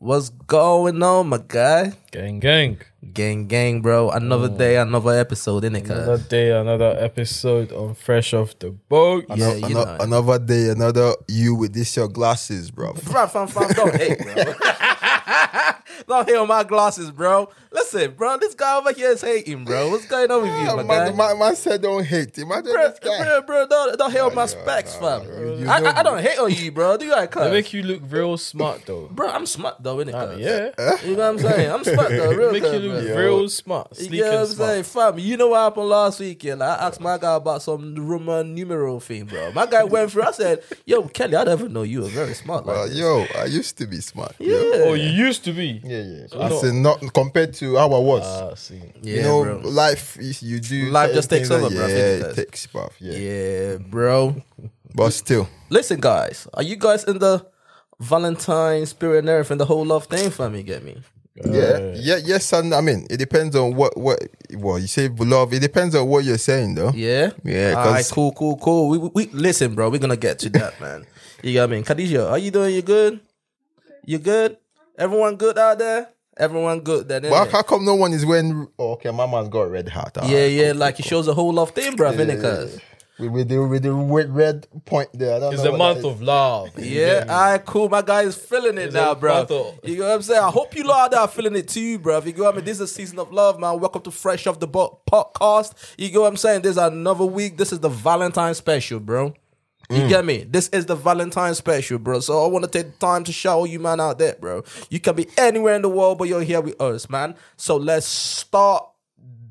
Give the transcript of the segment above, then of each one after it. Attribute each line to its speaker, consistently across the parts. Speaker 1: What's going on, my guy?
Speaker 2: Gang, gang.
Speaker 1: Gang, gang, bro. Another
Speaker 3: Oh.
Speaker 1: day, another episode, innit,
Speaker 2: Another
Speaker 1: cuz?
Speaker 2: day, another episode on Fresh Off the Boat.
Speaker 1: Yeah,
Speaker 3: Ano-
Speaker 1: you know
Speaker 3: ano-
Speaker 1: it.
Speaker 3: another day, another you with this your glasses, bro.
Speaker 1: Bro, fam, fam, don't hate, bro. don't hate on my glasses, bro. Listen, bro, this guy over here is hating, bro. What's going on with you, my guy?
Speaker 3: man, man, man said don't hate. Imagine
Speaker 1: bro,
Speaker 3: this guy.
Speaker 1: bro, bro, don't, don't hate on my
Speaker 3: yeah,
Speaker 1: specs,
Speaker 3: nah,
Speaker 1: fam.
Speaker 3: you- you
Speaker 1: I,
Speaker 3: know
Speaker 1: I, I don't hate on you, bro. Do you like,
Speaker 2: They
Speaker 1: cuz?
Speaker 2: make you look real smart, though.
Speaker 1: Bro, I'm smart, though, innit,
Speaker 2: Ah,
Speaker 1: cuz?
Speaker 2: yeah.
Speaker 1: You know what I'm saying? I'm smart, though, real
Speaker 2: Make
Speaker 1: cuz,
Speaker 2: you
Speaker 1: bro.
Speaker 2: look
Speaker 3: Yo.
Speaker 2: real smart.
Speaker 1: You
Speaker 2: Sleek
Speaker 1: get what I'm
Speaker 2: and smart.
Speaker 1: saying, fam? You know what happened last week? Yeah, like, I asked my guy about some Roman numeral thing, bro. My guy went through. I said, "Yo, Kelly, I don't even know you. You're very smart, like,
Speaker 3: Well,
Speaker 1: this."
Speaker 3: yo, I used to be smart.
Speaker 1: yeah,
Speaker 3: yo.
Speaker 2: Oh, you used to be.
Speaker 3: yeah, yeah.
Speaker 2: So
Speaker 3: I
Speaker 2: no-
Speaker 3: said not compared to how I was.
Speaker 2: Ah, see.
Speaker 1: Uh, yeah,
Speaker 3: you know,
Speaker 1: bro.
Speaker 3: life is you do.
Speaker 1: Life just
Speaker 3: certain
Speaker 1: takes
Speaker 3: things
Speaker 1: over,
Speaker 3: that-
Speaker 1: bruv,
Speaker 3: Yeah,
Speaker 1: it
Speaker 3: it
Speaker 1: does.
Speaker 3: takes, bruv. Yeah.
Speaker 1: yeah, bro.
Speaker 3: but still,
Speaker 1: Listen, guys, are you guys in the Valentine spirit and everything, the whole love thing, fam? You get me?
Speaker 3: yeah, yeah, yes, and I mean, it depends on what what well you say love. It depends on what you're saying, though.
Speaker 1: Yeah,
Speaker 3: Yeah,
Speaker 1: All right,
Speaker 3: 'cause-
Speaker 1: cool, cool, cool. We, we, we listen, bro. We're gonna get to that, man. You got what I mean, Khadija. Are you doing? You good? You good? Everyone good out there? Everyone good? Then
Speaker 3: Well,
Speaker 1: innit?
Speaker 3: how come no one is wearing? Oh, okay, my man's got red hat. Ah,
Speaker 1: Yeah, yeah, like it shows a whole lot of thing, bruv, innit,
Speaker 3: yeah,
Speaker 1: cuz?
Speaker 3: With, with the with the red, red point there. I don't
Speaker 2: It's
Speaker 3: know
Speaker 2: a
Speaker 3: what
Speaker 2: month
Speaker 3: that is.
Speaker 2: of love. You
Speaker 1: Yeah,
Speaker 2: get me?
Speaker 1: alright, cool. My guy is feeling it
Speaker 2: It's
Speaker 1: now,
Speaker 2: a
Speaker 1: bruv.
Speaker 2: battle.
Speaker 1: You know what I'm saying? I hope you lot out there are feeling it too, bruv. You know what I mean? This is a season of love, man. Welcome to Fresh Off the Bo- Podcast. You know what I'm saying? This is another week. This is the Valentine special, bro. You
Speaker 3: Mm.
Speaker 1: get me? This is the Valentine special, bro. So I want to take the time to shout all you man out there, bro. You can be anywhere in the world, but you're here with us, man. So let's start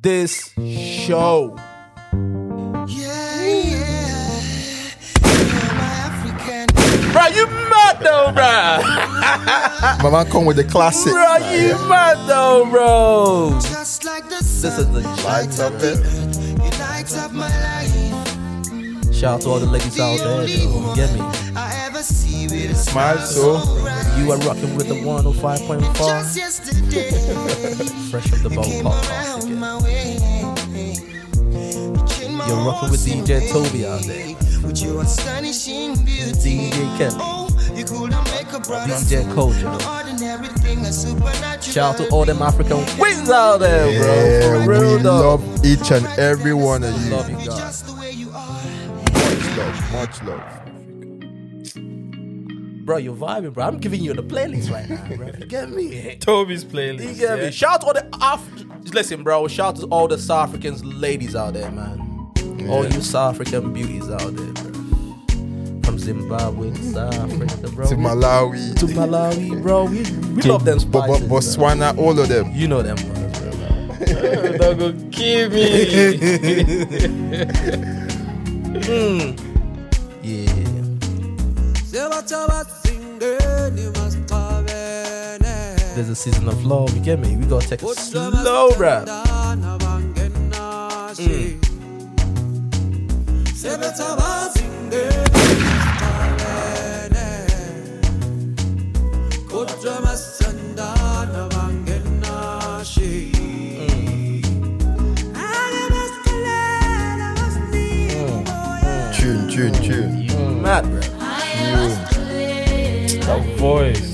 Speaker 1: this show. Bro, you mad though, bruh.
Speaker 3: My man come with the classic.
Speaker 1: Bro, you mad though, bro.
Speaker 4: Just like the
Speaker 1: This is the
Speaker 3: Lights up there.
Speaker 4: It lights up my life.
Speaker 1: shout out to all the ladies out there. Though. You Get me?
Speaker 4: I ever see with a
Speaker 3: Smile so.
Speaker 1: You are rocking with the 105.5
Speaker 4: Just yesterday,
Speaker 1: Fresh of the Bowl
Speaker 4: came
Speaker 1: podcast.
Speaker 4: around
Speaker 1: Again.
Speaker 4: my way.
Speaker 1: You're rocking with DJ Toby out there.
Speaker 4: With your astonishing beauty.
Speaker 1: DJ Kelly,
Speaker 4: Oh, you could make a brother.
Speaker 1: DJ Culture.
Speaker 4: Ordinary thing, a supernatural.
Speaker 1: Shout out to all them African queens out there, bro.
Speaker 3: Yeah,
Speaker 1: For real
Speaker 3: we
Speaker 1: though.
Speaker 3: love each and every one of you.
Speaker 1: Love you.
Speaker 4: Be just the way you are.
Speaker 3: Much love, much love.
Speaker 1: Bro, you're vibing, bro. I'm giving you the playlist right now, bro. You get me?
Speaker 2: Toby's
Speaker 1: You
Speaker 2: playlist.
Speaker 1: get
Speaker 2: yeah?
Speaker 1: me? Shout out to all the Af- Listen, bro. Shout out to all the South Africans ladies out there, man. All you South African beauties out there, bro. From Zimbabwe to South Africa, bro.
Speaker 3: To Malawi,
Speaker 1: to
Speaker 3: to
Speaker 1: Malawi, bro. We, we love them spices. bro.
Speaker 3: Botswana, all of them.
Speaker 1: You know them. ones, bro.
Speaker 2: Don't go kill me.
Speaker 1: Yeah. There's a season of love. You get me? We gotta take it slow, bro.
Speaker 3: Tune, tune, tune.
Speaker 1: You Mm. mad, bro?
Speaker 2: That voice.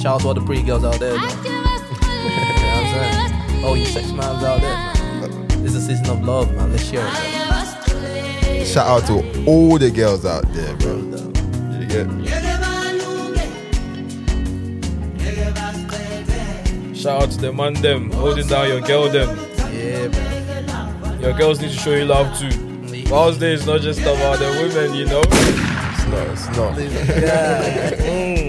Speaker 1: Shout out to all the pretty girls out there. Bro. You know what I'm saying? Oh, you sex moms out there. bro. It's a season of love, man. Let's share it.
Speaker 3: Shout out to all the girls out there, bro. You get me?
Speaker 2: Shout out to them and them. Holding down your girl them.
Speaker 1: bro. Yeah, bro.
Speaker 2: Your girls need to show you love too. Valentine's Day is not just about the women, you know.
Speaker 3: No, it's not.
Speaker 1: Yeah.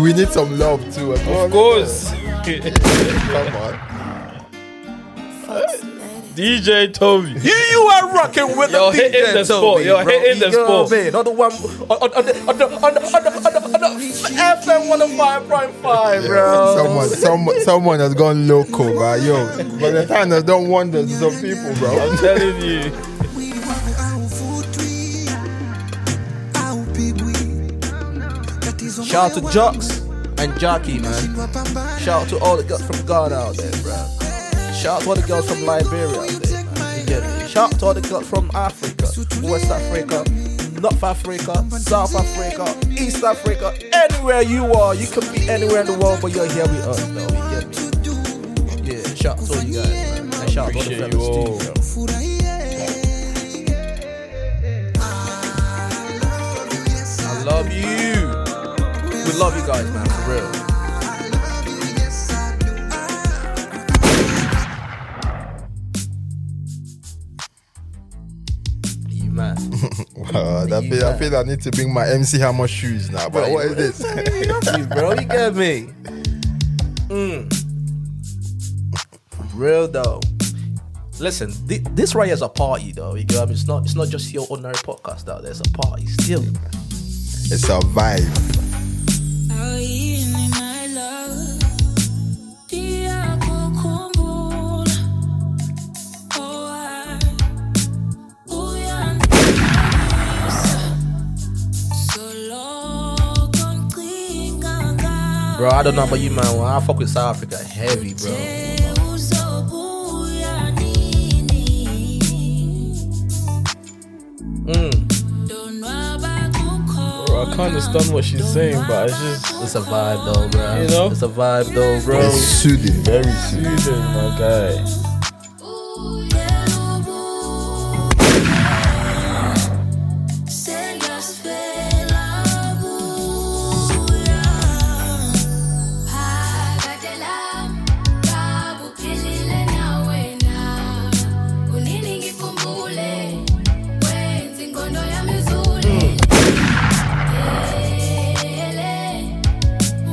Speaker 3: We need some love too. As well.
Speaker 2: Of course.
Speaker 3: Come on.
Speaker 2: DJ Toby.
Speaker 1: You, you are rocking with
Speaker 2: You're
Speaker 1: the
Speaker 2: hitting
Speaker 1: DJ
Speaker 2: the spot.
Speaker 1: Toby,
Speaker 2: You're
Speaker 1: bro.
Speaker 2: hitting the
Speaker 1: You know what
Speaker 2: spot.
Speaker 1: I mean? Not the one on, on, on, the- on, the- on, the- on, the- on, the- on, the- on the FM 105.5, bro.
Speaker 3: Someone, someone, someone has gone local, bro. Yo, Valentine's done wonders to some people, bro.
Speaker 2: I'm telling you.
Speaker 4: We want our food tree. Our people. That is what
Speaker 1: Shout out
Speaker 4: we
Speaker 1: to
Speaker 4: want.
Speaker 1: Jocks and Jockey, man. Shout out to all the girls from Ghana out there, bro. Shout out to all the girls from Liberia out there, man. You get me? Shout out to all the girls from Africa, West Africa, North Africa, South Africa, East Africa, anywhere you are. You can be anywhere in the world, but you're here with us, though. You get me? Yeah, shout out to all you guys, man. And shout out to all the
Speaker 2: Appreciate
Speaker 1: fellas,
Speaker 2: you all.
Speaker 1: too, bro. I love you. We love you guys, man, for real. You mad?
Speaker 3: Wow, that
Speaker 1: You
Speaker 3: feel, I
Speaker 1: mad.
Speaker 3: feel I need to bring my MC Hammer shoes now. But what is this?
Speaker 1: you, bro. You get me. Mm. Real though. Listen, thi- this right here is a party though. You get me? It's not. It's not just your ordinary podcast out there. It's a party still.
Speaker 3: It's a vibe.
Speaker 5: Au ini my love, pia kukumbula oa uyanisa solo con klinganga
Speaker 1: Bro, I don't know about you, man. When I fuck with South Africa heavy, bro.
Speaker 5: uzobuya nini
Speaker 1: Mm.
Speaker 5: donwaba kukhona
Speaker 2: Bro, I can't understand what she's saying, but it's just
Speaker 1: It's a vibe though, bro.
Speaker 2: You know?
Speaker 1: It's a vibe though, bro.
Speaker 3: It's soothing, very soothing.
Speaker 2: soothing, my guy.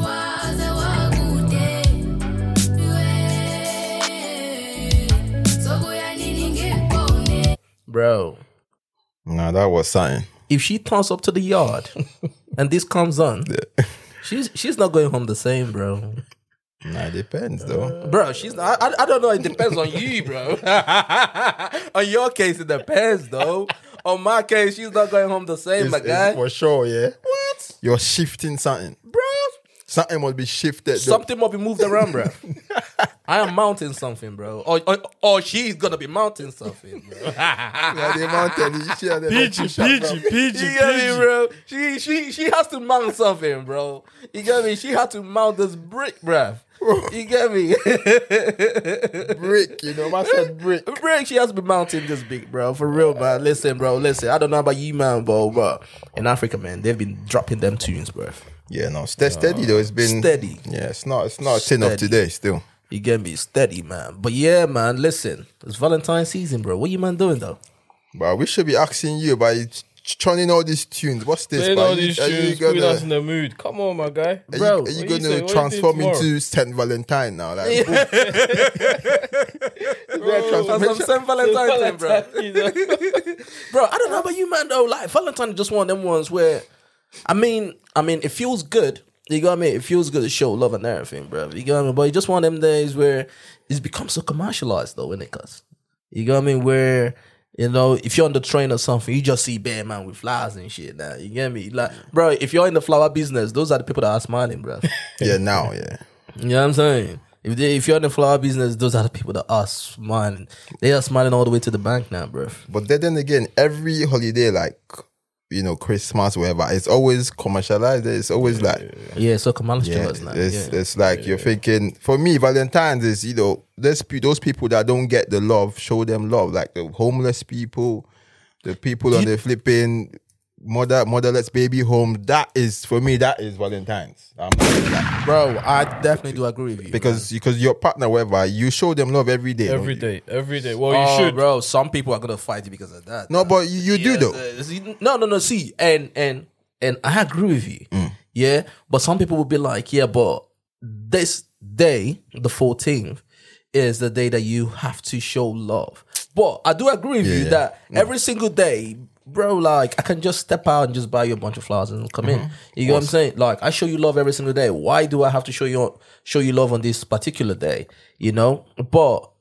Speaker 5: Waze wakude
Speaker 1: Bro,
Speaker 3: Nah, that was something.
Speaker 1: if she turns up to the yard and this comes on, she's she's not going home the same, bro.
Speaker 3: Nah, it depends though.
Speaker 1: Bro, she's not. I, I- I don't know. It depends on you, bro. on your case, it depends, though. on my case, she's not going home the same,
Speaker 3: It's-
Speaker 1: my
Speaker 3: it's
Speaker 1: guy.
Speaker 3: for sure, yeah.
Speaker 1: What?
Speaker 3: You're shifting something.
Speaker 1: Bro,
Speaker 3: Something must be shifted. though.
Speaker 1: something must be moved around, bro. I am mounting something, bro. Or, or, or she's gonna be mounting something, bro.
Speaker 3: Yeah, the mountain, you share the
Speaker 2: Peachy,
Speaker 3: push up, bro.
Speaker 2: peachy, peachy,
Speaker 1: You get me,
Speaker 2: peachy.
Speaker 1: bro? She she she has to mount something, bro. You get me? She had to mount this brick, bruv. You get me?
Speaker 3: Brick, you know, man said brick.
Speaker 1: Rick, she has to be mounting this big, bro. For real, man. Listen, bro. Listen, I don't know about you, man, bro, but in Africa, man, they've been dropping them tunes, bro.
Speaker 3: Yeah, no, ste- steady though. It's been
Speaker 1: Steady.
Speaker 3: Yeah, it's not, it's not a thing of
Speaker 1: Steady.
Speaker 3: today still.
Speaker 1: You get me? Steady, man. But yeah, man, listen. It's Valentine's season, bro. What you man doing, though?
Speaker 3: But we should be asking you by ch- churning all these tunes. What's this?
Speaker 2: Playing
Speaker 3: bruh?
Speaker 2: all these
Speaker 3: are
Speaker 2: tunes,
Speaker 3: gonna,
Speaker 2: putting us in the mood. Come on, my guy.
Speaker 3: are you-
Speaker 1: Bro,
Speaker 3: are
Speaker 1: what
Speaker 3: you,
Speaker 2: you
Speaker 3: going
Speaker 2: say? What
Speaker 3: to
Speaker 2: you
Speaker 3: transform
Speaker 2: doing tomorrow?
Speaker 3: into Saint Valentine now? Like, boom. Yeah,
Speaker 1: That's
Speaker 3: transformation.
Speaker 1: some Saint Valentine's thing, bro.
Speaker 2: You know?
Speaker 1: Bro, I don't know about you, man, though. Like, Valentine is just one of them ones where, I mean, I mean, it feels good. You got me? It feels good to show love and everything, bro. You got me? But it's just one of them days where it's become so commercialized, though, when it comes. You got me? Where you know, if you're on the train or something, you just see bare man with flowers and shit. Now, you get me? Like, bro, if you're in the flower business, those are the people that are smiling, bro.
Speaker 3: yeah, now, yeah.
Speaker 1: you know what I'm saying? If they, if you're in the flower business, those are the people that are smiling. They are smiling all the way to the bank now, bro.
Speaker 3: But then, then again, every holiday, like you know, Christmas, whatever, it's always commercialized. It's always like,
Speaker 1: Yeah, so
Speaker 3: yeah,
Speaker 1: commercialized
Speaker 3: it's,
Speaker 1: now.
Speaker 3: it's,
Speaker 1: yeah.
Speaker 3: like you're thinking. For me, Valentine's is you know, there's pe- those people that don't get the love, show them love, like the homeless people, the people on the flipping mother motherless baby home. That is for me. That is Valentine's. I'm not gonna lie.
Speaker 1: Bro, I definitely do agree with you.
Speaker 3: because because your partner, whatever, you show them love every day.
Speaker 2: every
Speaker 3: don't you?
Speaker 2: day, every day. Well, you
Speaker 1: man. Oh,
Speaker 2: should.
Speaker 1: bro, some people are gonna fight you because of that.
Speaker 3: No, but you, you do though.
Speaker 1: Uh, see, No, no, no. See, and and and I agree with you. Yeah, but some people will be like, yeah, but this day, the fourteenth, is the day that you have to show love. But I do agree with you
Speaker 3: yeah. Mm.
Speaker 1: that every single day. Bro, like I can just step out and just buy you a bunch of flowers and come in.
Speaker 3: Mm-hmm.
Speaker 1: You know what I'm saying? Like I show you love every single day. Why do I have to show you show you love on this particular day? You know, but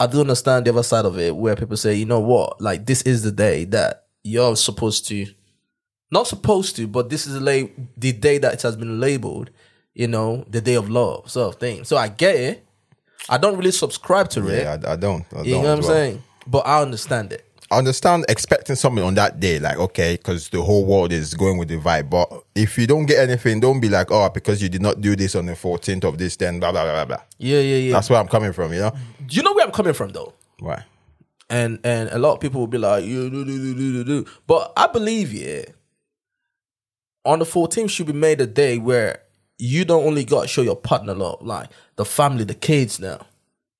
Speaker 1: I do understand the other side of it where people say, you know what, like this is the day that you're supposed to, not supposed to, but this is the, la- the day that it has been labeled, you know, the day of love, sort of thing. So I get it. I don't really subscribe to it.
Speaker 3: Yeah, I, I don't. I
Speaker 1: you know
Speaker 3: don't
Speaker 1: what I'm
Speaker 3: as well.
Speaker 1: saying? But I understand it.
Speaker 3: I understand expecting something on that day, like okay, because the whole world is going with the vibe. But if you don't get anything, don't be like, oh, because you did not do this on the fourteenth of this, then blah blah blah blah. blah.
Speaker 1: Yeah, yeah, yeah.
Speaker 3: That's where I'm coming from, you know.
Speaker 1: Do you know where I'm coming from though?
Speaker 3: Why?
Speaker 1: and and a lot of people will be like, you do do do do do do. But I believe yeah. On the 14th should be made a day where you don't only got to show your partner love, like the family, the kids now.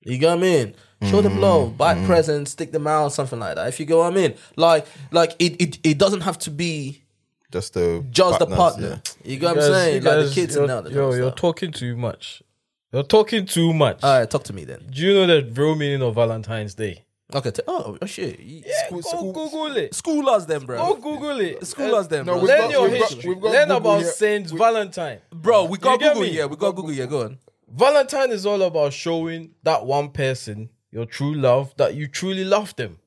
Speaker 1: You get what I mean? Show them love, buy presents, stick them out, something like that. If you go, what I mean, like, like it, it, it doesn't have to be
Speaker 3: Just the
Speaker 1: just the
Speaker 3: partners,
Speaker 1: partner.
Speaker 3: yeah.
Speaker 1: You get what
Speaker 2: Guys,
Speaker 1: I'm saying?
Speaker 2: you
Speaker 1: like the
Speaker 2: guys,
Speaker 1: kids
Speaker 2: you're,
Speaker 1: and now.
Speaker 2: Yo, you're talking too much. You're talking too much.
Speaker 1: All right, talk to me then.
Speaker 2: Do you know the real meaning of Valentine's Day?
Speaker 1: Okay. T- oh, oh, shit. Yeah.
Speaker 2: Go Google it.
Speaker 1: School us then, bro.
Speaker 2: Go Google it.
Speaker 1: School us then,
Speaker 3: No,
Speaker 1: bro.
Speaker 3: we've
Speaker 2: Learn
Speaker 3: got-
Speaker 2: your
Speaker 3: we've got-
Speaker 2: history.
Speaker 3: we've got
Speaker 2: Learn
Speaker 3: Google
Speaker 2: about
Speaker 3: here.
Speaker 2: Saint Valentine.
Speaker 1: Bro, we got
Speaker 2: You get
Speaker 1: Google
Speaker 2: me?
Speaker 1: here. We got Google here. Go on.
Speaker 2: Valentine is all about showing that one person your true love that you truly love them.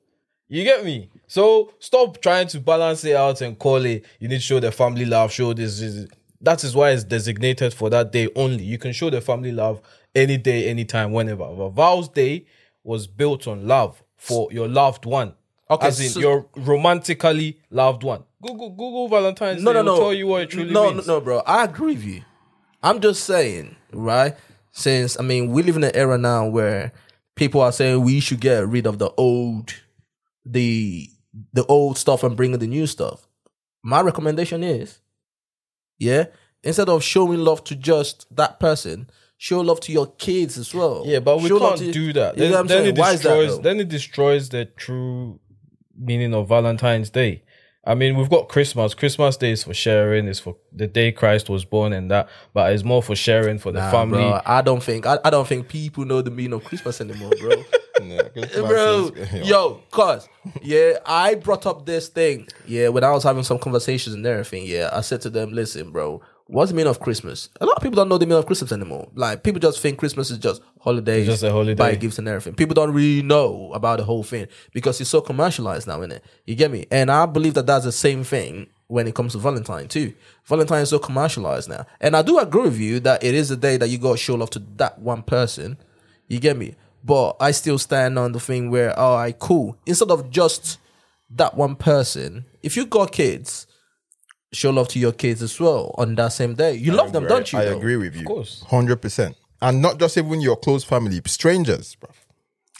Speaker 2: You get me? So stop trying to balance it out and call it. You need to show the family love. Show this. this- this. That is why it's designated for that day only. You can show the family love any day, anytime, whenever. But vows day was built on love for your loved one.
Speaker 1: Okay,
Speaker 2: as in
Speaker 1: so-
Speaker 2: your romantically loved one. Google Google Valentine's
Speaker 1: No,
Speaker 2: Day.
Speaker 1: no,
Speaker 2: will
Speaker 1: no.
Speaker 2: Tell you what it truly
Speaker 1: no,
Speaker 2: means.
Speaker 1: no, no, bro. I agree with you. I'm just saying, right? Since I mean, we live in an era now where people are saying we should get rid of the old, the the old stuff and bring in the new stuff. My recommendation is, yeah, instead of showing love to just that person, show love to your kids as well.
Speaker 2: Yeah, but we
Speaker 1: Show love to-
Speaker 2: can't do that.
Speaker 1: You know
Speaker 2: Then,
Speaker 1: what I'm
Speaker 2: then
Speaker 1: saying?
Speaker 2: it
Speaker 1: Why is that?
Speaker 2: destroys.
Speaker 1: though?
Speaker 2: then it destroys the true meaning of Valentine's Day. I mean, we've got Christmas. Christmas Day is for sharing. It's for the day Christ was born and that, but it's more for sharing for the
Speaker 1: Nah,
Speaker 2: family.
Speaker 1: bro, I don't think I, I don't think people know the meaning of Christmas anymore, bro.
Speaker 3: Yeah, 'cause
Speaker 1: bro.
Speaker 3: Christmas is-
Speaker 1: Yo, cuz, yeah, I brought up this thing. Yeah, when I was having some conversations and everything, yeah, I said to them, listen, bro, what's the meaning of Christmas? A lot of people don't know the meaning of Christmas anymore. Like, people just think Christmas is just holidays,
Speaker 2: Just a holiday.
Speaker 1: buy gifts and everything. People don't really know about the whole thing because it's so commercialized now, innit? You get me? And I believe that that's the same thing when it comes to Valentine too. Valentine is so commercialized now. And I do agree with you that it is the day that you gotta show love to that one person. You get me? But I still stand on the thing where, all right, cool. Instead of just that one person, if you got kids, show love to your kids as well on that same day. You love them, don't you?
Speaker 3: I
Speaker 1: though?
Speaker 3: agree with you. Of
Speaker 2: course.
Speaker 3: 100%. And not just even your close family, strangers, bro.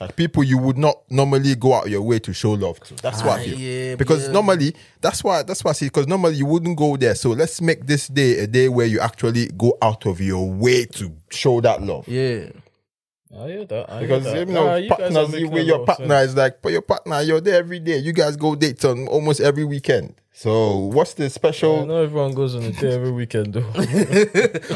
Speaker 3: Like people you would not normally go out your way to show love to. That's what
Speaker 1: Ah,
Speaker 3: I feel.
Speaker 1: yeah,
Speaker 3: because
Speaker 1: yeah.
Speaker 3: normally, that's why that's why I see. Because normally you wouldn't go there. So let's make this day a day where you actually go out of your way to show that love.
Speaker 1: Yeah.
Speaker 2: I hear that. I hear
Speaker 3: Because
Speaker 2: that.
Speaker 3: you
Speaker 2: Nah,
Speaker 3: know,
Speaker 2: you guys are
Speaker 3: partners
Speaker 2: making
Speaker 3: with
Speaker 2: a
Speaker 3: your
Speaker 2: lot of
Speaker 3: partner
Speaker 2: sense.
Speaker 3: is like, but your partner, you're there every day. You guys go date on almost every weekend. So what's the
Speaker 2: I
Speaker 3: special?
Speaker 2: know everyone goes on a day every weekend though.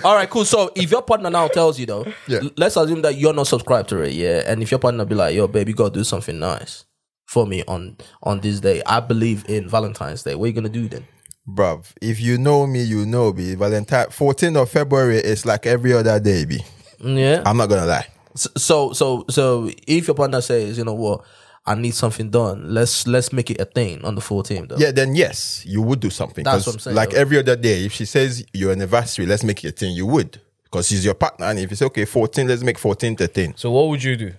Speaker 1: All right, cool. So if your partner now tells you though,
Speaker 3: Yeah.
Speaker 1: l- let's assume that you're not subscribed to it, yeah. And if your partner be like, "Yo, baby, go do something nice for me on on this day," I believe in Valentine's Day. What are you gonna do then?
Speaker 3: Bruv, if you know me, you know me. Valentine, 14th of February is like every other day, B.
Speaker 1: Yeah.
Speaker 3: I'm not gonna lie.
Speaker 1: So so so if your partner says, you know what, I need something done. Let's let's make it a thing on the 14th. Though.
Speaker 3: Yeah, then yes, you would do something.
Speaker 1: That's
Speaker 3: 'Cause
Speaker 1: what I'm saying,
Speaker 3: Like
Speaker 1: though.
Speaker 3: every other day, if she says your anniversary, let's make it a thing, you would. Because she's your partner, and if it's okay, 14, let's make 14 a thing.
Speaker 2: so what would you do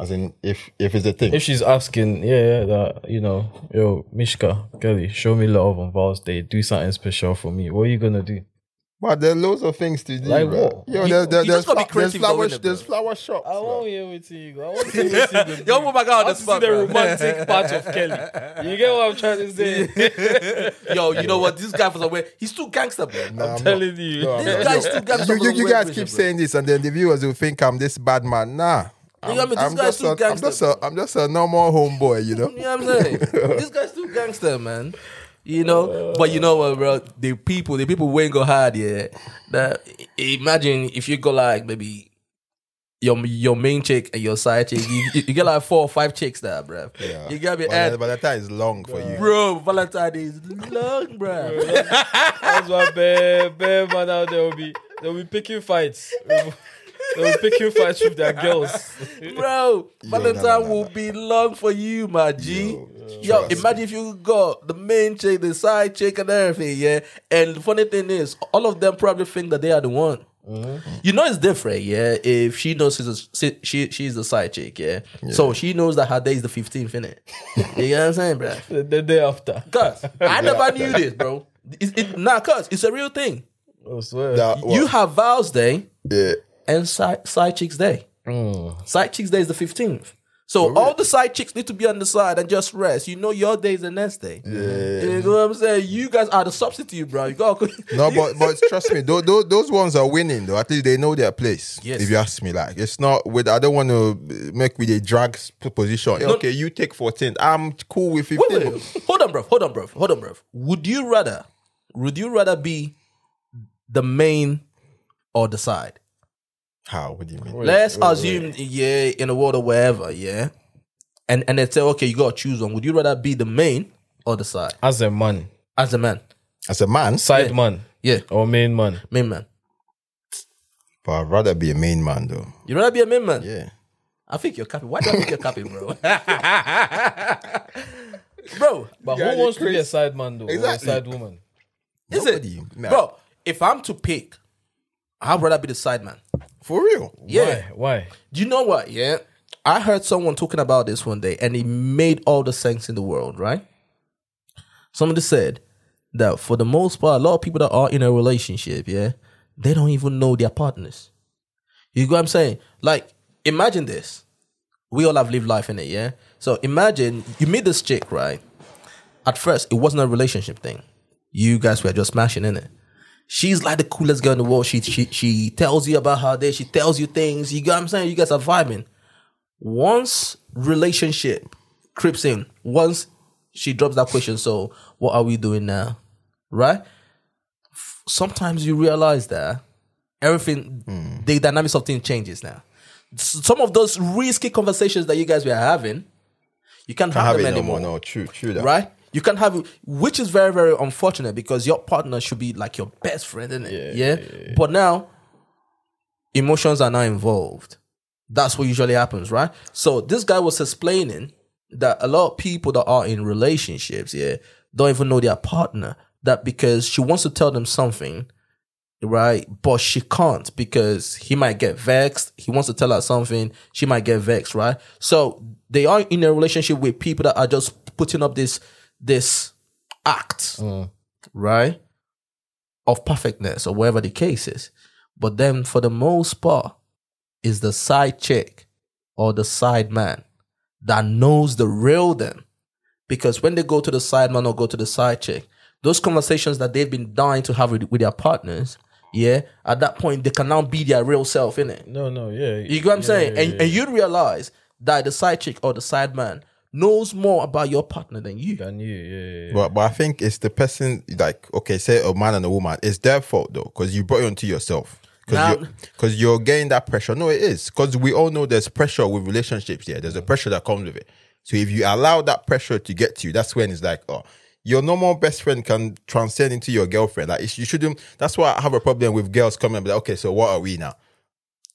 Speaker 3: As in, if if it's a thing.
Speaker 2: if she's asking? Yeah, yeah, that you know, yo, Mishka, girlie, show me love on vows day. Do something special for me. What are you gonna do?
Speaker 3: but there are loads of things to do.
Speaker 2: Like
Speaker 3: bro.
Speaker 2: what?
Speaker 3: Yo,
Speaker 1: You-
Speaker 3: there, there,
Speaker 1: you
Speaker 3: there's,
Speaker 1: just gotta be
Speaker 3: fla- there's,
Speaker 1: creative, though,
Speaker 3: flower,
Speaker 1: innit, bro?
Speaker 3: there's flower shops.
Speaker 2: I
Speaker 3: bro.
Speaker 2: won't hear what you go. I won't hear what you
Speaker 1: Yo, put Oh my guy on the
Speaker 2: to
Speaker 1: spot,
Speaker 2: see the
Speaker 1: bro.
Speaker 2: romantic part of Kelly. You get what I'm trying to say?
Speaker 1: Yo, you know what? This guy for some way, he's too gangster, bro.
Speaker 3: Nah, I'm
Speaker 2: telling you.
Speaker 3: No, I'm
Speaker 1: This guy's too gangster.
Speaker 3: You,
Speaker 1: for
Speaker 3: you,
Speaker 1: the
Speaker 3: you
Speaker 1: way
Speaker 3: guys
Speaker 1: he
Speaker 3: keep
Speaker 1: is, bro.
Speaker 3: saying this, and then the viewers will think I'm this bad man. Nah. I'm,
Speaker 1: know what I mean? This
Speaker 3: I'm
Speaker 1: guy's
Speaker 3: just
Speaker 1: too
Speaker 3: a, I'm
Speaker 1: gangster,
Speaker 3: just a, I'm just a normal homeboy, you know?
Speaker 1: You know what I'm saying? this guy's too gangster, man. You know, but you know what, bro? The people, the people who ain't go hard, yeah. That imagine if you go like maybe your your main chick and your side chick, you, you, you get like four or five chicks there, bro. You get me,
Speaker 3: But
Speaker 1: and,
Speaker 3: that- but that time is long for you.
Speaker 1: bro. Valentine is long, bro.
Speaker 2: That's why bare, bare man out there will be they'll be picking fights. They'll be picking fights with their girls.
Speaker 1: bro. Valentine
Speaker 3: nah, nah,
Speaker 1: will be long for you, my G. Yo, imagine if you got the main chick, the side chick, and everything, yeah. And the funny thing is, all of them probably think that they are the one.
Speaker 3: Mm-hmm.
Speaker 1: You know it's different, yeah. If she knows she's a, she- she she's a side chick, yeah? So she knows that her day is the fifteenth, innit? you know what I'm saying, bruh?
Speaker 2: The, the day after.
Speaker 1: Cause I never knew this, bro. It's, it, nah, cause it's a real thing.
Speaker 2: I swear.
Speaker 3: That
Speaker 1: You
Speaker 3: was-
Speaker 1: have vows day
Speaker 3: yeah.
Speaker 1: and side, side chicks day.
Speaker 2: Hmm.
Speaker 1: Side chicks day is the fifteenth. So all the side chicks need to be on the side and just rest. You know your day is the next day. You know what I'm saying? You guys are the substitute, bro. You got
Speaker 3: No, but but trust me, those, those ones are winning though. At least they know their place.
Speaker 1: Yes.
Speaker 3: If you ask me, like it's not with. I don't want to make with a drag s- position. Yeah, Okay, you take fourteen. I'm cool with fifteen.
Speaker 1: wait, wait. hold on, bro. Hold on, bro. Hold on, bro. Would you rather? Would you rather be the main or the side?
Speaker 3: How? What do you mean?
Speaker 1: Let's assume, yeah, in the world or wherever, yeah, and and they say, okay, you gotta choose one. Would you rather be the main or the side
Speaker 2: As a man.
Speaker 1: as a man?
Speaker 3: As a man,
Speaker 2: Side man.
Speaker 1: Yeah,
Speaker 2: Or main man.
Speaker 1: main man.
Speaker 3: but I'd rather be a main man though.
Speaker 1: You rather be a main man?
Speaker 3: Yeah.
Speaker 1: I think you're capping. Why do I think you're capping, bro? bro,
Speaker 2: But
Speaker 3: Yeah,
Speaker 2: who
Speaker 3: you
Speaker 2: wants to be a side man though?
Speaker 3: Exactly.
Speaker 2: Or a side woman?
Speaker 1: is
Speaker 3: Nobody,
Speaker 1: it,
Speaker 3: nah.
Speaker 1: bro? If I'm to pick, I'd rather be the side man.
Speaker 3: For real.
Speaker 1: Yeah.
Speaker 2: Why? Why?
Speaker 1: Do you know what? Yeah. I heard someone talking about this one day and it made all the sense in the world, right? Somebody said that for the most part, a lot of people that are in a relationship, yeah, they don't even know their partners. You get what I'm saying? Like, imagine this. We all have lived life in it, yeah? So imagine you meet this chick, right? At first, it wasn't a relationship thing. You guys were just smashing in it. She's like the coolest girl in the world. She she she tells you about her day. She tells you things. You got what I'm saying? You guys are vibing. Once relationship creeps in, once she drops that question, so what are we doing now? Right? F- Sometimes you realize that everything
Speaker 3: Hmm.
Speaker 1: the dynamics of things changes now. S- Some of those risky conversations that you guys were having, you can't,
Speaker 3: I
Speaker 1: have,
Speaker 3: have it
Speaker 1: them
Speaker 3: no
Speaker 1: anymore
Speaker 3: more. No, true, true. That.
Speaker 1: right? You can have, which is very, very unfortunate because your partner should be like your best friend, isn't it? Yeah. But now, emotions are now involved. That's what usually happens, right? So this guy was explaining that a lot of people that are in relationships, yeah, don't even know their partner. That because she wants to tell them something, right? But she can't because he might get vexed. He wants to tell her something. She might get vexed, right? So they are in a relationship with people that are just putting up this this act,
Speaker 2: Hmm.
Speaker 1: right, of perfectness or whatever the case is. But then, for the most part, is the side chick or the side man that knows the real them. Because when they go to the side man or go to the side chick, those conversations that they've been dying to have with, with their partners, yeah, at that point they can now be their real self, innit?
Speaker 2: No, no, yeah.
Speaker 1: You get what I'm
Speaker 2: yeah,
Speaker 1: saying?
Speaker 2: yeah,
Speaker 1: and,
Speaker 2: yeah.
Speaker 1: and you realize that the side chick or the side man knows more about your partner than you.
Speaker 2: Than you, yeah, yeah.
Speaker 3: But but I think it's the person like okay, say a man and a woman. It's their fault though, because you brought it onto yourself.
Speaker 1: Nah.
Speaker 3: Because you're, 'cause you're getting that pressure. No, it is because we all know there's pressure with relationships. Yeah,
Speaker 1: Mm.
Speaker 3: there's a pressure that comes with it. So if you allow that pressure to get to you, that's when it's like, oh, your normal best friend can transcend into your girlfriend. Like it's- you shouldn't. That's why I have a problem with girls coming. and be Like, okay, so what are we now?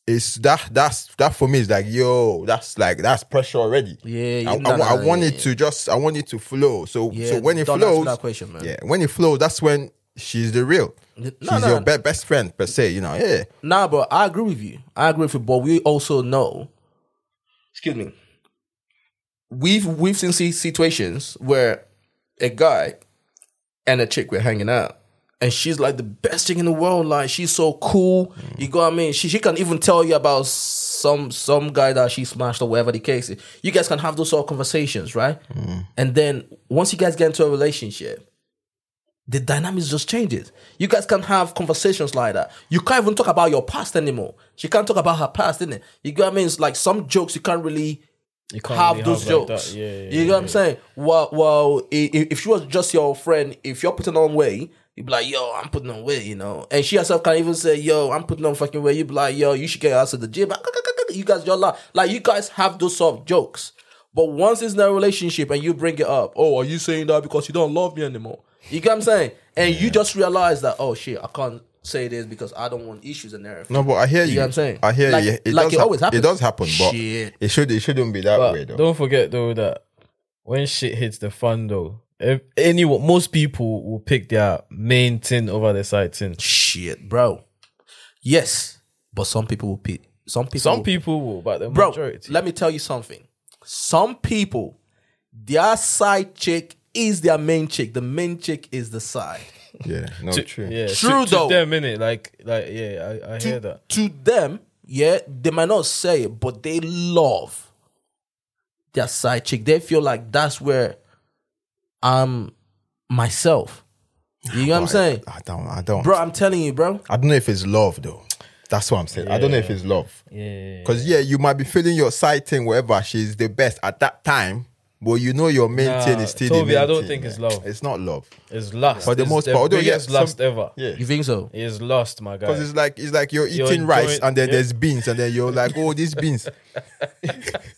Speaker 3: It's that that's that for me is like yo, that's like that's pressure already.
Speaker 1: Yeah,
Speaker 3: I,
Speaker 1: yeah, nah,
Speaker 3: I,
Speaker 1: nah,
Speaker 3: wa- I
Speaker 1: nah,
Speaker 3: want
Speaker 1: yeah,
Speaker 3: it to just I want it to flow. So
Speaker 1: Yeah,
Speaker 3: so when it
Speaker 1: don't answer
Speaker 3: flows,
Speaker 1: that question, man.
Speaker 3: yeah, when it flows, that's when she's the real.
Speaker 1: No,
Speaker 3: she's
Speaker 1: no.
Speaker 3: your be- best friend per se. You know, yeah.
Speaker 1: Nah, but I agree with you. I agree with you, but we also know. Excuse me. We've we've seen si- situations where a guy and a chick were hanging out, and she's like the best chick in the world. Like she's so cool. You go, what I mean, she she can even tell you about some some guy that she smashed or whatever the case is. You guys can have those sort of conversations, right? And then once you guys get into a relationship, the dynamics just changes. You guys can have conversations like that. You can't even talk about your past anymore. She can't talk about her past, innit? You get what I mean? It's like some jokes you can't really
Speaker 2: You can't
Speaker 1: have
Speaker 2: really
Speaker 1: those
Speaker 2: like
Speaker 1: jokes.
Speaker 2: that. Yeah, yeah,
Speaker 1: you know what I'm saying? Well, well, i- i- if she was just your friend, if you're putting on weight, you'd be like, "Yo, I'm putting on weight," you know. And she herself can't even say, "Yo, I'm putting on fucking weight." You'd be like, "Yo, you should get out of the gym." You guys, you're like, like you guys have those sort of jokes. But once it's in a relationship and you bring it up, oh, are you saying that because you don't love me anymore? You get what I'm saying? And you just realize that, oh shit, I can't say this because I don't want issues and everything.
Speaker 3: No, but I hear you.
Speaker 1: get what I'm saying?
Speaker 3: I hear
Speaker 1: Like-
Speaker 3: you. It
Speaker 1: like
Speaker 3: does
Speaker 1: it
Speaker 3: hap-
Speaker 1: always happens.
Speaker 3: It does happen, but
Speaker 1: Shit.
Speaker 3: it should it shouldn't be that
Speaker 2: But
Speaker 3: way though.
Speaker 2: don't forget though that when shit hits the fan though, if anyone, most people will pick their main tin over their side tin.
Speaker 1: Shit, bro. Yes, but some people will pick. Some people.
Speaker 2: Some
Speaker 1: will-
Speaker 2: people will, but the
Speaker 1: bro.
Speaker 2: majority.
Speaker 1: Let me tell you something. Some people, their side chick is their main chick. The main chick is the side.
Speaker 3: Yeah, no, true.
Speaker 2: yeah,
Speaker 1: True
Speaker 2: to,
Speaker 1: though.
Speaker 2: To them, innit? Like, like, yeah, I, I hear that.
Speaker 1: To them, yeah, they might not say it, but they love their side chick. They feel like that's where I'm myself. You know what I'm
Speaker 3: But
Speaker 1: saying?
Speaker 3: I, I don't. I don't.
Speaker 1: Bro, I'm telling you, bro.
Speaker 3: I don't know if it's love though. That's what I'm saying. I don't know if it's love.
Speaker 2: Yeah.
Speaker 3: Because yeah, you might be feeling your side thing, wherever she's the best at that time. But you know your main
Speaker 2: Nah,
Speaker 3: thing is still the
Speaker 2: Toby, I
Speaker 3: main
Speaker 2: don't
Speaker 3: thing,
Speaker 2: think it's
Speaker 3: man.
Speaker 2: love.
Speaker 3: It's not love.
Speaker 2: It's lust.
Speaker 3: For the
Speaker 2: It's
Speaker 3: most
Speaker 2: the
Speaker 3: part, although,
Speaker 2: biggest
Speaker 3: yes,
Speaker 2: lust
Speaker 3: some-
Speaker 2: ever.
Speaker 3: Yeah.
Speaker 1: You think so?
Speaker 2: It's lust, my guy.
Speaker 3: Because it's like it's like you're
Speaker 2: You're
Speaker 3: eating rice
Speaker 2: enjoying-
Speaker 3: and then
Speaker 2: yeah.
Speaker 3: there's beans and then you're like, oh, these beans.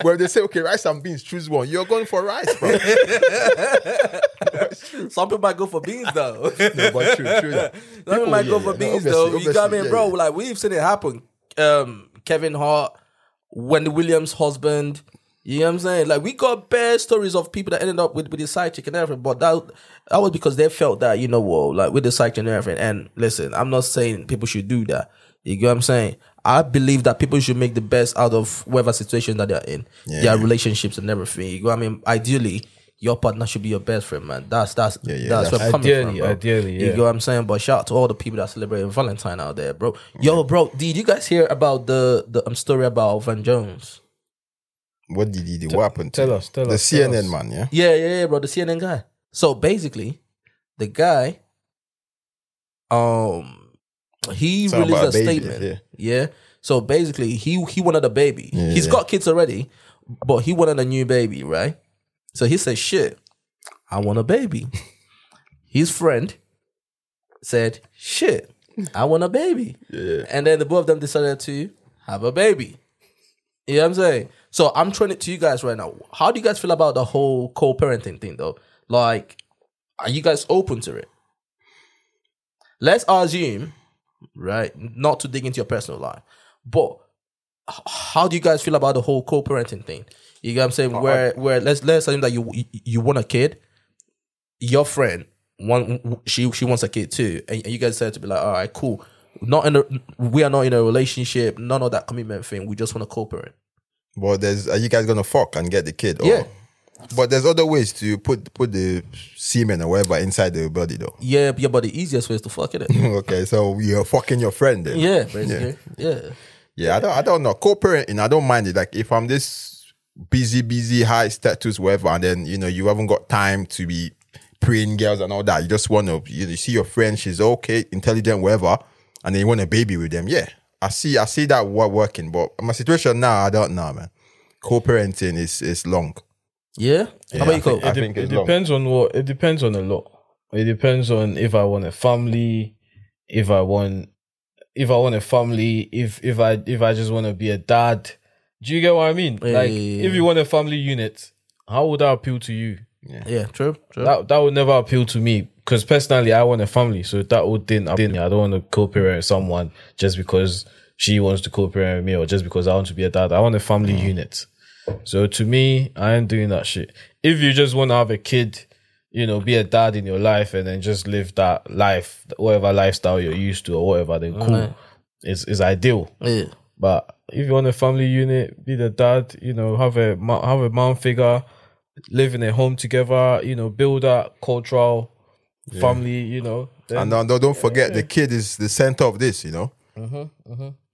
Speaker 3: well, they say okay, rice and beans, choose one. You're going for rice, bro.
Speaker 1: Some people might go for beans though.
Speaker 3: no, but true, true. That.
Speaker 1: Some people might go for beans though. you got me, bro. Like we've seen it happen. Um, Kevin Hart, Wendy Williams' husband. You know what I'm saying? Like we got bad stories of people that ended up with with the side chick and everything, but that that was because they felt that you know whoa, like with the side chick and everything. And listen, I'm not saying people should do that. You get what I'm saying? I believe that people should make the best out of whatever situation that they're in, their relationships and everything. You know what I mean? Ideally, your partner should be your best friend, man. That's that's
Speaker 3: Yeah, yeah,
Speaker 1: that's, where I'm
Speaker 3: that's-
Speaker 1: coming
Speaker 2: Ideally,
Speaker 1: from, bro.
Speaker 2: ideally,
Speaker 1: You
Speaker 2: yeah.
Speaker 1: get what I'm saying? But shout out to all the people that celebrating Valentine out there, bro. Yo, bro, did you guys hear about the the um, story about Van Jones?
Speaker 3: What did he do? What happened? to
Speaker 2: tell
Speaker 3: him?
Speaker 2: us, tell
Speaker 3: the
Speaker 2: us, tell
Speaker 3: CNN
Speaker 2: us.
Speaker 3: man, yeah.
Speaker 1: Yeah, yeah, yeah, bro, the CNN guy. So basically, the guy, um, he
Speaker 3: Something
Speaker 1: released
Speaker 3: about
Speaker 1: a
Speaker 3: a baby,
Speaker 1: statement. Yeah. So basically, he he wanted a baby.
Speaker 3: Yeah,
Speaker 1: He's
Speaker 3: yeah.
Speaker 1: got kids already, but he wanted a new baby, right? So he said, "Shit, I want a baby." His friend said, "Shit, I want a baby."
Speaker 3: Yeah.
Speaker 1: And then the both of them decided to have a baby. You know what I'm saying? So I'm throwing it to you guys right now. How do you guys feel about the whole co-parenting thing though? Like, are you guys open to it? Let's assume, right, not to dig into your personal life, but h- how do you guys feel about the whole co-parenting thing? You get what I'm saying?
Speaker 3: Uh,
Speaker 1: where where let's let's assume that you you, you want a kid, your friend one she she wants a kid too, and you guys said to be like, all right, cool. Not in a, we are not in a relationship, none of that commitment thing. We just want to co-parent.
Speaker 3: But there's are you guys gonna fuck and get the kid? Or,
Speaker 1: Yeah.
Speaker 3: But there's other ways to put put the semen or whatever inside the body though.
Speaker 1: Yeah, yeah, but the easiest way is to fuck it.
Speaker 3: okay, so you're fucking your friend then.
Speaker 1: Yeah, basically. Yeah.
Speaker 3: Yeah, I don't, I don't know. Co-parenting, I don't mind it. Like if I'm this busy, busy, high status, whatever, and then you know you haven't got time to be preying girls and all that. You just want to, you, you see your friend, she's okay, intelligent, whatever, and then you want a baby with them. Yeah, I see, I see that what working, but my situation now, I don't know, man. Co-parenting is is long.
Speaker 1: Yeah. How about
Speaker 3: I
Speaker 1: you, Cole?
Speaker 3: think- I
Speaker 2: de-
Speaker 3: think
Speaker 2: it
Speaker 3: it's long.
Speaker 2: depends on what it depends on a lot it depends on if i want a family if i want if i want a family if if i if i just want to be a dad do you get what i mean
Speaker 1: Yeah,
Speaker 2: like
Speaker 1: yeah, yeah,
Speaker 2: if you want a family unit how would that appeal to you
Speaker 1: Yeah, true. true.
Speaker 2: that that would never appeal to me because personally i want a family so that would didn't appeal to me. i don't want to co-parent with someone just because she wants to co-parent with me or just because i want to be a dad i want a family unit so to me i ain't doing that shit if you just want to have a kid you know be a dad in your life and then just live that life whatever lifestyle you're used to or whatever then cool it's, it's ideal
Speaker 1: yeah.
Speaker 2: but if you want a family unit, be the dad, you know, have a ma- have a mom figure, live in a home together, you know, build that cultural family, you know. Then,
Speaker 3: And uh, don't, don't forget, the kid is the center of this. You know,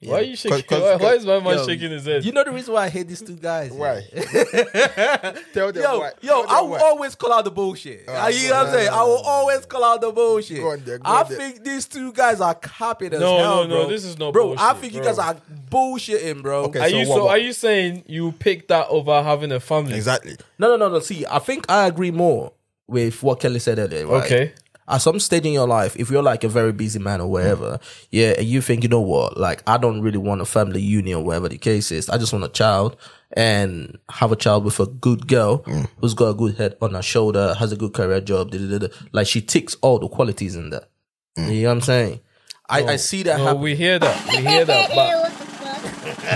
Speaker 2: why are you shaking?
Speaker 3: 'Cause- 'cause-
Speaker 2: why, why is my man
Speaker 1: Yo,
Speaker 2: shaking his head?
Speaker 1: You know the reason why I hate these two guys? yeah?
Speaker 3: Tell them
Speaker 1: Yo,
Speaker 3: why.
Speaker 1: yo,
Speaker 3: Tell them
Speaker 1: I oh. will
Speaker 3: why.
Speaker 1: always call out the bullshit.
Speaker 3: Ah,
Speaker 1: you know what I'm saying? I will always call out the bullshit.
Speaker 3: Go on there, go
Speaker 1: I
Speaker 3: on there.
Speaker 1: think these two guys are capping as
Speaker 2: No,
Speaker 1: hell,
Speaker 2: no, no,
Speaker 1: bro.
Speaker 2: this is not
Speaker 1: bro. I
Speaker 2: bullshit,
Speaker 1: think you
Speaker 2: bro.
Speaker 1: guys are bullshitting, bro.
Speaker 3: Okay.
Speaker 2: are
Speaker 3: so
Speaker 2: you
Speaker 3: what-
Speaker 2: so? Are you saying you pick that over having a family?
Speaker 3: exactly.
Speaker 1: No, no, no, no. See, I think I agree more with what Kelly said earlier. Right?
Speaker 2: Okay.
Speaker 1: At some stage in your life, if you're like a very busy man or whatever, yeah, and you think, you know what, like I don't really want a family union, whatever the case is. I just want a child and have a child with a good girl
Speaker 2: Mm.
Speaker 1: who's got a good head on her shoulder, has a good career job, da, da, da, da. like she ticks all the qualities in that. You know what I'm saying? I, I see that
Speaker 2: Mm. No,
Speaker 1: happen.
Speaker 2: we hear that. We hear that. But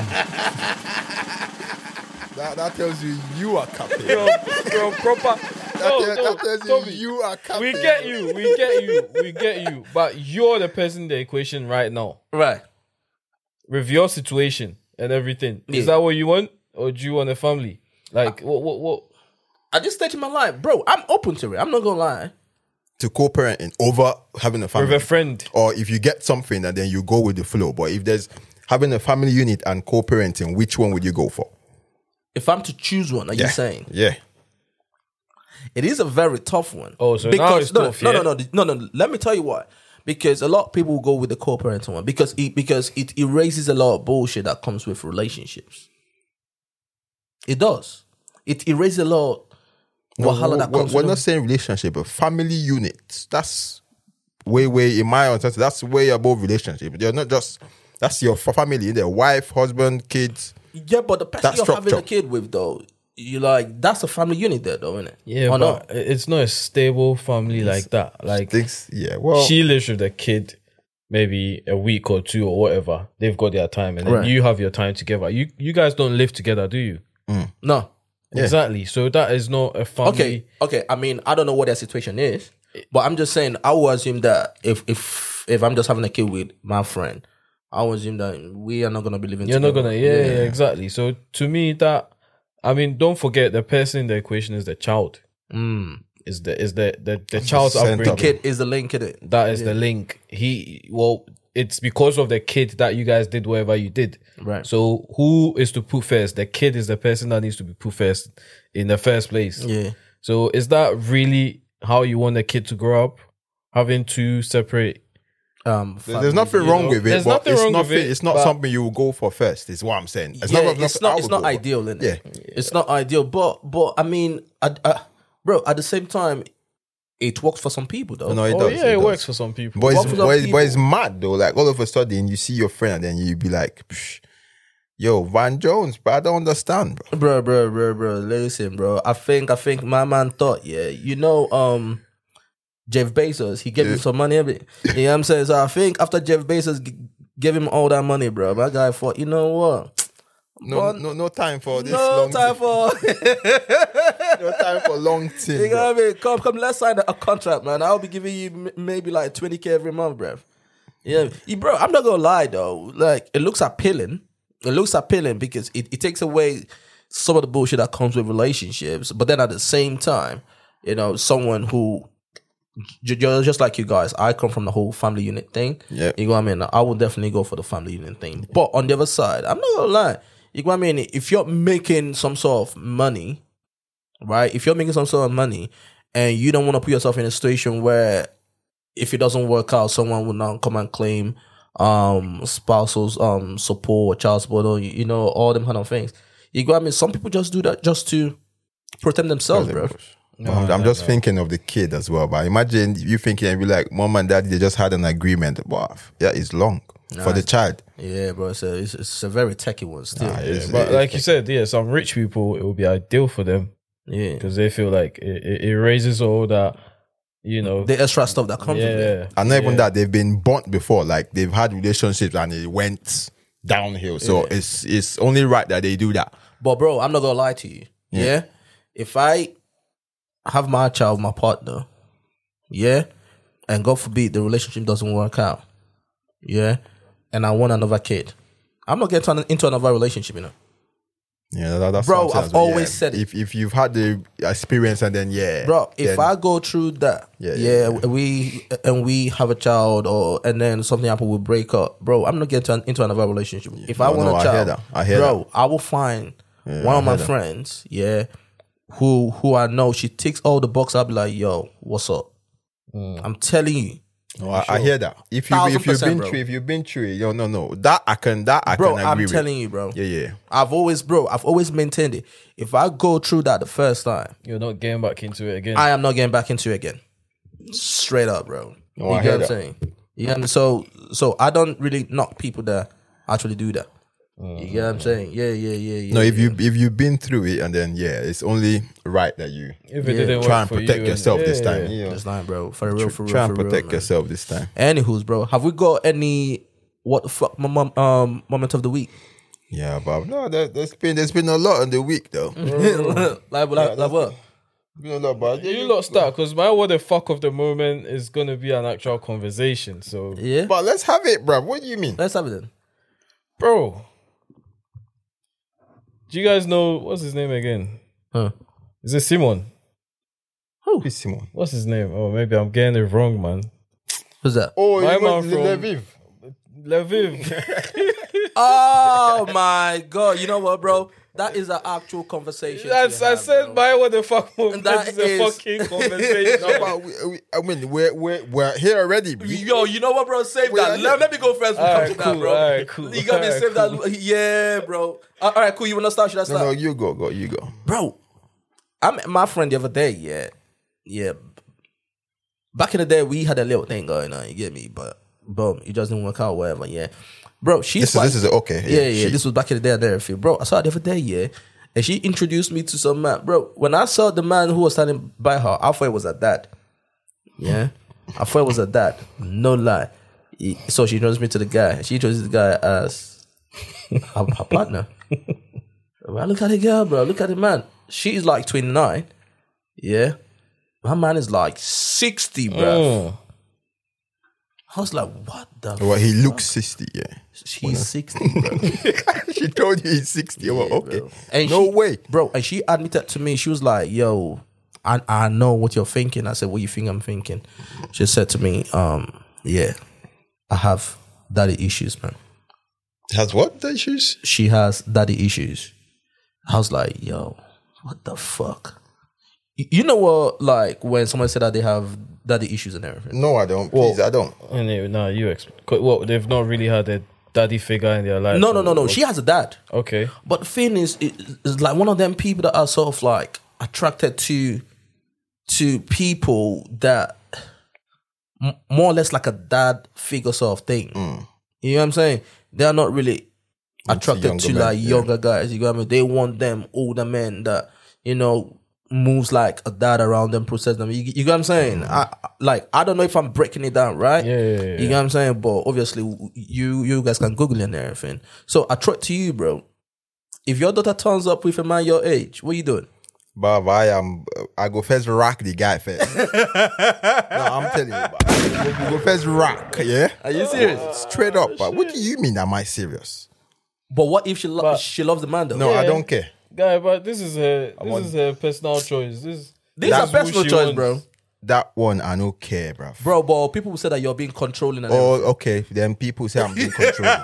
Speaker 3: That, that tells you you are capping.
Speaker 2: from, from proper. No,
Speaker 3: that,
Speaker 2: no,
Speaker 3: that tells you
Speaker 2: Toby.
Speaker 3: you are capping.
Speaker 2: we get you. We get you. We get you. But you're the person in the equation right now.
Speaker 1: right.
Speaker 2: with your situation and everything.
Speaker 1: Yeah.
Speaker 2: Is that what you want, or do you want a family? Like what? What? What?
Speaker 1: At this stage in my life, bro, I'm open to it. I'm not gonna lie.
Speaker 3: to co-parenting over having a
Speaker 2: With
Speaker 3: family.
Speaker 2: a friend.
Speaker 3: or if you get something and then you go with the flow. But if there's having a family unit and co-parenting, which one would you go for?
Speaker 1: If I'm to choose one, are
Speaker 3: Yeah.
Speaker 1: you saying
Speaker 3: Yeah.
Speaker 1: it is a very tough one?
Speaker 2: Oh, so now it's
Speaker 1: no,
Speaker 2: tough,
Speaker 1: no,
Speaker 2: yeah?
Speaker 1: no, no, no, no. Let me tell you why. Because a lot of people go with the co-parenting one because it because it erases a lot of bullshit that comes with relationships. It does. It erases a lot.
Speaker 3: No,
Speaker 1: Wahala that
Speaker 3: we're,
Speaker 1: comes
Speaker 3: we're
Speaker 1: with
Speaker 3: not saying relationship, but family unit. That's way, way in my understanding. That's way above relationship. They're not just that's your fa- family. Their wife, husband, kids.
Speaker 1: Yeah, but the person
Speaker 3: That
Speaker 1: you're having a
Speaker 3: structure.
Speaker 1: kid with, though, you like that's a family unit there, though, isn't it?
Speaker 2: Yeah,
Speaker 1: or
Speaker 2: but
Speaker 1: not?
Speaker 2: i- it's not a stable family like that. Like
Speaker 3: Things. Yeah. Well,
Speaker 2: she lives with a kid maybe a week or two or whatever. They've got their time, and then
Speaker 1: Right.
Speaker 2: you have your time together. You you guys don't live together, do you?
Speaker 1: No.
Speaker 2: Exactly. So that is not a family.
Speaker 1: Okay. Okay. I mean, I don't know what their situation is, but I'm just saying I will assume that if if if I'm just having a kid with my friend, I will assume that we are not gonna be living.
Speaker 2: You're not
Speaker 1: together.
Speaker 2: gonna. Yeah, yeah, exactly. So to me, that I mean, don't forget the person in the equation is the child.
Speaker 1: Mm.
Speaker 2: Is the is the the, the child's
Speaker 3: center.
Speaker 2: upbringing.
Speaker 1: Kid is the link in it.
Speaker 2: That is the link. He well, it's because of the kid that you guys did whatever you did.
Speaker 1: Right.
Speaker 2: So who is to put first? The kid is the person that needs to be put first in the first place.
Speaker 1: Yeah.
Speaker 2: So is that really how you want the kid to grow up? Having two separate
Speaker 1: Um.
Speaker 3: There- There's
Speaker 1: family-
Speaker 3: nothing
Speaker 2: you
Speaker 3: wrong
Speaker 2: know,
Speaker 3: with it,
Speaker 2: there's
Speaker 3: but
Speaker 2: nothing
Speaker 3: it's
Speaker 2: wrong with
Speaker 3: nothing.
Speaker 2: it,
Speaker 3: it's not
Speaker 2: but-
Speaker 3: something you will go for first. Is what I'm saying. It's
Speaker 1: yeah,
Speaker 3: not.
Speaker 1: it's
Speaker 3: nothing I
Speaker 1: not. It's
Speaker 3: would
Speaker 1: not
Speaker 3: go for.
Speaker 1: ideal, innit?
Speaker 3: Yeah.
Speaker 1: It's not ideal, but but I mean, I, I, bro. At the same time, it works for some people though.
Speaker 3: No, it
Speaker 2: Oh
Speaker 3: does.
Speaker 2: yeah, it,
Speaker 3: does.
Speaker 2: works for some people.
Speaker 3: But it's,
Speaker 1: Both of
Speaker 3: but, it's, but it's
Speaker 1: people.
Speaker 3: mad though. Like all of a sudden, you see your friend and then you be like, "Psh, "Yo, Van Jones," but I don't understand,
Speaker 1: bro,
Speaker 3: bro.
Speaker 1: bro, bro, bro. Listen, bro. I think, I think my man thought, yeah, you know, um, Jeff Bezos, he gave him
Speaker 3: Yeah.
Speaker 1: some money. every- You know what I'm saying? So I think after Jeff Bezos g- gave him all that money, bro, my guy thought, you know what?
Speaker 3: No,
Speaker 1: But-
Speaker 3: no, no time for this.
Speaker 1: No
Speaker 3: long
Speaker 1: time for.
Speaker 3: no time for long thing.
Speaker 1: You know
Speaker 3: bro.
Speaker 1: what I mean? Come, come, let's sign a contract, man. I'll be giving you m- maybe like 20k every month, bruv. Yeah, You- bro, I'm not gonna lie though. Like, it looks appealing. It looks appealing because it, it takes away some of the bullshit that comes with relationships. But then at the same time, you know, someone who j- j- just like you guys, I come from the whole family unit thing.
Speaker 3: Yeah.
Speaker 1: You know what I mean? I would definitely go for the family unit thing. But on the other side, I'm not gonna lie. You know what I mean? If you're making some sort of money, right? If you're making some sort of money and you don't want to put yourself in a situation where if it doesn't work out, someone will now come and claim um spousals um support or child support or you know, all them kind of things. You know what I mean? Some people just do that just to protect themselves, bro.
Speaker 3: I'm, I'm just thinking of the kid as well, but imagine you thinking and be like, "Mom and Dad, they just had an agreement." Wow, yeah, it's long for the child.
Speaker 1: Yeah, bro. So it's, it's a very techie one still.
Speaker 3: Ah, it's-
Speaker 2: But
Speaker 3: it-
Speaker 2: like you said, yeah, some rich people it would be ideal for them
Speaker 1: yeah.
Speaker 2: because they feel like it, it, it raises all that, you know.
Speaker 1: the extra stuff that comes with it.
Speaker 2: yeah,
Speaker 3: and not even that they've been burnt before. Like they've had relationships and it went downhill. So it's it's only right that they do that.
Speaker 1: But bro, I'm not gonna lie to you. Yeah. If I have my child, my partner, yeah, and God forbid the relationship doesn't work out, yeah, and I want another kid, I'm not getting into another relationship, you know.
Speaker 3: Yeah, that, that's
Speaker 1: Bro,
Speaker 3: something
Speaker 1: I've
Speaker 3: as well,
Speaker 1: always
Speaker 3: yeah.
Speaker 1: said it.
Speaker 3: If if you've had the experience and then yeah,
Speaker 1: Bro, if
Speaker 3: then-
Speaker 1: I go through that, yeah,
Speaker 3: Yeah, yeah,
Speaker 1: we and we have a child, or and then something happens, we break up, bro. I'm not getting into another relationship. If I
Speaker 3: No,
Speaker 1: want
Speaker 3: no,
Speaker 1: a
Speaker 3: I
Speaker 1: child,
Speaker 3: hear that. I hear
Speaker 1: bro, I will find one of my friends, yeah, who who I know she ticks all the box. I'll be like, yo, what's up? I'm telling you,
Speaker 3: no, oh, I, I hear that. If you
Speaker 1: Thousand
Speaker 3: if you've
Speaker 1: percent,
Speaker 3: been
Speaker 1: bro.
Speaker 3: through, if you've been through, it, yo, no, no, that I can that I
Speaker 1: bro.
Speaker 3: can agree
Speaker 1: I'm
Speaker 3: with.
Speaker 1: telling you, bro.
Speaker 3: yeah, yeah.
Speaker 1: I've always, bro, I've always maintained it. If I go through that the first time,
Speaker 2: you're not getting back into it again.
Speaker 1: I am not getting back into it again. Straight up, bro. you
Speaker 3: No, Oh, I
Speaker 1: get
Speaker 3: hear
Speaker 1: what I'm
Speaker 3: that.
Speaker 1: saying? Yeah. and So so I don't really knock people that actually do that. You get what I'm saying? Yeah, yeah, yeah, yeah.
Speaker 3: Mm. No, if
Speaker 1: yeah.
Speaker 3: you if you've been through it and then yeah, it's only right that you
Speaker 2: if it
Speaker 1: Yeah.
Speaker 2: didn't work
Speaker 3: try and
Speaker 2: for
Speaker 3: protect
Speaker 2: you
Speaker 3: yourself
Speaker 2: and,
Speaker 3: this
Speaker 2: yeah,
Speaker 3: time.
Speaker 2: yeah.
Speaker 3: you know.
Speaker 1: That's not, bro. For real, for real.
Speaker 3: Try and
Speaker 1: for real,
Speaker 3: protect
Speaker 1: man.
Speaker 3: yourself this time.
Speaker 1: Anywho's, bro. Have we got any what the fuck mom, mom, um moment of the week?
Speaker 3: Yeah, but no, there, there's been there's been a lot in the week though.
Speaker 1: Mm. like, like, like
Speaker 3: that's-
Speaker 1: what?
Speaker 3: been a lot, but
Speaker 2: You lot start because my what the fuck of the moment is gonna be an actual conversation. So
Speaker 1: Yeah.
Speaker 3: But let's have it, bruv. What do you mean?
Speaker 1: Let's have it then.
Speaker 2: Bro. Do you guys know what's his name again?
Speaker 1: Huh.
Speaker 2: Is it Simon?
Speaker 3: Peace, Simon.
Speaker 2: What's his name? Oh, maybe I'm getting it wrong, man.
Speaker 1: Who's that?
Speaker 3: Oh,
Speaker 2: My
Speaker 3: you
Speaker 2: man
Speaker 3: went to
Speaker 2: from-
Speaker 3: Lviv.
Speaker 2: Lviv.
Speaker 1: Oh my god! You know what, bro? That is an actual conversation.
Speaker 2: I, I
Speaker 1: to have,
Speaker 2: said,
Speaker 1: bro.
Speaker 2: by what the fuck? This
Speaker 1: That
Speaker 2: is a
Speaker 1: is-
Speaker 2: fucking conversation.
Speaker 3: No, but we, we, I mean, we're, we're, we're here already. B.
Speaker 1: Yo, you know what, bro? Save
Speaker 3: Wait, I-
Speaker 1: that. Let, let me go first. We'll
Speaker 2: All
Speaker 1: come
Speaker 2: right,
Speaker 1: to that,
Speaker 2: cool,
Speaker 1: bro.
Speaker 2: all right, cool,
Speaker 1: You got me
Speaker 2: all right,
Speaker 1: save that. Yeah, bro. All right, cool. You wanna start? Should I
Speaker 3: No,
Speaker 1: start?
Speaker 3: no, you go, go, you go.
Speaker 1: bro, I met my friend the other day. Yeah, yeah. Back in the day, we had a little thing going on. You get me? But boom, it just didn't work out. Whatever. Yeah, bro. She's
Speaker 3: This is,
Speaker 1: white.
Speaker 3: this is okay.
Speaker 1: yeah, yeah.
Speaker 3: shit.
Speaker 1: This was back in the day. There, feel bro. I saw her the other day. Yeah, and she introduced me to some man. Bro, when I saw the man who was standing by her, I thought it was a dad. Yeah, I thought it was a dad. No lie. He- so she introduced me to the guy. She introduced the guy as her, her partner. Well, look at the girl, bro. Look at the man. She is like 29. Yeah. My man is like 60, bro.
Speaker 2: Mm.
Speaker 1: I was like, what the f-
Speaker 3: Well, he looks 60, yeah.
Speaker 1: She's 60, bro.
Speaker 3: she told you he's 60. Yeah, well, okay.
Speaker 1: bro. And
Speaker 3: no
Speaker 1: she-
Speaker 3: way.
Speaker 1: Bro, and she admitted to me, she was like, yo, I, I know what you're thinking. I said, what you think I'm thinking? She said to me, um, yeah, I have daddy issues, man.
Speaker 3: Has what? The issues?
Speaker 1: she has daddy issues. I was like, yo, what the fuck? Y- You know what? Like when someone said that they have daddy issues and everything.
Speaker 3: No, I don't. Please, I don't.
Speaker 2: Anyway, nah, you explain. Well, they've not really had a daddy figure in their life.
Speaker 1: No, no,
Speaker 2: or-
Speaker 1: no, no.
Speaker 2: or-
Speaker 1: She has a dad,
Speaker 2: Okay.
Speaker 1: but the thing is, it- it's like one of them people that are sort of like attracted to to people that m- more or less like a dad figure sort of thing.
Speaker 3: Mm.
Speaker 1: You know what I'm saying? They are not really attracted
Speaker 3: younger
Speaker 1: to
Speaker 3: men,
Speaker 1: like
Speaker 3: yeah.
Speaker 1: younger guys. You know what I mean? They want them older men that you know moves like a dad around them, process them. You, you know what I'm saying? I I- like I don't know if I'm breaking it down right.
Speaker 2: Mm. Yeah, yeah, yeah,
Speaker 1: You know what I'm saying? But obviously you you guys can Google it and everything. So I trust to you, bro. If your daughter turns up with a man your age, what you doing?
Speaker 3: But I am. I go first rock the guy first. no, I'm telling you, but you go first rock. Yeah. Are you serious? Straight up.
Speaker 1: Oh,
Speaker 3: But what do you mean? Am I serious?
Speaker 1: But what if she lo-
Speaker 2: But-
Speaker 1: she loves the man though?
Speaker 3: No, I
Speaker 2: Yeah.
Speaker 3: don't care.
Speaker 2: Guy, but this is a this
Speaker 3: want-
Speaker 2: is a personal choice. This
Speaker 1: these are
Speaker 2: that's who
Speaker 1: personal
Speaker 2: she
Speaker 1: choice,
Speaker 2: wants.
Speaker 1: bro.
Speaker 3: That one, I don't care, bruv.
Speaker 1: Bro, but people will say that you're being controlling and everything.
Speaker 3: Oh, okay. Then people say I'm being controlling.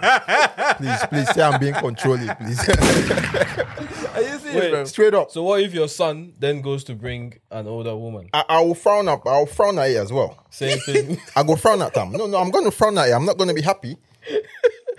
Speaker 3: please, please say I'm being controlling, please.
Speaker 1: Are you serious,
Speaker 2: Wait.
Speaker 1: bro?
Speaker 3: Straight up.
Speaker 2: So what if your son then goes to bring an older woman?
Speaker 3: I, I will frown up. I will frown at you as well.
Speaker 2: Same thing.
Speaker 3: I go frown at them. No, no, I'm going to frown at you. I'm not going to be happy.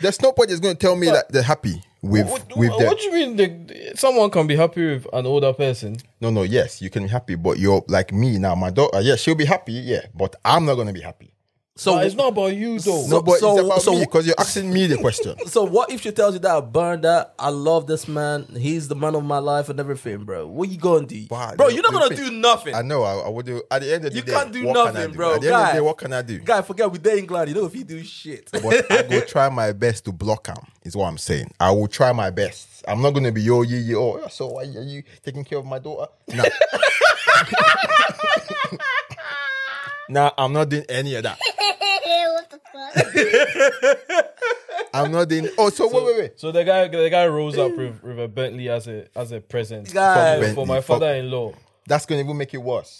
Speaker 3: There's nobody's going to tell me that they're happy with
Speaker 2: what,
Speaker 3: with
Speaker 2: what,
Speaker 3: that.
Speaker 2: what do you mean? The, someone can be happy with an older person.
Speaker 3: No, no, yes, you can be happy, but you're like me now. My daughter, yeah, she'll be happy, yeah, but I'm not gonna be happy.
Speaker 1: So
Speaker 2: but Uh, it's not about you though.
Speaker 3: No, but
Speaker 1: so-
Speaker 3: it's about
Speaker 1: so-
Speaker 3: me because you're asking me the question.
Speaker 1: So what if she tells you that I burned that? I love this man. He's the man of my life and everything, bro. What you gonna do,
Speaker 3: Why?
Speaker 1: bro?
Speaker 3: The-
Speaker 1: You're not
Speaker 3: the
Speaker 1: gonna
Speaker 3: thing-
Speaker 1: do nothing,
Speaker 3: I know. I, I would do. At the end of the
Speaker 1: You
Speaker 3: day,
Speaker 1: can't do
Speaker 3: what can I
Speaker 1: nothing,
Speaker 3: do?
Speaker 1: bro.
Speaker 3: At the end of
Speaker 1: Guy.
Speaker 3: the day, what can I do?
Speaker 1: guy. Forget we there in England. You know if you do shit.
Speaker 3: But I will try my best to block him. Is what I'm saying. I will try my best. I'm not gonna be yo, yo, yo. Oh, so why are you taking care of my daughter? No. nah, I'm not doing any of that.
Speaker 6: what the fuck?
Speaker 3: I'm not doing. Oh, so, wait, wait, wait.
Speaker 2: So the guy, the guy rolls up with, with a Bentley as a as a present
Speaker 1: Guy.
Speaker 2: for, for my
Speaker 3: Bentley, fuck.
Speaker 2: father-in-law.
Speaker 3: that's gonna even make it worse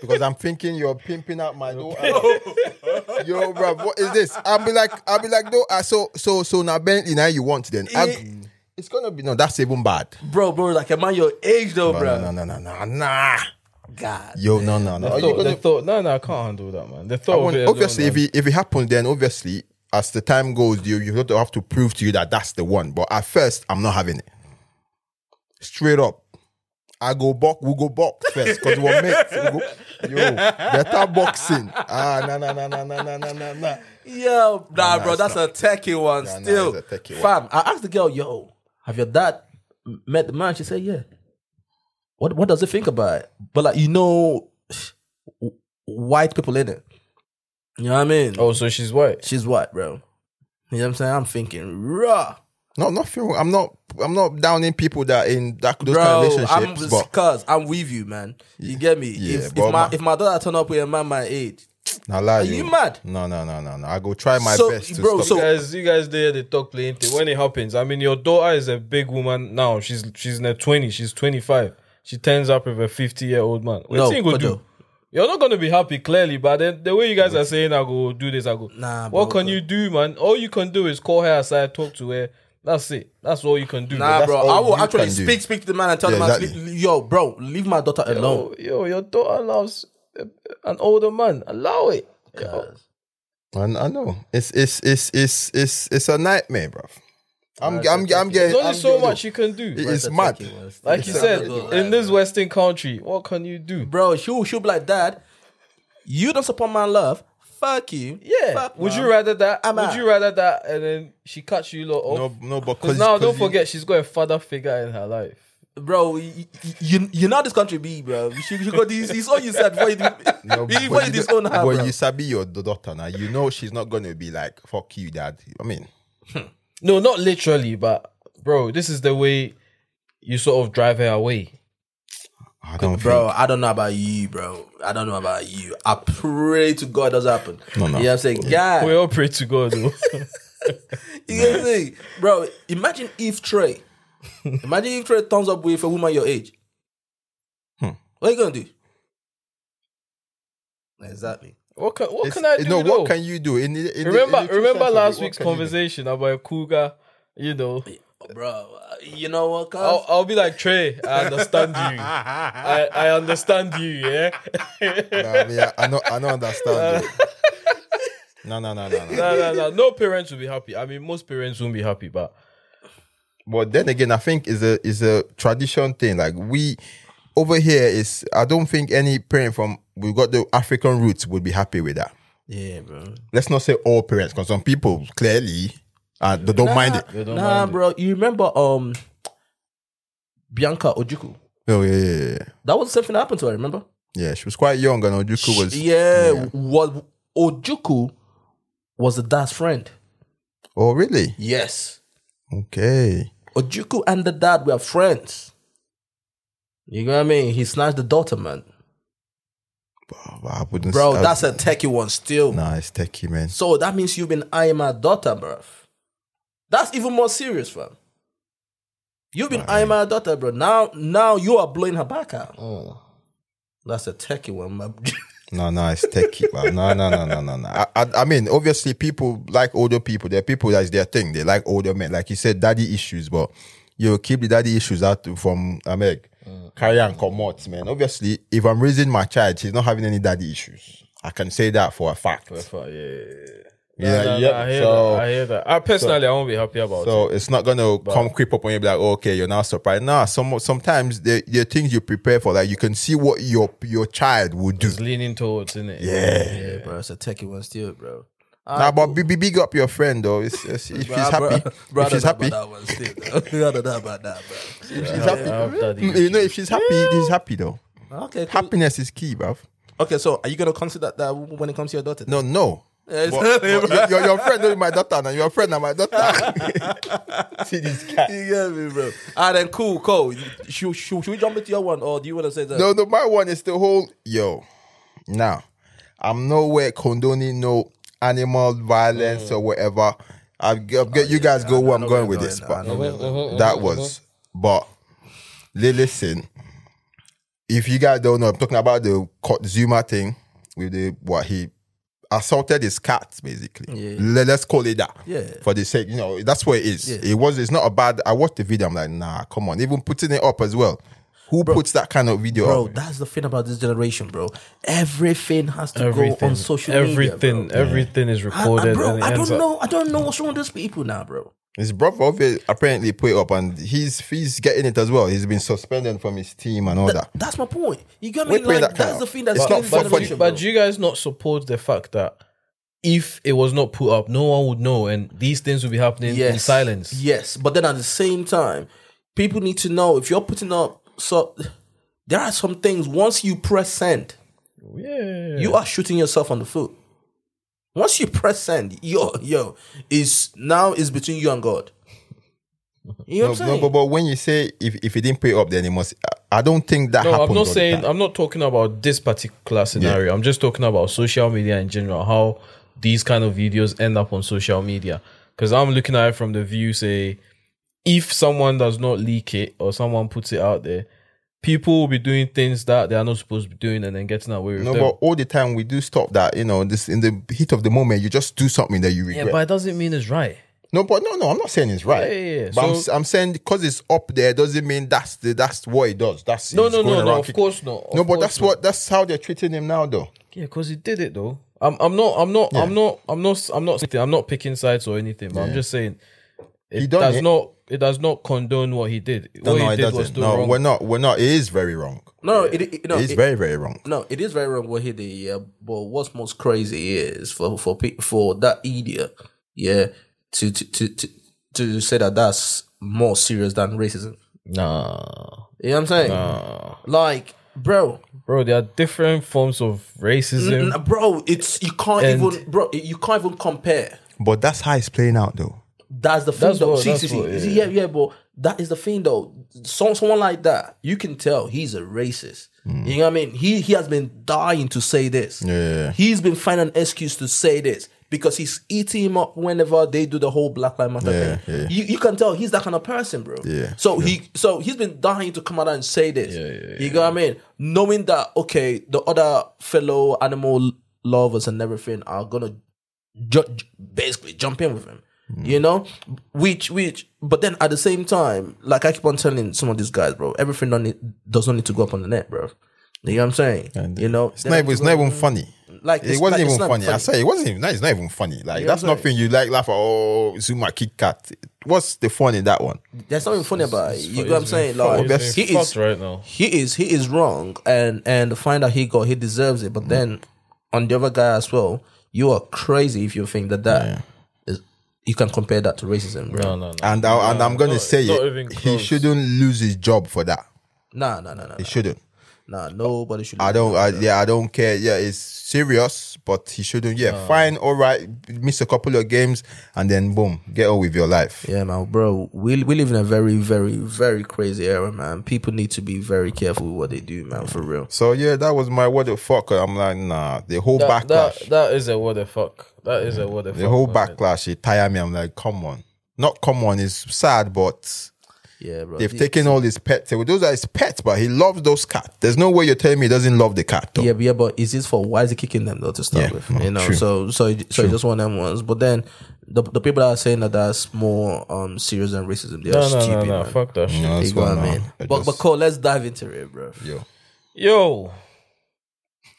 Speaker 3: because I'm thinking you're pimping out my daughter. Yo, bro, what is this? I'll be like, I'll be like, no, uh, so, so, so now Bentley, now you want then? I, it's gonna be no, that's even bad.
Speaker 1: bro, bro, like a man your age though,
Speaker 3: No,
Speaker 1: bro.
Speaker 3: no, no, no, no, nah.
Speaker 1: God,
Speaker 3: Yo, no, no, no.
Speaker 2: The
Speaker 3: Are
Speaker 2: thought,
Speaker 3: you
Speaker 2: the
Speaker 3: gonna,
Speaker 2: thought, no, no, I can't handle that, man. The
Speaker 3: I
Speaker 2: thought,
Speaker 3: want-
Speaker 2: of it
Speaker 3: obviously,
Speaker 2: alone,
Speaker 3: if it if it happens, then obviously, as the time goes, you you have to have to prove to you that that's the one. But at first, I'm not having it. Straight up. I go box, we go box first because we're mates. We go, yo, better boxing. Ah, nah, nah, nah, nah, nah, nah, nah, nah, nah.
Speaker 1: yo, nah,
Speaker 3: nah,
Speaker 1: bro,
Speaker 3: it's
Speaker 1: that's a techie one.
Speaker 3: Nah, nah,
Speaker 1: still,
Speaker 3: it's a techie
Speaker 1: fam. I asked the girl, yo, have your dad m- met the man? She said, yeah. What What does he think about it? But like you know, w- white people in it. You know what I mean?
Speaker 2: Oh, so she's white.
Speaker 1: She's white, bro. You know what I'm saying? I'm thinking, raw.
Speaker 3: No, nothing. I'm not. I'm not downing people that in that those
Speaker 1: Bro,
Speaker 3: kind of
Speaker 1: I'm
Speaker 3: relationships. but
Speaker 1: because I'm with you, man. You get me?
Speaker 3: Yeah,
Speaker 1: if,
Speaker 3: but
Speaker 1: if my
Speaker 3: my-
Speaker 1: if my daughter turn up with a man my age, best.
Speaker 3: Now lie.
Speaker 1: Are you mad?
Speaker 3: No, no, no, no, no. I go try my
Speaker 1: So,
Speaker 3: best to
Speaker 1: bro,
Speaker 3: stop.
Speaker 1: so-
Speaker 2: you guys, you guys there, they talk playing thing. When it happens, I mean, your daughter is a big woman now. She's she's in her twenty. She's twenty five. She turns up with a fifty year old man. What
Speaker 1: No,
Speaker 2: thing you go
Speaker 1: Kojo.
Speaker 2: do? You're not gonna be happy, clearly. But then the way you guys are saying, I go do this, I go.
Speaker 1: Nah,
Speaker 2: what
Speaker 1: bro,
Speaker 2: can you do, man? All you can do is call her aside, talk to her. That's it. That's all you can do.
Speaker 1: Nah,
Speaker 3: that's
Speaker 1: bro.
Speaker 3: all
Speaker 1: I will
Speaker 3: you
Speaker 1: actually
Speaker 3: can do.
Speaker 1: speak speak to the man and tell
Speaker 3: Yeah,
Speaker 1: the man,
Speaker 3: exactly.
Speaker 1: "Leave- yo, bro, leave my daughter alone.
Speaker 2: yo, yo, your daughter loves uh, an older man. Allow it.
Speaker 3: I, I know. It's it's it's it's it's it's a nightmare, bro. I'm I'm I'm
Speaker 2: There's
Speaker 3: getting.
Speaker 2: only
Speaker 3: I'm
Speaker 2: so
Speaker 3: getting-
Speaker 2: much you can do.
Speaker 3: It is mad.
Speaker 2: Like you said,
Speaker 1: Bro,
Speaker 2: in this Western country, what can you do?
Speaker 1: bro, she'll she'll be like, Dad, you don't support my love. Fuck you.
Speaker 2: Yeah.
Speaker 1: Fuck
Speaker 2: would
Speaker 1: mom."
Speaker 2: you rather that?
Speaker 1: I'm
Speaker 2: would
Speaker 1: out.
Speaker 2: you rather that? And then she cuts you lot off.
Speaker 3: No, no, but
Speaker 2: Because
Speaker 3: because
Speaker 2: now, don't forget, she's got a father figure in her life.
Speaker 1: bro? You, you you know how this country be, bro. You should- you got this. It's all you said before you do-
Speaker 3: No,
Speaker 1: before you
Speaker 3: you,
Speaker 1: disown her,
Speaker 3: when
Speaker 1: bro.
Speaker 3: you sabi your d- daughter now, you know she's not gonna be like "fuck you, dad." I mean,
Speaker 2: No, not literally, but bro, this is the way you sort of drive her away.
Speaker 3: I don't,
Speaker 1: Bro, I don't know about you, bro. I don't know about you. I pray to God it doesn't happen.
Speaker 3: No, no.
Speaker 1: You know what I'm saying? God.
Speaker 2: We all pray to God. though.
Speaker 1: You get me? Bro, imagine if Trey, imagine if Trey turns up with a woman your age.
Speaker 3: Hmm.
Speaker 1: What are you going to do? Exactly.
Speaker 2: what can, what
Speaker 3: It's-
Speaker 2: can I do?
Speaker 3: No,
Speaker 2: though?
Speaker 3: what can you do? In, the- in the-
Speaker 2: remember
Speaker 3: in the true sense
Speaker 2: remember
Speaker 3: of it,
Speaker 2: last
Speaker 3: what
Speaker 2: week's
Speaker 3: can you do?
Speaker 2: conversation about a cougar? You know,
Speaker 1: Oh, Bro, you know what, cuz?
Speaker 2: I'll, I'll be like, Trey, I understand you. I, I understand you, yeah?
Speaker 3: Nah, I, mean, I, I don't, I don't understand. it. No, no, no, no, no.
Speaker 2: no, no, no. No parents will be happy. I mean, most parents won't be happy, but
Speaker 3: But then again, I think is a is a tradition thing. Like we over here is, I don't think any parent from we got the African roots would be happy with that.
Speaker 1: yeah, bro.
Speaker 3: Let's not say all parents, because some people clearly uh, they don't mind it.
Speaker 2: they don't
Speaker 1: Nah,
Speaker 2: mind it.
Speaker 1: bro, you remember um Bianca Ojuku?
Speaker 3: Oh yeah, yeah, yeah, yeah.
Speaker 1: That was the same thing that happened to her, remember?
Speaker 3: Yeah, she was quite young, and Ojuku was
Speaker 1: yeah, What, Ojuku was the dad's friend.
Speaker 3: Oh really?
Speaker 1: Yes.
Speaker 3: Okay.
Speaker 1: Ojuku and the dad were friends. You know what I mean? He snatched the daughter, man.
Speaker 3: Wow, Oh, I wouldn't.
Speaker 1: Bro,
Speaker 3: I-
Speaker 1: that's a techie one still.
Speaker 3: nah. It's techie, man.
Speaker 1: So that means you've been eyeing my daughter, bruv. That's even more serious, fam. You've been eyeing my daughter, bro. Now now you are blowing her back out.
Speaker 3: Oh.
Speaker 1: That's a techie one, man.
Speaker 3: No, no, it's techie, man. No, no, no, no, no, no. I, I, I mean, obviously, people like older people. They're people that's their thing. They like older men. Like you said, daddy issues, but you keep the daddy issues out from Ameg.
Speaker 2: Mm.
Speaker 3: Carry and come out, man. Obviously, if I'm raising my child, she's not having any daddy issues. I can say that for a fact.
Speaker 2: Fuck, yeah, yeah, yeah.
Speaker 3: yeah,
Speaker 2: Nah, nah,
Speaker 3: yep.
Speaker 2: nah, I hear
Speaker 3: so,
Speaker 2: that. I hear that. I personally, I won't be happy about it.
Speaker 3: so it's not gonna come creep up on you, be like, oh, okay, you're now surprised. Nah, some sometimes there, there are things you prepare for. Like you can see what your your child will do.
Speaker 2: It's leaning towards, isn't it?
Speaker 3: Yeah.
Speaker 1: yeah, bro, it's a techie one still, bro.
Speaker 3: Nah, but be, be- big up your friend though. It's, it's, if she's
Speaker 1: Bruh, bruh,
Speaker 3: happy,
Speaker 1: bruh, I
Speaker 3: if
Speaker 1: don't
Speaker 3: she's
Speaker 1: know
Speaker 3: happy,
Speaker 1: about that one still, though. I don't know about that, bro.
Speaker 3: if she's
Speaker 2: I have
Speaker 3: happy.
Speaker 2: daddy
Speaker 3: You know, if she's happy, she's happy though.
Speaker 1: Okay, cool.
Speaker 3: Happiness is key, bruv.
Speaker 1: Okay, so are you gonna consider that when it comes to your daughter?
Speaker 3: No, no.
Speaker 1: Yes.
Speaker 3: But- but your- your, your friend is my daughter now. Your friend and my daughter. See this guy.
Speaker 1: You get me, bro. Ah, then cool, cool. Should, should, should we jump into your one, or do you want to say that?
Speaker 3: No, no, my one is the whole yo. Now, I'm nowhere condoning no animal violence or whatever. I get you guys go where I'm
Speaker 1: know
Speaker 3: going
Speaker 1: where
Speaker 3: with
Speaker 1: you're
Speaker 3: this,
Speaker 1: going.
Speaker 3: but
Speaker 1: I know where you're
Speaker 3: that was. But li- listen, if you guys don't know, I'm talking about the co- Zuma thing with the what he assaulted his cat basically. Le- Let's call it that.
Speaker 1: Yeah.
Speaker 3: For the sake, you know, that's what it is.
Speaker 1: Yeah.
Speaker 3: It was. It's not a bad. I watched the video. I'm like, nah, come on. Even putting it up as well. Who puts that kind of video
Speaker 1: bro.
Speaker 3: up?
Speaker 1: That's the thing about this generation, bro. Everything has to go
Speaker 2: Everything,
Speaker 1: on social
Speaker 2: everything,
Speaker 1: media.
Speaker 2: everything is
Speaker 1: bro. I, I,
Speaker 2: recorded.
Speaker 1: bro,
Speaker 2: and it
Speaker 1: I
Speaker 2: ends
Speaker 1: don't
Speaker 2: up-
Speaker 1: know. I don't know what's wrong with these people now, bro.
Speaker 3: His brother obvi- apparently put it up, and he's he's getting it as well. He's been suspended from his team and all that.
Speaker 1: That's my point. You got
Speaker 3: We're
Speaker 1: me.
Speaker 3: playing
Speaker 1: Like,
Speaker 3: that kind
Speaker 1: that's
Speaker 3: of-
Speaker 1: the thing that's
Speaker 3: It's
Speaker 1: killing
Speaker 3: not
Speaker 1: the
Speaker 3: fun- fun-
Speaker 1: generation, bro.
Speaker 2: But do you guys not support the fact that if it was not put up, no one would know, and these things would be happening in silence?
Speaker 1: Yes, but then at the same time, people need to know if you're putting up. So there are some things once you press send,
Speaker 2: yeah.
Speaker 1: you are shooting yourself on the foot. Once you press send, yo, yo, is now is between you and God. You know
Speaker 3: No,
Speaker 1: what I'm
Speaker 3: no,
Speaker 1: saying?
Speaker 3: but, but when you say if, if he didn't pay up, then it must. I I don't think that
Speaker 2: No, I'm
Speaker 3: happened. all
Speaker 2: not
Speaker 3: the
Speaker 2: saying
Speaker 3: time.
Speaker 2: I'm not talking about this particular scenario. I'm just talking about social media in general, how these kind of videos end up on social media. Because I'm looking at it from the view, say, if someone does not leak it or someone puts it out there, people will be doing things that they are not supposed to be doing and then getting away with
Speaker 3: No,
Speaker 2: them.
Speaker 3: but all the time we do stop that. You know, this in the heat of the moment, you just do something that you
Speaker 2: yeah,
Speaker 3: regret.
Speaker 2: but it doesn't mean it's right.
Speaker 3: no, but no, no, I'm not saying it's right.
Speaker 2: Yeah, yeah, yeah.
Speaker 3: But I'm,
Speaker 2: So-
Speaker 3: s- I'm saying because it's up there doesn't mean that's the that's what it does. That's
Speaker 2: No,
Speaker 3: it's
Speaker 2: no,
Speaker 3: going
Speaker 2: no, no.
Speaker 3: around
Speaker 2: Of
Speaker 3: kick-
Speaker 2: course not. Of
Speaker 3: No, but
Speaker 2: course
Speaker 3: that's
Speaker 2: not.
Speaker 3: what that's how they're treating him now, though.
Speaker 2: Yeah, because he did it though. I'm, I'm not, I'm not, I'm not, I'm not, I'm not, I'm not picking sides or anything. But I'm just saying,
Speaker 3: He
Speaker 2: it
Speaker 3: done
Speaker 2: does
Speaker 3: it.
Speaker 2: not, it does not condone what he did.
Speaker 3: No,
Speaker 2: what
Speaker 3: no,
Speaker 2: he
Speaker 3: it
Speaker 2: did was
Speaker 3: doesn't.
Speaker 2: still
Speaker 3: No,
Speaker 2: wrong.
Speaker 3: we're not. We're not. It is very wrong.
Speaker 1: no, it, it, no,
Speaker 3: It is
Speaker 1: it-
Speaker 3: very, very wrong.
Speaker 1: No, it is very wrong what he did, yeah. But what's most crazy is for for pe- for that idiot, yeah, to to to to, to say that that's more serious than racism.
Speaker 2: Nah,
Speaker 1: You know what I'm saying? Like, bro,
Speaker 2: bro, there are different forms of racism.
Speaker 1: n- bro, it's you can't
Speaker 2: And-
Speaker 1: even, bro, you can't even compare.
Speaker 3: But that's how it's playing out, though.
Speaker 1: That's the thing,
Speaker 2: That's
Speaker 1: though.
Speaker 2: what-
Speaker 1: see,
Speaker 2: that's
Speaker 1: see, see,
Speaker 2: what-
Speaker 1: see, yeah, yeah, but that is the thing, though. Some, someone like that, you can tell he's a racist. You know what I mean? He he has been dying to say this.
Speaker 3: Yeah.
Speaker 1: he's been finding an excuse to say this because he's eating him up whenever they do the whole Black Lives Matter
Speaker 3: Yeah,
Speaker 1: thing.
Speaker 3: yeah.
Speaker 1: You, you can tell he's that kind of person, bro.
Speaker 3: Yeah,
Speaker 1: So he so he's been dying to come out and say this.
Speaker 2: yeah,
Speaker 1: you know what I mean? Knowing that okay, the other fellow animal lovers and everything are gonna ju- ju- basically jump in with him.
Speaker 3: Mm.
Speaker 1: You know, which which, but then at the same time, like I keep on telling some of these guys, bro, everything don't need, does not need to go up on the net, bro. You know what I'm saying? you know,
Speaker 3: It's not, it's not even funny.
Speaker 1: Like,
Speaker 3: it
Speaker 1: it's-
Speaker 3: wasn't
Speaker 1: like, it's
Speaker 3: even
Speaker 1: not
Speaker 3: funny. I
Speaker 1: funny.
Speaker 3: say it wasn't even. It's not even funny. Like that's
Speaker 1: I'm saying?
Speaker 3: nothing you like. Laugh at. Oh, Zuma Kit Kat. What's the fun in that one?
Speaker 1: There's nothing funny about it. You
Speaker 2: fu-
Speaker 1: know what I'm
Speaker 2: it's
Speaker 1: saying?
Speaker 2: been fucked.
Speaker 1: Like
Speaker 2: It's
Speaker 1: he
Speaker 2: been
Speaker 1: is
Speaker 2: fucked right now.
Speaker 1: He is he is wrong, and and the fine that he got, he deserves it. But
Speaker 3: Mm.
Speaker 1: then on the other guy as well, you are crazy if you think that that is you can compare that to racism, bro.
Speaker 2: no, no, no.
Speaker 3: And I, and I'm gonna
Speaker 2: not-
Speaker 3: say
Speaker 2: not even
Speaker 3: it. He
Speaker 2: close.
Speaker 3: shouldn't lose his job for that.
Speaker 1: Nah, nah, nah, nah,
Speaker 3: He shouldn't.
Speaker 1: nah. Nobody should.
Speaker 3: I don't. I, yeah, I don't care. Yeah, it's serious, but he shouldn't. Yeah, fine. All right. Miss a couple of games, and then boom, get on with your life.
Speaker 1: Yeah, man, bro. We we live in a very, very, very crazy era, man. People need to be very careful with what they do, man. For real.
Speaker 3: So yeah, that was my what the fuck. I'm like, nah. The whole
Speaker 2: That, that,
Speaker 3: backlash.
Speaker 2: that is a what the fuck. That is a what the fuck.
Speaker 3: the whole
Speaker 2: moment.
Speaker 3: backlash. It tire me. I'm like, come on. Not come on. It's sad, but.
Speaker 1: Yeah, bro.
Speaker 3: They've
Speaker 1: This-
Speaker 3: taken all his pets away. Those are his pets, but he loves those cats. There's no way you're telling me he doesn't love the cat. Though.
Speaker 1: Yeah, but yeah, but is this for why is he kicking them though to start
Speaker 3: Yeah,
Speaker 1: with?
Speaker 3: no,
Speaker 1: you know,
Speaker 3: true.
Speaker 1: so so it- so it's just one of them ones. But then the the people that are saying that that's more um serious than racism, they
Speaker 2: No,
Speaker 1: are
Speaker 2: no, no,
Speaker 1: stupid.
Speaker 2: no.
Speaker 1: man.
Speaker 2: Fuck that shit.
Speaker 3: No, that's
Speaker 1: you know what
Speaker 3: why,
Speaker 1: I
Speaker 3: nah,
Speaker 1: mean?
Speaker 3: I
Speaker 1: But but
Speaker 3: just-
Speaker 1: Cole, let's dive into it, bro.
Speaker 3: Yo.
Speaker 2: Yo,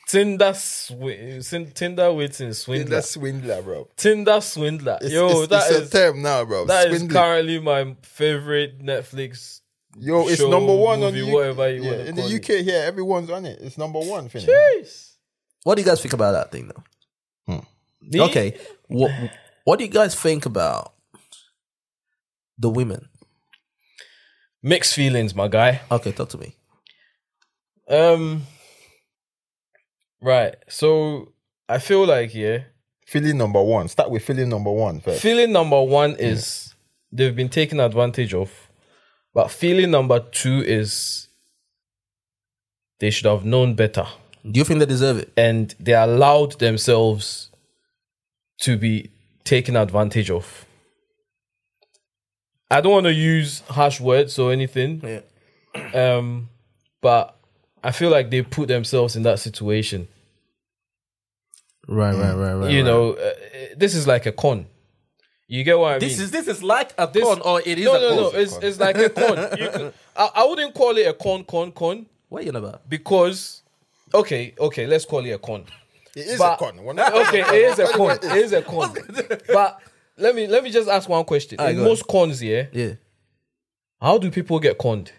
Speaker 2: Tinder, swi- Tin- Tinder waiting swindler.
Speaker 3: swindler, bro.
Speaker 2: Tinder swindler.
Speaker 3: It's,
Speaker 2: Yo,
Speaker 3: it's,
Speaker 2: that
Speaker 3: it's
Speaker 2: is-
Speaker 3: a term now, bro.
Speaker 2: That is
Speaker 3: Swindling.
Speaker 2: currently my favorite Netflix.
Speaker 3: Yo, it's
Speaker 2: show,
Speaker 3: number one on
Speaker 2: movie,
Speaker 3: the
Speaker 2: whatever you
Speaker 3: yeah,
Speaker 2: wanna
Speaker 3: in the
Speaker 2: call it.
Speaker 3: UK. Yeah, everyone's on it. It's number one. Finish.
Speaker 1: What do you guys think about that thing though?
Speaker 2: Me?
Speaker 1: Okay, what what do you guys think about the women?
Speaker 2: Mixed feelings, my guy.
Speaker 1: Okay, talk to me.
Speaker 2: Um. Right. So I feel like yeah,
Speaker 3: Philly number one. Start with Philly number one first.
Speaker 2: feeling number one is they've been taken advantage of, but feeling number two is they should have known better.
Speaker 1: Do you think they deserve it?
Speaker 2: and they allowed themselves to be taken advantage of. I don't want to use harsh words or anything,
Speaker 1: Yeah.
Speaker 2: um, but I feel like they put themselves in that situation.
Speaker 1: Right, right, right, right.
Speaker 2: Mm. you know, uh, this is like a con. You get what I mean?
Speaker 1: this is this is like a
Speaker 2: This-
Speaker 1: con or it is
Speaker 2: no,
Speaker 1: a
Speaker 2: no,
Speaker 1: con.
Speaker 2: no. It's, it's like a con. You could- I, I wouldn't call it a con, con, con
Speaker 1: What are you on about?
Speaker 2: because okay, okay, let's call it a con.
Speaker 3: It is
Speaker 2: but-
Speaker 3: a con. We're not-
Speaker 2: okay, it is a con. It is a con. But let me let me just ask one question.
Speaker 1: Alright,
Speaker 2: In
Speaker 1: go on.
Speaker 2: most cons, yeah,
Speaker 1: Yeah,
Speaker 2: how do people get conned?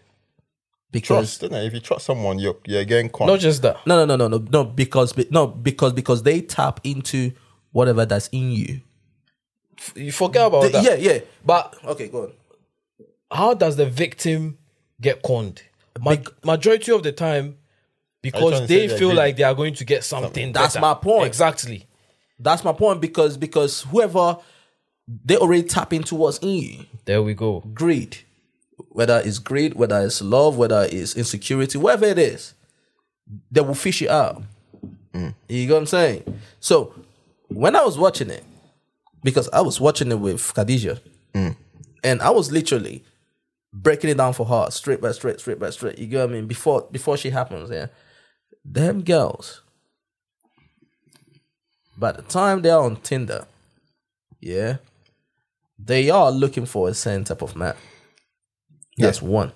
Speaker 1: because
Speaker 3: Trust, innit? If you trust someone, you're you're getting con.
Speaker 2: Not just that.
Speaker 1: No, no, no, no, no, no. Because be- no, because because they tap into whatever that's in you.
Speaker 2: You forget about
Speaker 1: The-
Speaker 2: Oh, that.
Speaker 1: yeah, yeah.
Speaker 2: But
Speaker 1: Okay, go on.
Speaker 2: how does the victim get conned? Ma- majority of the time,
Speaker 3: trying
Speaker 2: because
Speaker 3: to
Speaker 2: they
Speaker 3: say they
Speaker 2: feel
Speaker 3: agree?
Speaker 2: like they are going to get something.
Speaker 1: That's
Speaker 2: better.
Speaker 1: my point.
Speaker 2: Exactly.
Speaker 1: That's my point. Because because whoever they already tap into what's in you.
Speaker 2: There we go.
Speaker 1: Greed. Whether it's greed, whether it's love, whether it's insecurity, whatever it is, they will fish it out. Mm. You know what I'm saying? So when I was watching it, because I was watching it with Khadija, and I was literally breaking it down for her straight by straight, straight by straight. You get what I mean? Before before she happens, yeah. Them girls, by the time they are on Tinder, yeah, they are looking for a certain type of man. That's one.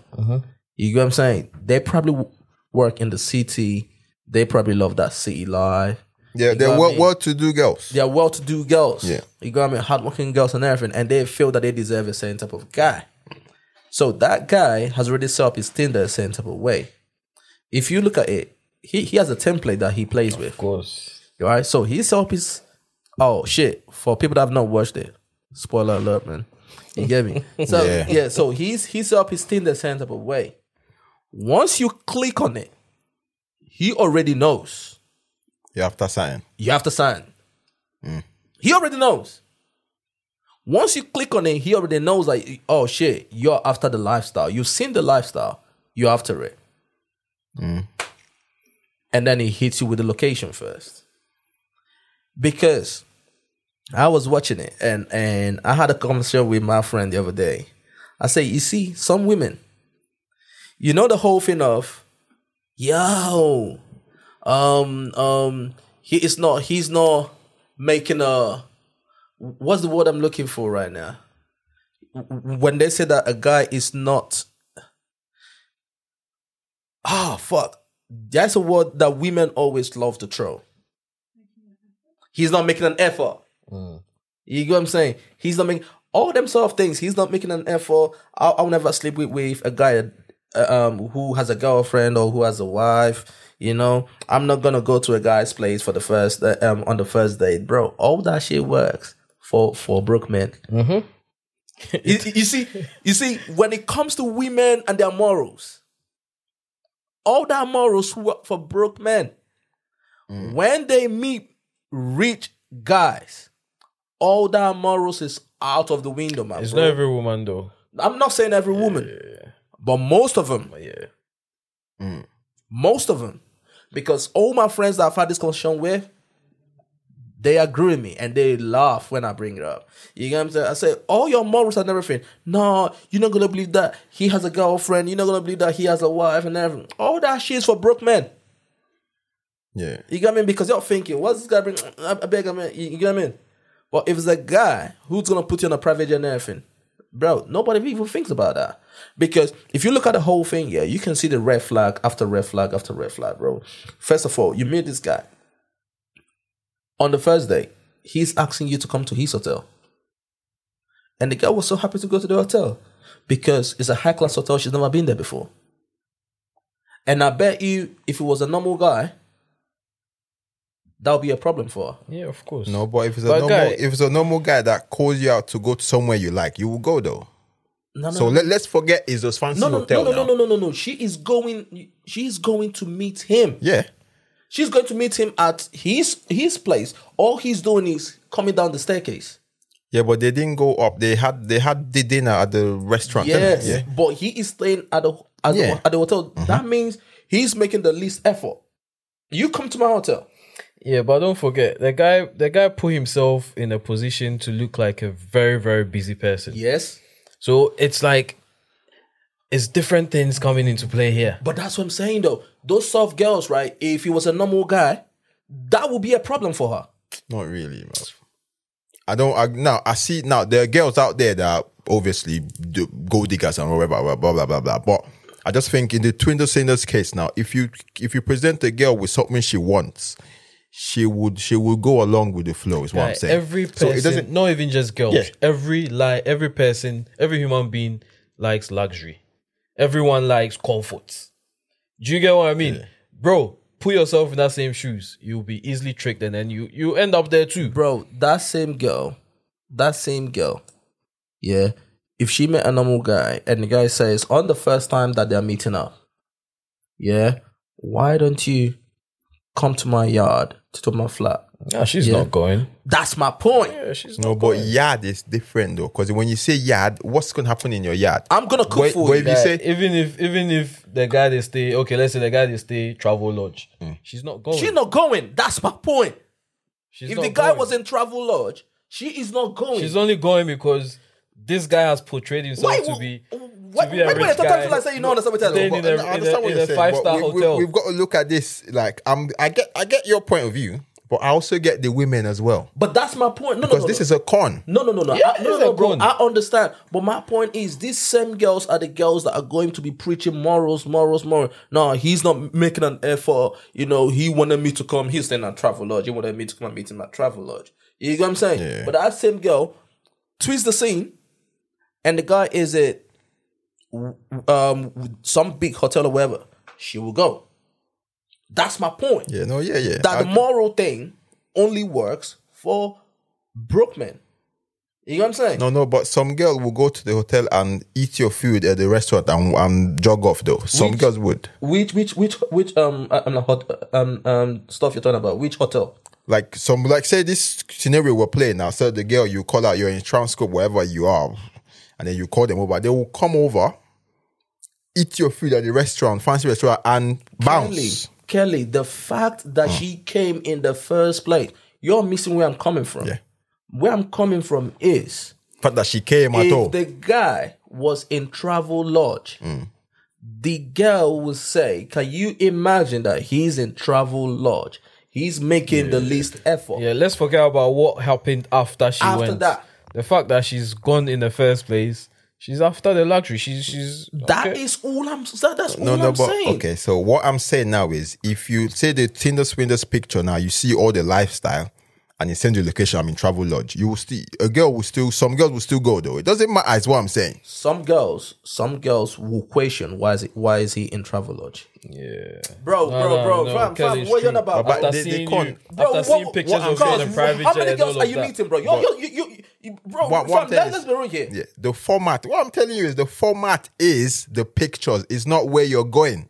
Speaker 1: You get what I'm saying? They probably w- work in the city. They probably love that city life.
Speaker 3: Yeah,
Speaker 1: what
Speaker 3: they're
Speaker 1: I
Speaker 3: what,
Speaker 1: mean?
Speaker 3: what to do, girls.
Speaker 1: They are well-to-do girls.
Speaker 3: Yeah.
Speaker 1: You got what I mean? Hardworking girls and everything. And they feel that they deserve a certain type of guy. So that guy has already set up his Tinder a certain type of way. If you look at it, he, he has a template that he plays with.
Speaker 2: Of course.
Speaker 1: Right? So he set up his oh shit. For people that have not watched it, spoiler alert, man. You get me? So yeah,
Speaker 3: Yeah.
Speaker 1: so he's he set up his Tinder a certain type of way. Once you click on it, he already knows
Speaker 3: Yeah, after sign.
Speaker 1: you have to sign. He already knows. Once you click on it, he already knows like, oh shit, you're after the lifestyle. You've seen the lifestyle, you're after it. And then he hits you with the location first. Because I was watching it and and I had a conversation with my friend the other day. I say, you see, some women, you know the whole thing of, yo, um um he is not he's not making a what's the word i'm looking for right now when they say that a guy is not ah fuck that's a word that women always love to throw he's not making an effort you know what i'm saying he's not making all them sort of things he's not making an effort i'll, I'll never sleep with, with a guy uh, um, who has a girlfriend or who has a wife you know i'm not gonna go to a guy's place for the first uh, um, on the first date bro all that shit works for for broke men you, you see, you see, when it comes to women and their morals, all their morals work for broke men.
Speaker 2: Mm.
Speaker 1: When they meet rich guys, all their morals is out of the window, man.
Speaker 2: It's
Speaker 1: bro.
Speaker 2: not every woman though.
Speaker 1: I'm not saying every woman, but most of them,
Speaker 2: But yeah.
Speaker 1: most of them, because all my friends that I've had this conversation with, they agree with me and they laugh when I bring it up. You get what I'm saying? I say, all your morals and everything. No, you're not gonna believe that he has a girlfriend. You're not gonna believe that he has a wife and everything. All that shit is for broke men.
Speaker 3: Yeah.
Speaker 1: You get what I mean? Because you're thinking, what's this guy bring? I I beg, I mean, you you get what I mean? But if it's a guy who's gonna put you on a private jet and everything, bro, nobody even thinks about that. Because if you look at the whole thing, yeah, you can see the red flag after red flag after red flag, bro. First of all, you meet this guy on the first day. He's asking you to come to his hotel, and the girl was so happy to go to the hotel because it's a high class hotel. She's never been there before, and I bet you, if it was a normal guy, that would be a problem for her.
Speaker 2: Yeah, of course.
Speaker 3: No, but if it's a
Speaker 2: But
Speaker 3: normal,
Speaker 2: guy-
Speaker 3: if it's a normal guy that calls you out to go to somewhere you like, you will go though.
Speaker 1: No, no,
Speaker 3: So let, let's forget it's those fancy
Speaker 1: no, no, no,
Speaker 3: hotel
Speaker 1: no,
Speaker 3: now.
Speaker 1: no, no, no, no, no. She is going. She is going to meet him.
Speaker 3: Yeah,
Speaker 1: She's going to meet him at his his place. All he's doing is coming down the staircase.
Speaker 3: yeah, but they didn't go up. They had they had the dinner at the restaurant. didn't
Speaker 1: Yes,
Speaker 3: they? Yeah.
Speaker 1: but he is staying at the at,
Speaker 3: Yeah. Mm-hmm.
Speaker 1: the, at the hotel. That means he's making the least effort. You come to my hotel.
Speaker 2: Yeah, but don't forget the guy. The guy put himself in a position to look like a very, very busy person.
Speaker 1: Yes,
Speaker 2: So it's like, it's different things coming into play here.
Speaker 1: but that's what I'm saying though. Those soft girls, right? If he was a normal guy, that would be a problem for her.
Speaker 3: Not really, man. I don't. I, now I see. Now there are girls out there that are obviously do, gold diggers and whatever, blah blah blah blah blah. But I just think in the Twinder Sanders case, now if you if you present a girl with something she wants, she would she will go along with the flow. Is what I'm
Speaker 2: Like,
Speaker 3: saying.
Speaker 2: Every person,
Speaker 3: So it doesn't.
Speaker 2: not even just girls.
Speaker 3: Yeah.
Speaker 2: Every like every person, every human being likes luxury. Everyone likes comfort. Do you get what I mean, bro? Put yourself in that same shoes. You'll be easily tricked, and then you you end up there too.
Speaker 1: bro, that same girl, that same girl, yeah. If she met a normal guy and the guy says on the first time that they're meeting up, yeah, why don't you come to my yard to, to my flat?
Speaker 2: Nah, she's not going.
Speaker 1: That's my point.
Speaker 2: Yeah, she's
Speaker 3: No,
Speaker 2: not
Speaker 3: but
Speaker 2: going.
Speaker 3: yard is different though, because when you say yard, what's gonna happen in your yard?
Speaker 1: I'm gonna cook
Speaker 3: Wait,
Speaker 1: for
Speaker 3: wait,
Speaker 1: you.
Speaker 3: you
Speaker 2: Like,
Speaker 3: say-
Speaker 2: even if even if the guy they stay okay, let's say the guy they stay travel lodge,
Speaker 3: Mm.
Speaker 2: she's not going.
Speaker 1: She's not going. That's my point.
Speaker 2: She's
Speaker 1: if
Speaker 2: not
Speaker 1: the guy
Speaker 2: going.
Speaker 1: was in travel lodge, she is not going.
Speaker 2: she's only going because this guy has portrayed himself
Speaker 1: why?
Speaker 2: to be
Speaker 1: why?
Speaker 2: to be a
Speaker 1: why when I
Speaker 2: rich
Speaker 1: talk
Speaker 2: guy.
Speaker 1: to like say you know understand what I'm
Speaker 2: Then
Speaker 1: saying?
Speaker 2: in a-
Speaker 3: I understand
Speaker 2: in
Speaker 3: what
Speaker 2: a
Speaker 3: you're saying,
Speaker 2: five-star
Speaker 3: but we,
Speaker 2: hotel.
Speaker 3: have got to look at this. Like, I'm, I get, I get your point of view, but I also get the women as well
Speaker 1: But that's my point. No, no,
Speaker 3: because
Speaker 1: no,
Speaker 3: this
Speaker 1: no.
Speaker 3: is a con.
Speaker 1: No, no, no, no.
Speaker 2: Yeah,
Speaker 1: I, no,
Speaker 2: it's
Speaker 1: no,
Speaker 2: a
Speaker 1: bro.
Speaker 2: grown.
Speaker 1: I understand. But my point is, these same girls are the girls that are going to be preaching morals, morals, morals. No, he's not making an effort. You know, he wanted me to come. He's staying at Travel Lodge. He wanted me to come and meet him at Travel Lodge. You know what I'm saying? But that same girl twists the scene, and the guy is at um, some big hotel or wherever. She will go. That's my point
Speaker 3: Yeah, no, yeah, yeah.
Speaker 1: that
Speaker 3: I-
Speaker 1: the moral thing only works for broke men. You know what I'm saying?
Speaker 3: no, no, but some girl will go to the hotel and eat your food at the restaurant and, and jog off though. Some
Speaker 1: Which-
Speaker 3: girls would.
Speaker 1: Which which which which um uh, um, hot, um um stuff you're talking about? Which hotel?
Speaker 3: Like some, like say this scenario we're playing now. So the girl you call out, you're in transcript wherever you are, and then you call them over. They will come over, eat your food at the restaurant, fancy restaurant, and bounce.
Speaker 1: Kelly, Kelly, the fact that
Speaker 3: Mm.
Speaker 1: she came in the first place, you're missing where I'm coming from.
Speaker 3: Yeah.
Speaker 1: Where I'm coming from is
Speaker 3: fact that she came at
Speaker 1: if
Speaker 3: all. Mm.
Speaker 1: the guy was in travel lodge, the girl would say, "Can you imagine that he's in travel lodge? He's making the least effort."
Speaker 2: Yeah, let's forget about what happened after she
Speaker 1: After
Speaker 2: went.
Speaker 1: that.
Speaker 2: The fact that she's gone in the first place, she's after the luxury. She's she's
Speaker 1: That is
Speaker 2: okay.
Speaker 1: all I'm. That, that's
Speaker 3: no,
Speaker 1: all
Speaker 3: no,
Speaker 1: I'm
Speaker 3: but
Speaker 1: saying.
Speaker 3: okay. So what I'm saying now is, if you say the Tinder swindler's picture now, you see all the lifestyle, and it sends you location. I'm in travel lodge. You will still a girl will still some girls will still go though. It doesn't matter. Is what I'm saying.
Speaker 1: Some girls, some girls will question why is it, why is he in travel lodge?
Speaker 2: yeah.
Speaker 1: Bro,
Speaker 2: No,
Speaker 1: bro,
Speaker 2: no,
Speaker 1: bro,
Speaker 2: no,
Speaker 1: fam,
Speaker 2: Kelly,
Speaker 1: fam,
Speaker 2: it's
Speaker 1: what you on
Speaker 2: true.
Speaker 1: about?
Speaker 3: But
Speaker 2: After
Speaker 3: they- they
Speaker 2: seeing
Speaker 3: con-
Speaker 2: you,
Speaker 1: Bro,
Speaker 2: after
Speaker 1: what-
Speaker 2: seeing pictures
Speaker 1: what-
Speaker 2: of you in a
Speaker 1: girls,
Speaker 2: private
Speaker 1: How
Speaker 2: jet
Speaker 1: many
Speaker 2: and
Speaker 1: girls
Speaker 2: all
Speaker 1: are
Speaker 2: of
Speaker 1: you
Speaker 2: that.
Speaker 1: meeting, bro? Yo, yo, you, you, you, bro,
Speaker 3: What- what
Speaker 1: fam,
Speaker 3: I'm
Speaker 1: let,
Speaker 3: telling
Speaker 1: let's
Speaker 3: is-
Speaker 1: be real here.
Speaker 3: Yeah. The format. What I'm telling you is the format is the pictures. It's not where you're going.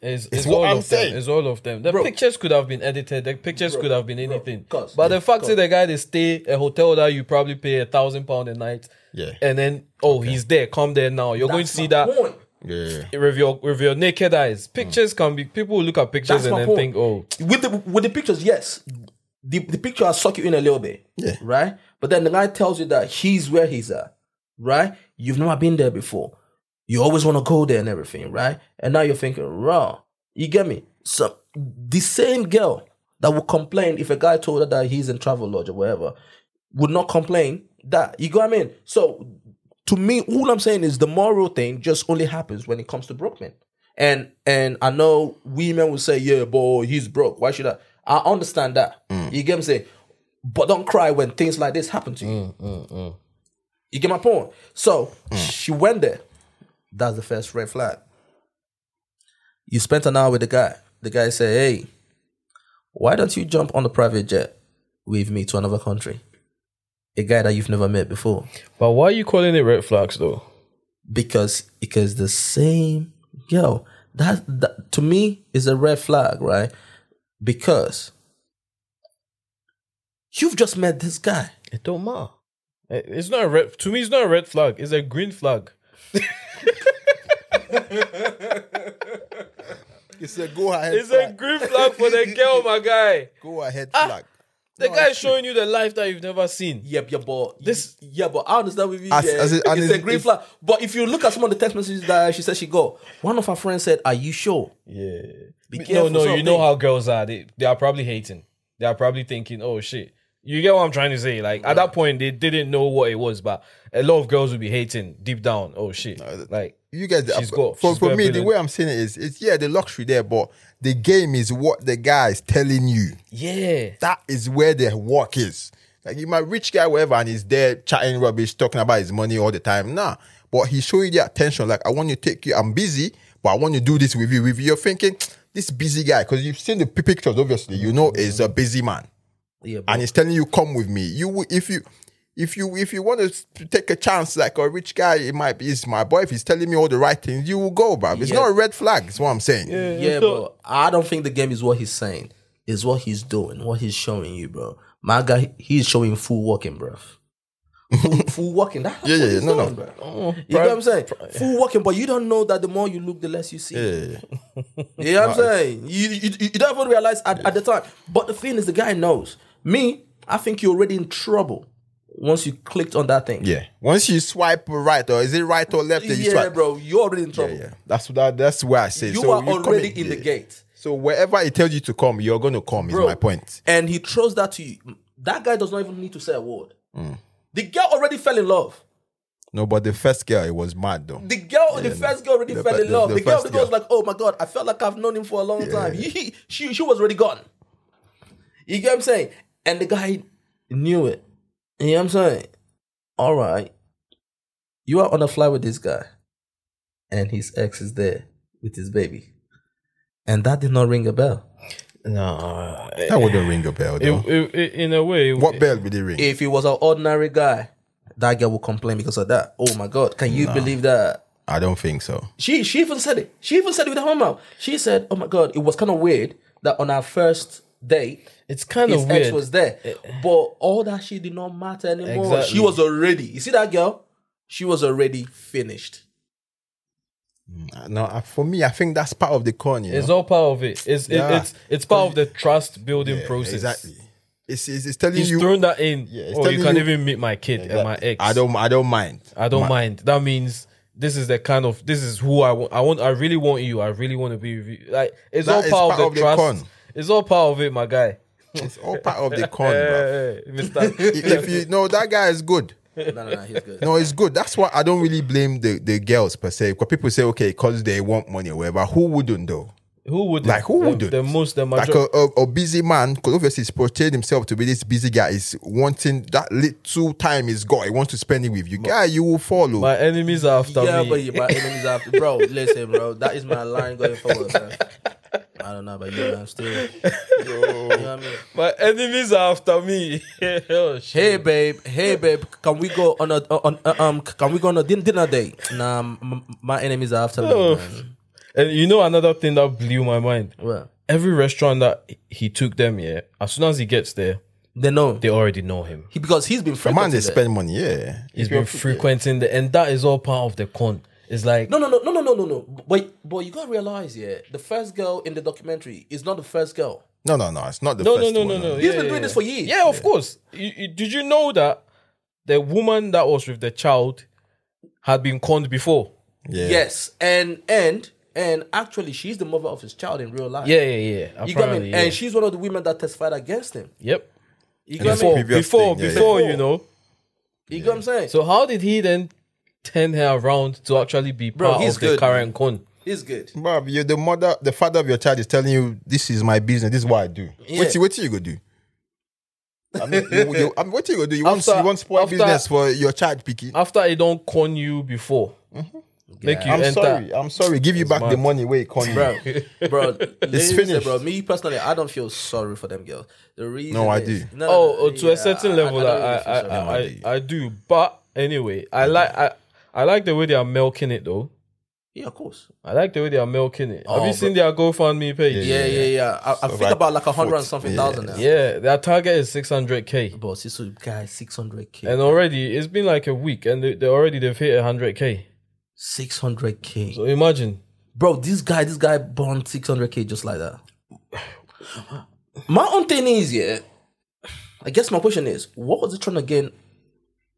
Speaker 2: It's,
Speaker 3: It's
Speaker 2: it's
Speaker 3: what
Speaker 2: all
Speaker 3: I'm
Speaker 2: of
Speaker 3: saying.
Speaker 2: them. It's all of them. The pictures could have been edited. The pictures could have been anything.
Speaker 1: Cause-
Speaker 2: but the fact that the guy they stay a hotel that you probably pay a thousand pound a night.
Speaker 3: Yeah.
Speaker 2: And then oh he's there. Come there now. You're going to
Speaker 1: That's
Speaker 2: see
Speaker 1: my
Speaker 2: that
Speaker 1: point.
Speaker 3: Yeah.
Speaker 2: with your with your naked eyes. Pictures can be. People will look at pictures
Speaker 1: That's
Speaker 2: and
Speaker 1: my
Speaker 2: then
Speaker 1: point.
Speaker 2: think oh
Speaker 1: With the with the pictures, yes, the the picture will suck you in a little bit,
Speaker 3: Yeah.
Speaker 1: right? But then the guy tells you that he's where he's at, right? You've never been there before. You always want to go there and everything, right? And now you're thinking, raw. You get me? So the same girl that would complain if a guy told her that he's in travel lodge or whatever would not complain that. You go what I mean? So to me, all I'm saying is the moral thing just only happens when it comes to broke men. And and I know women will say, yeah, boy, he's broke. Why should I? I understand that. You get me saying? But don't cry when things like this happen to you. You get my point? So she went there. That's the first red flag. You spent an hour with the guy. The guy said, hey, why don't you jump on a private jet with me to another country? A guy that you've never met before
Speaker 2: But why are you calling it red flags though?
Speaker 1: because because the same girl that, that to me is a red flag right because you've just met this guy
Speaker 2: It don't matter. It- Eh, It's not a red. To me, it's not a red flag. It's a green flag.
Speaker 3: It's a go ahead.
Speaker 2: It's a green flag for the girl, my guy.
Speaker 3: go ahead
Speaker 2: Ah.
Speaker 3: flag.
Speaker 2: The guy is showing you the life that you've never seen.
Speaker 1: yeah, yeah, but
Speaker 2: This-
Speaker 1: yeah, but I understand with you.
Speaker 3: As-
Speaker 1: yeah.
Speaker 3: as it- and
Speaker 1: it's
Speaker 3: it's-
Speaker 1: a green
Speaker 3: if-
Speaker 1: flag. But if you look at some of the text messages that she said she got, one of her friends said, "Are you sure?"
Speaker 2: Yeah.
Speaker 1: Be
Speaker 2: No,
Speaker 1: careful,
Speaker 2: no. You
Speaker 1: something.
Speaker 2: know how girls are. They they are probably hating. They are probably thinking, oh shit. You get what I'm trying to say? Like at that point, they didn't know what it was, but a lot of girls would be hating deep down. Oh shit! Like
Speaker 3: you guys
Speaker 2: She's got-
Speaker 3: for,
Speaker 2: she's
Speaker 3: for
Speaker 2: got a
Speaker 3: me the
Speaker 2: billion.
Speaker 3: way i'm saying it is it's yeah the luxury there but the game is what the guy is telling you
Speaker 2: yeah,
Speaker 3: that is where the work is like you might rich guy wherever and he's there chatting rubbish talking about his money all the time nah but he's showing you the attention like i want to take you i'm busy but i want to do this with you with you you're thinking this busy guy because you've seen the p- pictures obviously you know is a busy man
Speaker 1: Yeah, but
Speaker 3: and he's telling you come with me you will- if you if you if you want to take a chance like a rich guy it might be it's my boy if he's telling me all the right things you will go bruv. it's
Speaker 1: Yeah.
Speaker 3: not a red flag it's what i'm saying
Speaker 1: yeah, but I don't think the game is what he's saying. is what he's doing, what he's showing you, bro. My guy, he's showing full walking, bro. Full, full walking. That's
Speaker 3: Yeah,
Speaker 1: what
Speaker 3: yeah,
Speaker 1: he's
Speaker 3: no, Oh, no.
Speaker 1: doing, bro. You know what I'm saying? Full walking, but you don't know that the more you look, the less you see.
Speaker 3: Yeah.
Speaker 1: You know what I'm saying? You, you, you don't even realize at, at the time. But the thing is, the guy knows. Me, I think you're already in trouble once you clicked on that thing.
Speaker 3: Yeah. Once you swipe right, or is it right or left? that you
Speaker 1: Yeah,
Speaker 3: swipe?
Speaker 1: bro, you're already in
Speaker 3: Yeah,
Speaker 1: trouble.
Speaker 3: yeah. That's that. That's where I say
Speaker 1: Oh. You
Speaker 3: so
Speaker 1: are
Speaker 3: come
Speaker 1: already in the
Speaker 3: yeah.
Speaker 1: gate.
Speaker 3: So wherever it tells you to come, you're going to come.
Speaker 1: Bro,
Speaker 3: Is my point.
Speaker 1: And he throws that to you. That guy does not even need to say a word.
Speaker 3: Mm.
Speaker 1: The girl already fell in love.
Speaker 3: No, but the first girl, it was mad though.
Speaker 1: The girl, the
Speaker 3: no.
Speaker 1: first girl already
Speaker 3: The
Speaker 1: fell
Speaker 3: fir-
Speaker 1: in
Speaker 3: the-
Speaker 1: love. The,
Speaker 3: the
Speaker 1: girl,
Speaker 3: first
Speaker 1: the girl was
Speaker 3: girl.
Speaker 1: like, oh my God, I felt like I've known him for a long time. He, he- she, she was already gone. You get what I'm saying? And the guy knew it. You know what I'm saying? All right. You are on a flight with this guy, and his ex is there with his baby. And that did not ring a bell.
Speaker 2: Nah, it,
Speaker 3: that wouldn't ring a bell though.
Speaker 2: it- it- in a way, it-
Speaker 3: what bell would it ring?
Speaker 1: If he was an ordinary guy, that girl would complain because of that. Oh my God, can you believe that?
Speaker 3: I don't think so.
Speaker 1: She she even said it. She even said it with her own mouth. She said, "Oh my god, it was kind of weird that on our first date,
Speaker 2: it's kind
Speaker 1: his
Speaker 2: of
Speaker 1: ex
Speaker 2: weird. Eh.
Speaker 1: was there, but all that she did not matter anymore.
Speaker 2: Exactly.
Speaker 1: She was already. You see that girl? She was already finished.
Speaker 3: No, I- for me, I think that's part of the con. You know?
Speaker 2: It's all part of it. It's it,
Speaker 3: Yeah.
Speaker 2: it's it's part of the trust building
Speaker 3: Yeah,
Speaker 2: process.
Speaker 3: Exactly. It's, it's, it's telling
Speaker 2: He's
Speaker 3: you.
Speaker 2: thrown that in.
Speaker 3: it's
Speaker 2: oh, you
Speaker 3: telling
Speaker 2: can't
Speaker 3: you-
Speaker 2: even meet my kid and my ex.
Speaker 3: I don't. I don't mind.
Speaker 2: I don't
Speaker 3: My-
Speaker 2: mind. That means this is the kind of this is who I want. I want. I really want you. I really want to be with you. Like it's
Speaker 3: That
Speaker 2: all
Speaker 3: is
Speaker 2: part, of the trust.
Speaker 3: con.
Speaker 2: It's all part of it, my guy.
Speaker 3: It's all part of the con, bro.
Speaker 2: Hey, Mister.
Speaker 3: If if you no, that guy is good.
Speaker 1: No, no, no, he's good.
Speaker 3: No, it's good. That's why I don't really blame the, the girls per se. Because people say, okay, because they want money or whatever. Who wouldn't though?
Speaker 2: who would
Speaker 3: Like, who
Speaker 2: the,
Speaker 3: wouldn't?
Speaker 2: the most the
Speaker 3: Like
Speaker 2: majority?
Speaker 3: a, a, a busy man, because obviously he's portrayed himself to be this busy guy, is wanting that little time he's got. He wants to spend it with you. Guy, you will follow.
Speaker 2: my enemies are after
Speaker 1: yeah,
Speaker 2: me.
Speaker 1: but you- my enemies after bro. Listen, bro, that is my line going forward. Bro. I don't know about you, man. Still, you know what I mean?
Speaker 2: My enemies are after me. oh, shit.
Speaker 1: Hey babe, hey babe, can we go on a on uh, um can we go on a din- dinner date? Nah, m- m- my enemies are after me.
Speaker 2: Oh.
Speaker 1: man.
Speaker 2: And you know another thing that blew my mind.
Speaker 1: Well,
Speaker 2: Every restaurant that he took them, yeah. As soon as he gets there,
Speaker 1: they know
Speaker 2: they already know him.
Speaker 1: he, because he's been
Speaker 3: the man,
Speaker 1: frequenting there.
Speaker 3: they spend money. Yeah,
Speaker 2: He's been frequenting the, and that is all part of the con. It's like
Speaker 1: No, no, no, no, no, no, no, no. But but you gotta realize, yeah, the first girl in the documentary is not the first girl.
Speaker 3: no, no, no. It's not the
Speaker 2: no, no,
Speaker 3: first
Speaker 2: no,
Speaker 3: one.
Speaker 2: no, no.
Speaker 1: He's been doing this for years.
Speaker 2: Yeah, of course. You, you- did you know that the woman that was with the child had been conned before?
Speaker 3: Yeah.
Speaker 1: Yes, and and and actually, she's the mother of his child in real life.
Speaker 2: Yeah, yeah, yeah.
Speaker 1: you got
Speaker 2: Apparently,
Speaker 1: me.
Speaker 2: yeah.
Speaker 1: And she's one of the women that testified against him.
Speaker 2: yep.
Speaker 1: You got
Speaker 2: Before,
Speaker 1: me.
Speaker 3: previous
Speaker 2: before,
Speaker 3: thing, yeah,
Speaker 2: before,
Speaker 1: yeah.
Speaker 2: you know.
Speaker 1: You got what I'm saying? So
Speaker 2: So how did he then turn her around to actually be
Speaker 1: Bro,
Speaker 2: part
Speaker 1: he's
Speaker 2: of the
Speaker 1: good,
Speaker 2: current con?
Speaker 1: he's good.
Speaker 3: Bruv, you're the mother, the father of your child is telling you, "This is my business. This is what I do."
Speaker 1: Yeah.
Speaker 3: What you, what you gonna do? I mean, you, you, I mean, what you gonna do? You want,
Speaker 2: After-
Speaker 3: you want spoil
Speaker 2: after-
Speaker 3: business for your child picking?
Speaker 2: After he don't con you before, make you
Speaker 3: I'm
Speaker 2: enter.
Speaker 3: sorry. I'm sorry. Give you back the
Speaker 2: mad.
Speaker 3: money. Wait, Connie.
Speaker 1: bro, bro, it's
Speaker 3: finished.
Speaker 1: bro. Me personally, I don't feel sorry for them girls. The reason,
Speaker 3: No, I
Speaker 1: is-
Speaker 3: do.
Speaker 1: No, no,
Speaker 2: Oh,
Speaker 1: no,
Speaker 2: oh, to
Speaker 1: yeah,
Speaker 2: a certain level, I
Speaker 1: don't
Speaker 2: I,
Speaker 1: really feel
Speaker 2: I,
Speaker 1: sorry.
Speaker 2: I, I do. But anyway, I like I, I like the way they are milking it though.
Speaker 1: yeah, of course.
Speaker 2: I like the way they are milking it. Have
Speaker 1: Oh,
Speaker 2: you seen their GoFundMe page?
Speaker 1: Yeah, yeah, yeah. I, I think
Speaker 3: like
Speaker 1: about like a hundred and
Speaker 3: foot-
Speaker 1: something
Speaker 3: yeah.
Speaker 1: thousand now.
Speaker 2: Yeah, their target is 600k,
Speaker 1: But this guy, six hundred k,
Speaker 2: and already it's been like a week, and they, they already they've hit 100k.
Speaker 1: six hundred k,
Speaker 2: So imagine,
Speaker 1: bro. This guy, this guy burned six hundred k just like that. My own thing is, yeah. I guess my question is, what was he trying to gain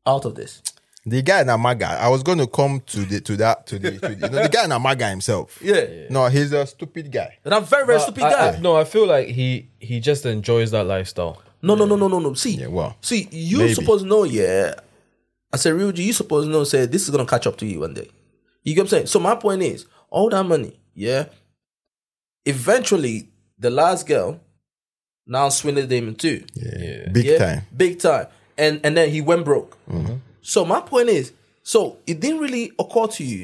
Speaker 1: out of this?
Speaker 3: The guy in Amaga. I was going to come to the to that to the to the, you know, the guy in Amaga himself.
Speaker 1: Yeah,
Speaker 3: No, he's a stupid guy.
Speaker 1: and I'm very, very
Speaker 2: I-
Speaker 1: stupid
Speaker 2: I-
Speaker 1: guy.
Speaker 2: I- no, I feel like he he just enjoys that lifestyle.
Speaker 1: No, no, no, no, no, no. See,
Speaker 3: Yeah, well,
Speaker 1: see, you
Speaker 3: maybe.
Speaker 1: supposed to know, yeah. I said, real G, you supposed to know, say this is gonna catch up to you one day. You get what I'm saying? So my point is, all that money, yeah. Eventually, the last girl now swindled him in two,
Speaker 3: Yeah. Big
Speaker 1: yeah,
Speaker 3: time. Mm-hmm.
Speaker 1: big time, and and then he went broke. So my point is, so it didn't really occur to you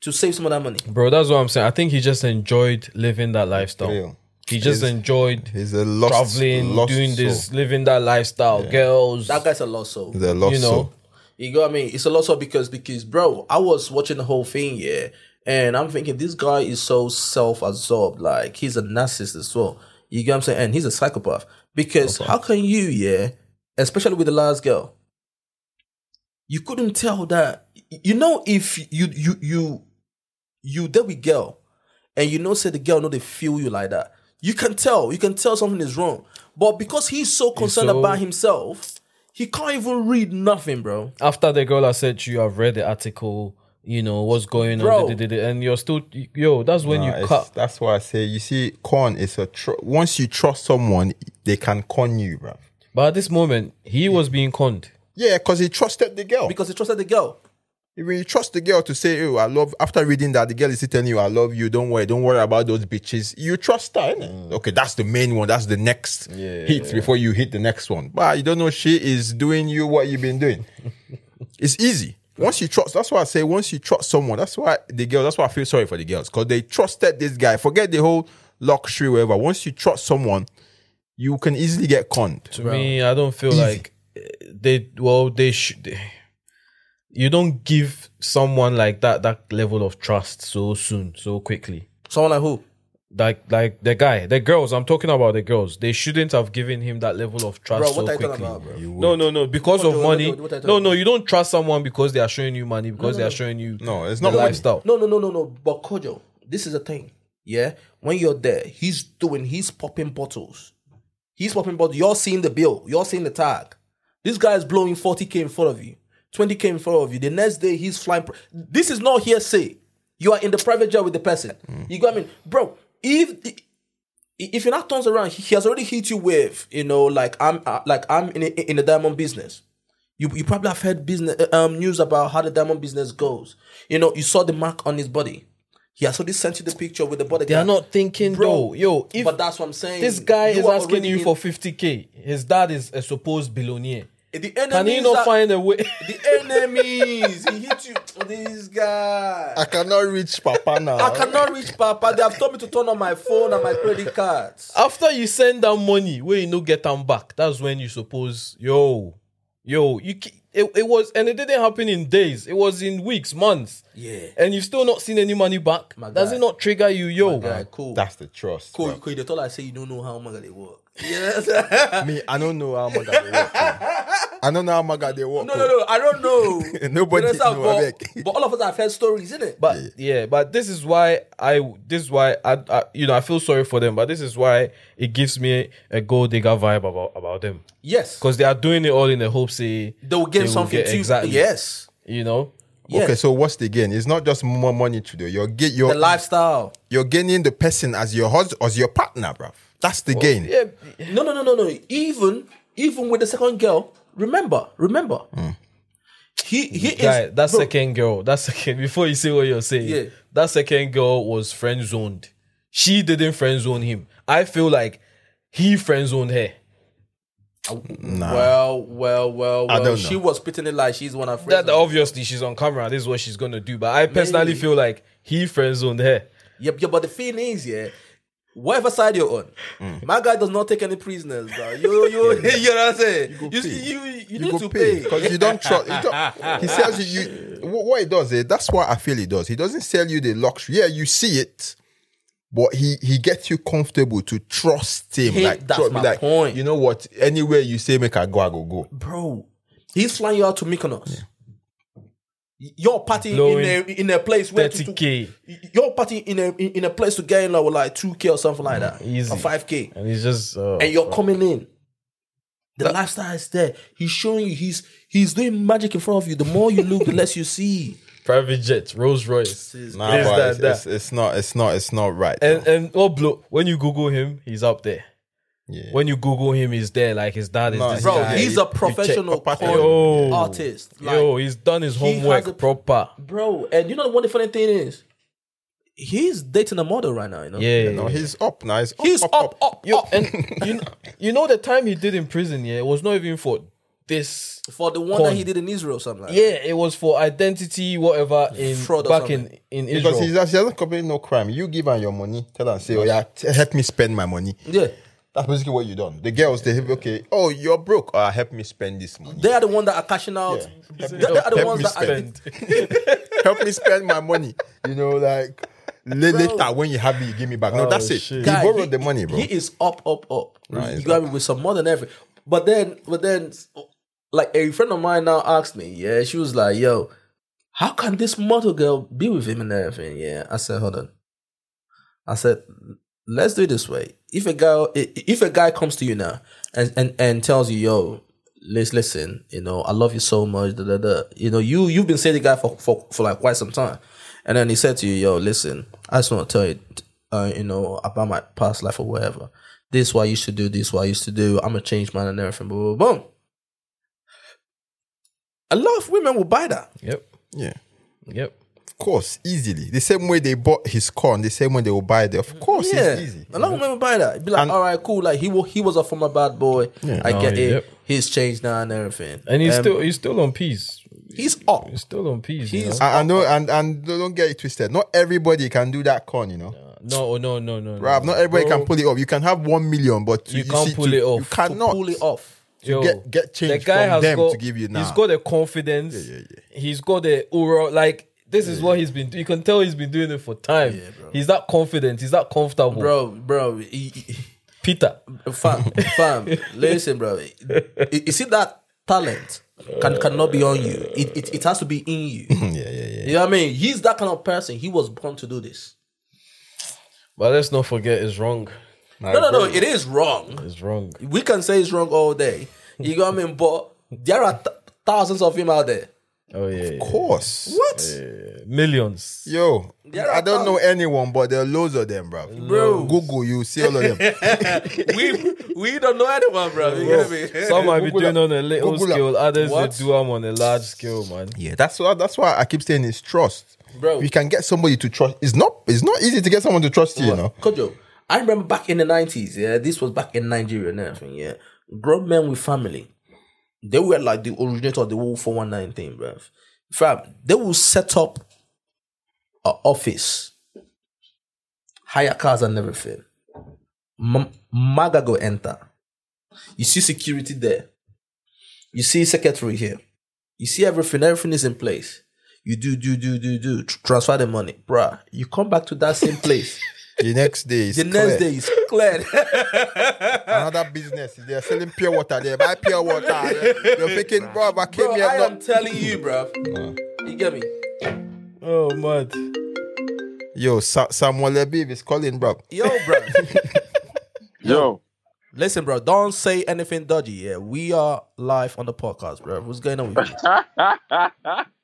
Speaker 1: to save some of that money.
Speaker 2: Bro, that's what I'm saying. I think he just enjoyed living that lifestyle.
Speaker 3: Real.
Speaker 2: He just
Speaker 3: He's-
Speaker 2: enjoyed
Speaker 3: He's a lost,
Speaker 2: traveling,
Speaker 3: lost
Speaker 2: doing this,
Speaker 3: soul.
Speaker 2: living that lifestyle. Girls,
Speaker 1: That guy's a lost soul.
Speaker 3: He's a lost
Speaker 2: you know.
Speaker 3: soul.
Speaker 1: You got me. It's a lot of because because bro, I was watching the whole thing, yeah, and I'm thinking this guy is so self absorbed, like he's a narcissist as well. You get what I'm saying? And he's a psychopath. Because how can you, yeah, especially with the last girl, you couldn't tell that you know if you you you you there with girl and you know say the girl know they feel you like that. You can tell, you can tell something is wrong. But because he's so concerned
Speaker 2: so-
Speaker 1: about himself, he can't even read nothing, bro.
Speaker 2: After the girl I said to you, I've read the article. You know what's going
Speaker 1: Bro.
Speaker 2: on, da- da- da- da," and you're still yo. That's when
Speaker 3: Nah,
Speaker 2: you
Speaker 3: Ah, it's-
Speaker 2: cut.
Speaker 3: That's why I say you see, con is a tr- once you trust someone, they can con you, bro.
Speaker 2: But at this moment, he was being conned.
Speaker 3: Yeah, because he trusted the girl.
Speaker 1: Because he trusted the girl.
Speaker 3: When you trust the girl to say, "Oh, I love," after reading that, the girl is telling you, "I love you. Don't worry, don't worry about those bitches." You trust her, innit? Okay, that's the main one. That's the next hit before you hit the next one. But you don't know she is doing you what you've been doing. it's easy once you trust. That's why I say once you trust someone. That's why the girl. That's why I feel sorry for the girls because they trusted this guy. Forget the whole luxury, whatever. Once you trust someone, you can easily get conned.
Speaker 2: To me, I don't feel like eh, they. Well, they should. They, you don't give someone like that that level of trust so soon, so quickly.
Speaker 1: Someone like who?
Speaker 2: Like, like the guy, the girls. I'm talking about the girls. They shouldn't have given him that level of trust
Speaker 1: Bro,
Speaker 2: so
Speaker 1: what are you talking
Speaker 2: quickly.
Speaker 1: about, bro?
Speaker 2: No, no, no. Because
Speaker 1: What- what-
Speaker 2: of money.
Speaker 1: what- what are you talking
Speaker 2: No, no.
Speaker 1: about?
Speaker 2: You don't trust someone because they are showing you money because they are showing you
Speaker 3: No, it's
Speaker 2: the
Speaker 3: not money.
Speaker 2: lifestyle.
Speaker 1: No, no, no, no, no. But Kojo, this is a thing. Yeah, when you're there, he's doing, he's popping bottles. He's popping bottles. You're seeing the bill. You're seeing the tag. This guy is blowing 40k in front of you, 20k in front of you. The next day, he's flying. pri- This is not hearsay. You are in the private jet with the person.
Speaker 2: Mm.
Speaker 1: You got what I mean, bro. If if you're not turns around, he has already hit you with, you know, like I'm, uh, like I'm in in the diamond business. You, you probably have heard business uh, um, news about how the diamond business goes. You know, you saw the mark on his body. He has already sent you the picture with the body.
Speaker 2: They are not thinking though. Yo, if
Speaker 1: but that's what I'm saying.
Speaker 2: this guy
Speaker 1: You
Speaker 2: is
Speaker 1: are
Speaker 2: asking
Speaker 1: already
Speaker 2: you
Speaker 1: in-
Speaker 2: for 50k, his dad is a supposed billionaire.
Speaker 1: the
Speaker 2: Can
Speaker 1: enemies.
Speaker 2: he not
Speaker 1: are-
Speaker 2: find a way?
Speaker 1: the enemies? he hit you. This guy.
Speaker 3: I cannot reach Papa now.
Speaker 1: I cannot reach Papa. They have told me to turn on my phone and my credit cards.
Speaker 2: After you send that money, where you no get them back, that's when you suppose yo, yo, you. ki- It, it was and it didn't happen in days. It was in weeks, months.
Speaker 1: Yeah.
Speaker 2: And you've still not seen any money back.
Speaker 1: My
Speaker 2: Does
Speaker 1: guy.
Speaker 2: it not trigger you, yo?
Speaker 1: All right, cool.
Speaker 3: That's the trust.
Speaker 1: Cool,
Speaker 3: bro.
Speaker 1: cool. They thought I say you don't know how much they work. Yes.
Speaker 3: Me, I don't know how Maga they work. oh. I don't know how Maga they work.
Speaker 1: No, no, no. I don't know.
Speaker 3: Nobody
Speaker 1: You understand?
Speaker 3: know,
Speaker 1: but,
Speaker 3: abeg.
Speaker 1: but all of us have heard stories, isn't it?
Speaker 2: But yeah. but this is why I this is why I, I you know I feel sorry for them, but this is why it gives me a gold digger vibe about about them
Speaker 1: yes,
Speaker 2: because they are doing it all in the hope say
Speaker 1: they will gain
Speaker 2: will
Speaker 1: something
Speaker 2: get
Speaker 1: too.
Speaker 2: exactly.
Speaker 1: Yes,
Speaker 2: you know
Speaker 1: yes.
Speaker 3: Okay, so what's the gain? It's not just more money to do. You're get you're
Speaker 1: the lifestyle.
Speaker 3: you're gaining the person as your husband as your partner, bruv. That's
Speaker 1: Oh,
Speaker 3: the gain.
Speaker 2: yeah
Speaker 1: No, no, no, no, no. Even even with the second girl, remember, remember,
Speaker 3: Hmm.
Speaker 1: he he
Speaker 2: guy
Speaker 1: is
Speaker 2: that
Speaker 1: bro,
Speaker 2: second girl that second before you say what you're saying
Speaker 1: Yeah.
Speaker 2: that second girl was friend zoned she didn't friend zone him I feel like he friend zoned her
Speaker 1: Well, well, well, well.
Speaker 3: I don't
Speaker 1: She
Speaker 3: know.
Speaker 1: was pitting it like she's one of her
Speaker 2: that
Speaker 1: friends.
Speaker 2: obviously she's on camera this is what she's gonna do but I personally
Speaker 1: Maybe.
Speaker 2: feel like he friend zoned her
Speaker 1: Yeah, yeah, but the thing is, yeah, whatever side you're on,
Speaker 3: Hmm.
Speaker 1: my guy does not take any prisoners, bro. You, you, you know what I'm saying? You,
Speaker 3: pay.
Speaker 1: you, you,
Speaker 3: you
Speaker 1: need
Speaker 3: go
Speaker 1: to
Speaker 3: pay
Speaker 1: pay.
Speaker 3: because you don't trust. You don't, he sells you. you wh- what he does is that's what I feel he does. He doesn't sell you the luxury. Yeah, you see it, but he he gets you comfortable to trust him.
Speaker 1: Hey,
Speaker 3: like
Speaker 1: that's
Speaker 3: trust,
Speaker 1: my
Speaker 3: like,
Speaker 1: point.
Speaker 3: You know what? Anywhere you say, make I go, I go go.
Speaker 1: bro. He's flying you out to Mykonos. You're partying
Speaker 2: Blowing
Speaker 1: in a in a place where to- to-
Speaker 2: 30K.
Speaker 1: You're partying in a in, in a place to get in love with like two k or something like that,
Speaker 2: Easy.
Speaker 1: or five k,
Speaker 2: and he's just uh,
Speaker 1: and you're coming in. The lifestyle is there. He's showing you. He's he's doing magic in front of you. The more you look, the less you see.
Speaker 2: private jet, Rolls Royce.
Speaker 3: Nah,
Speaker 2: This,
Speaker 3: but
Speaker 2: that,
Speaker 3: it's,
Speaker 2: that.
Speaker 3: It's, it's not. It's not. It's not right.
Speaker 2: And and oh blow when you Google him, he's up there.
Speaker 3: Yeah.
Speaker 2: When you Google him, he's there. Like his dad is
Speaker 3: No,
Speaker 2: this
Speaker 1: Bro,
Speaker 2: guy.
Speaker 1: he's a professional
Speaker 3: Papa
Speaker 1: con
Speaker 2: Yo.
Speaker 1: artist. Like,
Speaker 2: Yo, he's done his
Speaker 1: he
Speaker 2: homework
Speaker 1: has a-
Speaker 2: proper.
Speaker 1: bro, and you know what the funny thing is? He's dating a model right now. You know.
Speaker 2: Yeah.
Speaker 3: no, he's up now. He's up.
Speaker 1: He's
Speaker 3: up, up.
Speaker 1: up,
Speaker 2: Yo,
Speaker 1: up.
Speaker 2: and you know, you know the time he did in prison, yeah, it was not even for this.
Speaker 1: for the one
Speaker 2: Con.
Speaker 1: that he did in Israel or something like
Speaker 2: Yeah, it was for identity, whatever in
Speaker 1: Fraud or
Speaker 2: back in
Speaker 1: something.
Speaker 2: in
Speaker 3: Because
Speaker 2: Israel.
Speaker 3: he's, he hasn't committed no crime. You give her your money, tell her, say, oh yeah, t- help me spend my money.
Speaker 1: that. Yeah.
Speaker 3: That's basically what you done. The girls, they have, okay, oh, you're broke. Uh, help me spend this money.
Speaker 1: They are the ones that are cashing out.
Speaker 3: Yeah.
Speaker 1: They, they are the
Speaker 3: Help
Speaker 1: ones
Speaker 3: me
Speaker 1: that are,
Speaker 3: spend. help me spend my money. You know, like, li- lift that when you have it, you give me back. No,
Speaker 2: Oh,
Speaker 3: that's it.
Speaker 2: shit.
Speaker 3: He
Speaker 1: Guy,
Speaker 3: borrowed the money, bro.
Speaker 1: He is up, up, up.
Speaker 3: Nah,
Speaker 1: you
Speaker 3: he's
Speaker 1: got me with some more than every. But then, but then, like a friend of mine now asked me. Yeah, she was like, "Yo, how can this model girl be with him and everything?" Yeah, I said, "Hold on." I said, "Let's do it this way. If a girl, i- if a guy comes to you now and and and tells you, yo." Let's listen. You know, I love you so much. Da, da, da. You know, you you've been saying the guy for, for for like quite some time, and then he said to you, "Yo, listen, I just want to tell you, uh, you know, about my past life or whatever. This what I used to do, this what I used to do. I'm a changed man and everything. Boom, boom, boom. A lot of women will buy that.
Speaker 2: Yep.
Speaker 3: yeah.
Speaker 2: Yep.
Speaker 3: Of course, easily. The same way they bought his corn, the same way they will buy it. Of course,
Speaker 1: yeah,
Speaker 3: it's easy.
Speaker 1: a lot of women buy that. It'd be like,
Speaker 3: And-
Speaker 1: all right, cool. Like he wa- he was a former bad boy. I
Speaker 2: No,
Speaker 1: get it.
Speaker 2: Oh, yep.
Speaker 1: He's changed now and everything.
Speaker 2: And he's
Speaker 1: Um,
Speaker 2: still he's still on peace.
Speaker 1: he's up.
Speaker 2: He's still on peace. you
Speaker 1: He's-
Speaker 2: know?
Speaker 3: I, I know, and, and don't get it twisted. Not everybody can do that corn, you know.
Speaker 2: no, oh, no, no, no, no.
Speaker 3: Bruv, not everybody
Speaker 2: Bro,
Speaker 3: can pull it off. You can have one million, but
Speaker 2: You can't
Speaker 3: see,
Speaker 2: pull
Speaker 3: to-
Speaker 2: it off.
Speaker 3: You
Speaker 2: To
Speaker 3: cannot
Speaker 1: pull it off.
Speaker 2: yo,
Speaker 3: get- get change from them to give you now.
Speaker 2: He's got the confidence. He's got the aura. Like this is what he's been. do- You can tell he's been doing it for time. He's that confident. He's that comfortable.
Speaker 1: Bro, bro, he- he-
Speaker 2: Peter.
Speaker 1: fam, fam, listen, bro. You you see that talent can cannot be on you. It, it it has to be in you.
Speaker 3: Yeah, yeah, yeah.
Speaker 1: You know what I mean? He's that kind of person. He was born to do this.
Speaker 2: But let's not forget, it's wrong.
Speaker 1: No, no, no. It is wrong.
Speaker 2: It's wrong.
Speaker 1: We can say it's wrong all day. You know what I mean? But there are th- thousands of him out there.
Speaker 2: Oh yeah,
Speaker 3: Of course.
Speaker 1: What?
Speaker 2: millions.
Speaker 3: Yo,
Speaker 1: There
Speaker 3: I
Speaker 1: are
Speaker 3: don't
Speaker 1: tons.
Speaker 3: know anyone, but there are loads of them, bro.
Speaker 1: Bro.
Speaker 3: Google, you see all of them.
Speaker 1: we we don't know anyone, bro. You know what I mean?
Speaker 2: Some might be
Speaker 3: Google
Speaker 2: doing
Speaker 3: up.
Speaker 2: on a little
Speaker 3: Google up.
Speaker 2: scale, others
Speaker 1: What?
Speaker 2: they do them on a large scale, man.
Speaker 3: yeah, that's why. That's why I keep saying it's trust,
Speaker 1: Bro.
Speaker 3: You can get somebody to trust. It's not. It's not easy to get someone to trust you. You know.
Speaker 1: Kojo, I remember back in the nineties. Yeah, this was back in Nigeria and everything. Yeah, grown men with family, they were like the originator of the whole four one nine thing, bro. Fam, they will set up an office, hire cars and everything. M- Maga go enter. You see security there. You see secretary here. You see everything. Everything is in place. You do, do, do, do, do. tr- Transfer the money, bruh. You come back to that same place.
Speaker 3: The next day, is
Speaker 1: The next
Speaker 3: clear.
Speaker 1: day is cleared.
Speaker 3: another business. They're selling pure water. They buy pure water. You're thinking, bro, I came
Speaker 1: bro,
Speaker 3: here.
Speaker 1: I
Speaker 3: not-
Speaker 1: am telling you, bro. You get me?
Speaker 2: Oh mad.
Speaker 3: Yo, Sa- Samuel Lebib is calling, bro.
Speaker 1: Yo, bro.
Speaker 7: Yo,
Speaker 1: Listen, bro, don't say anything dodgy. Yeah, we are live on the podcast, bro. What's going on with you?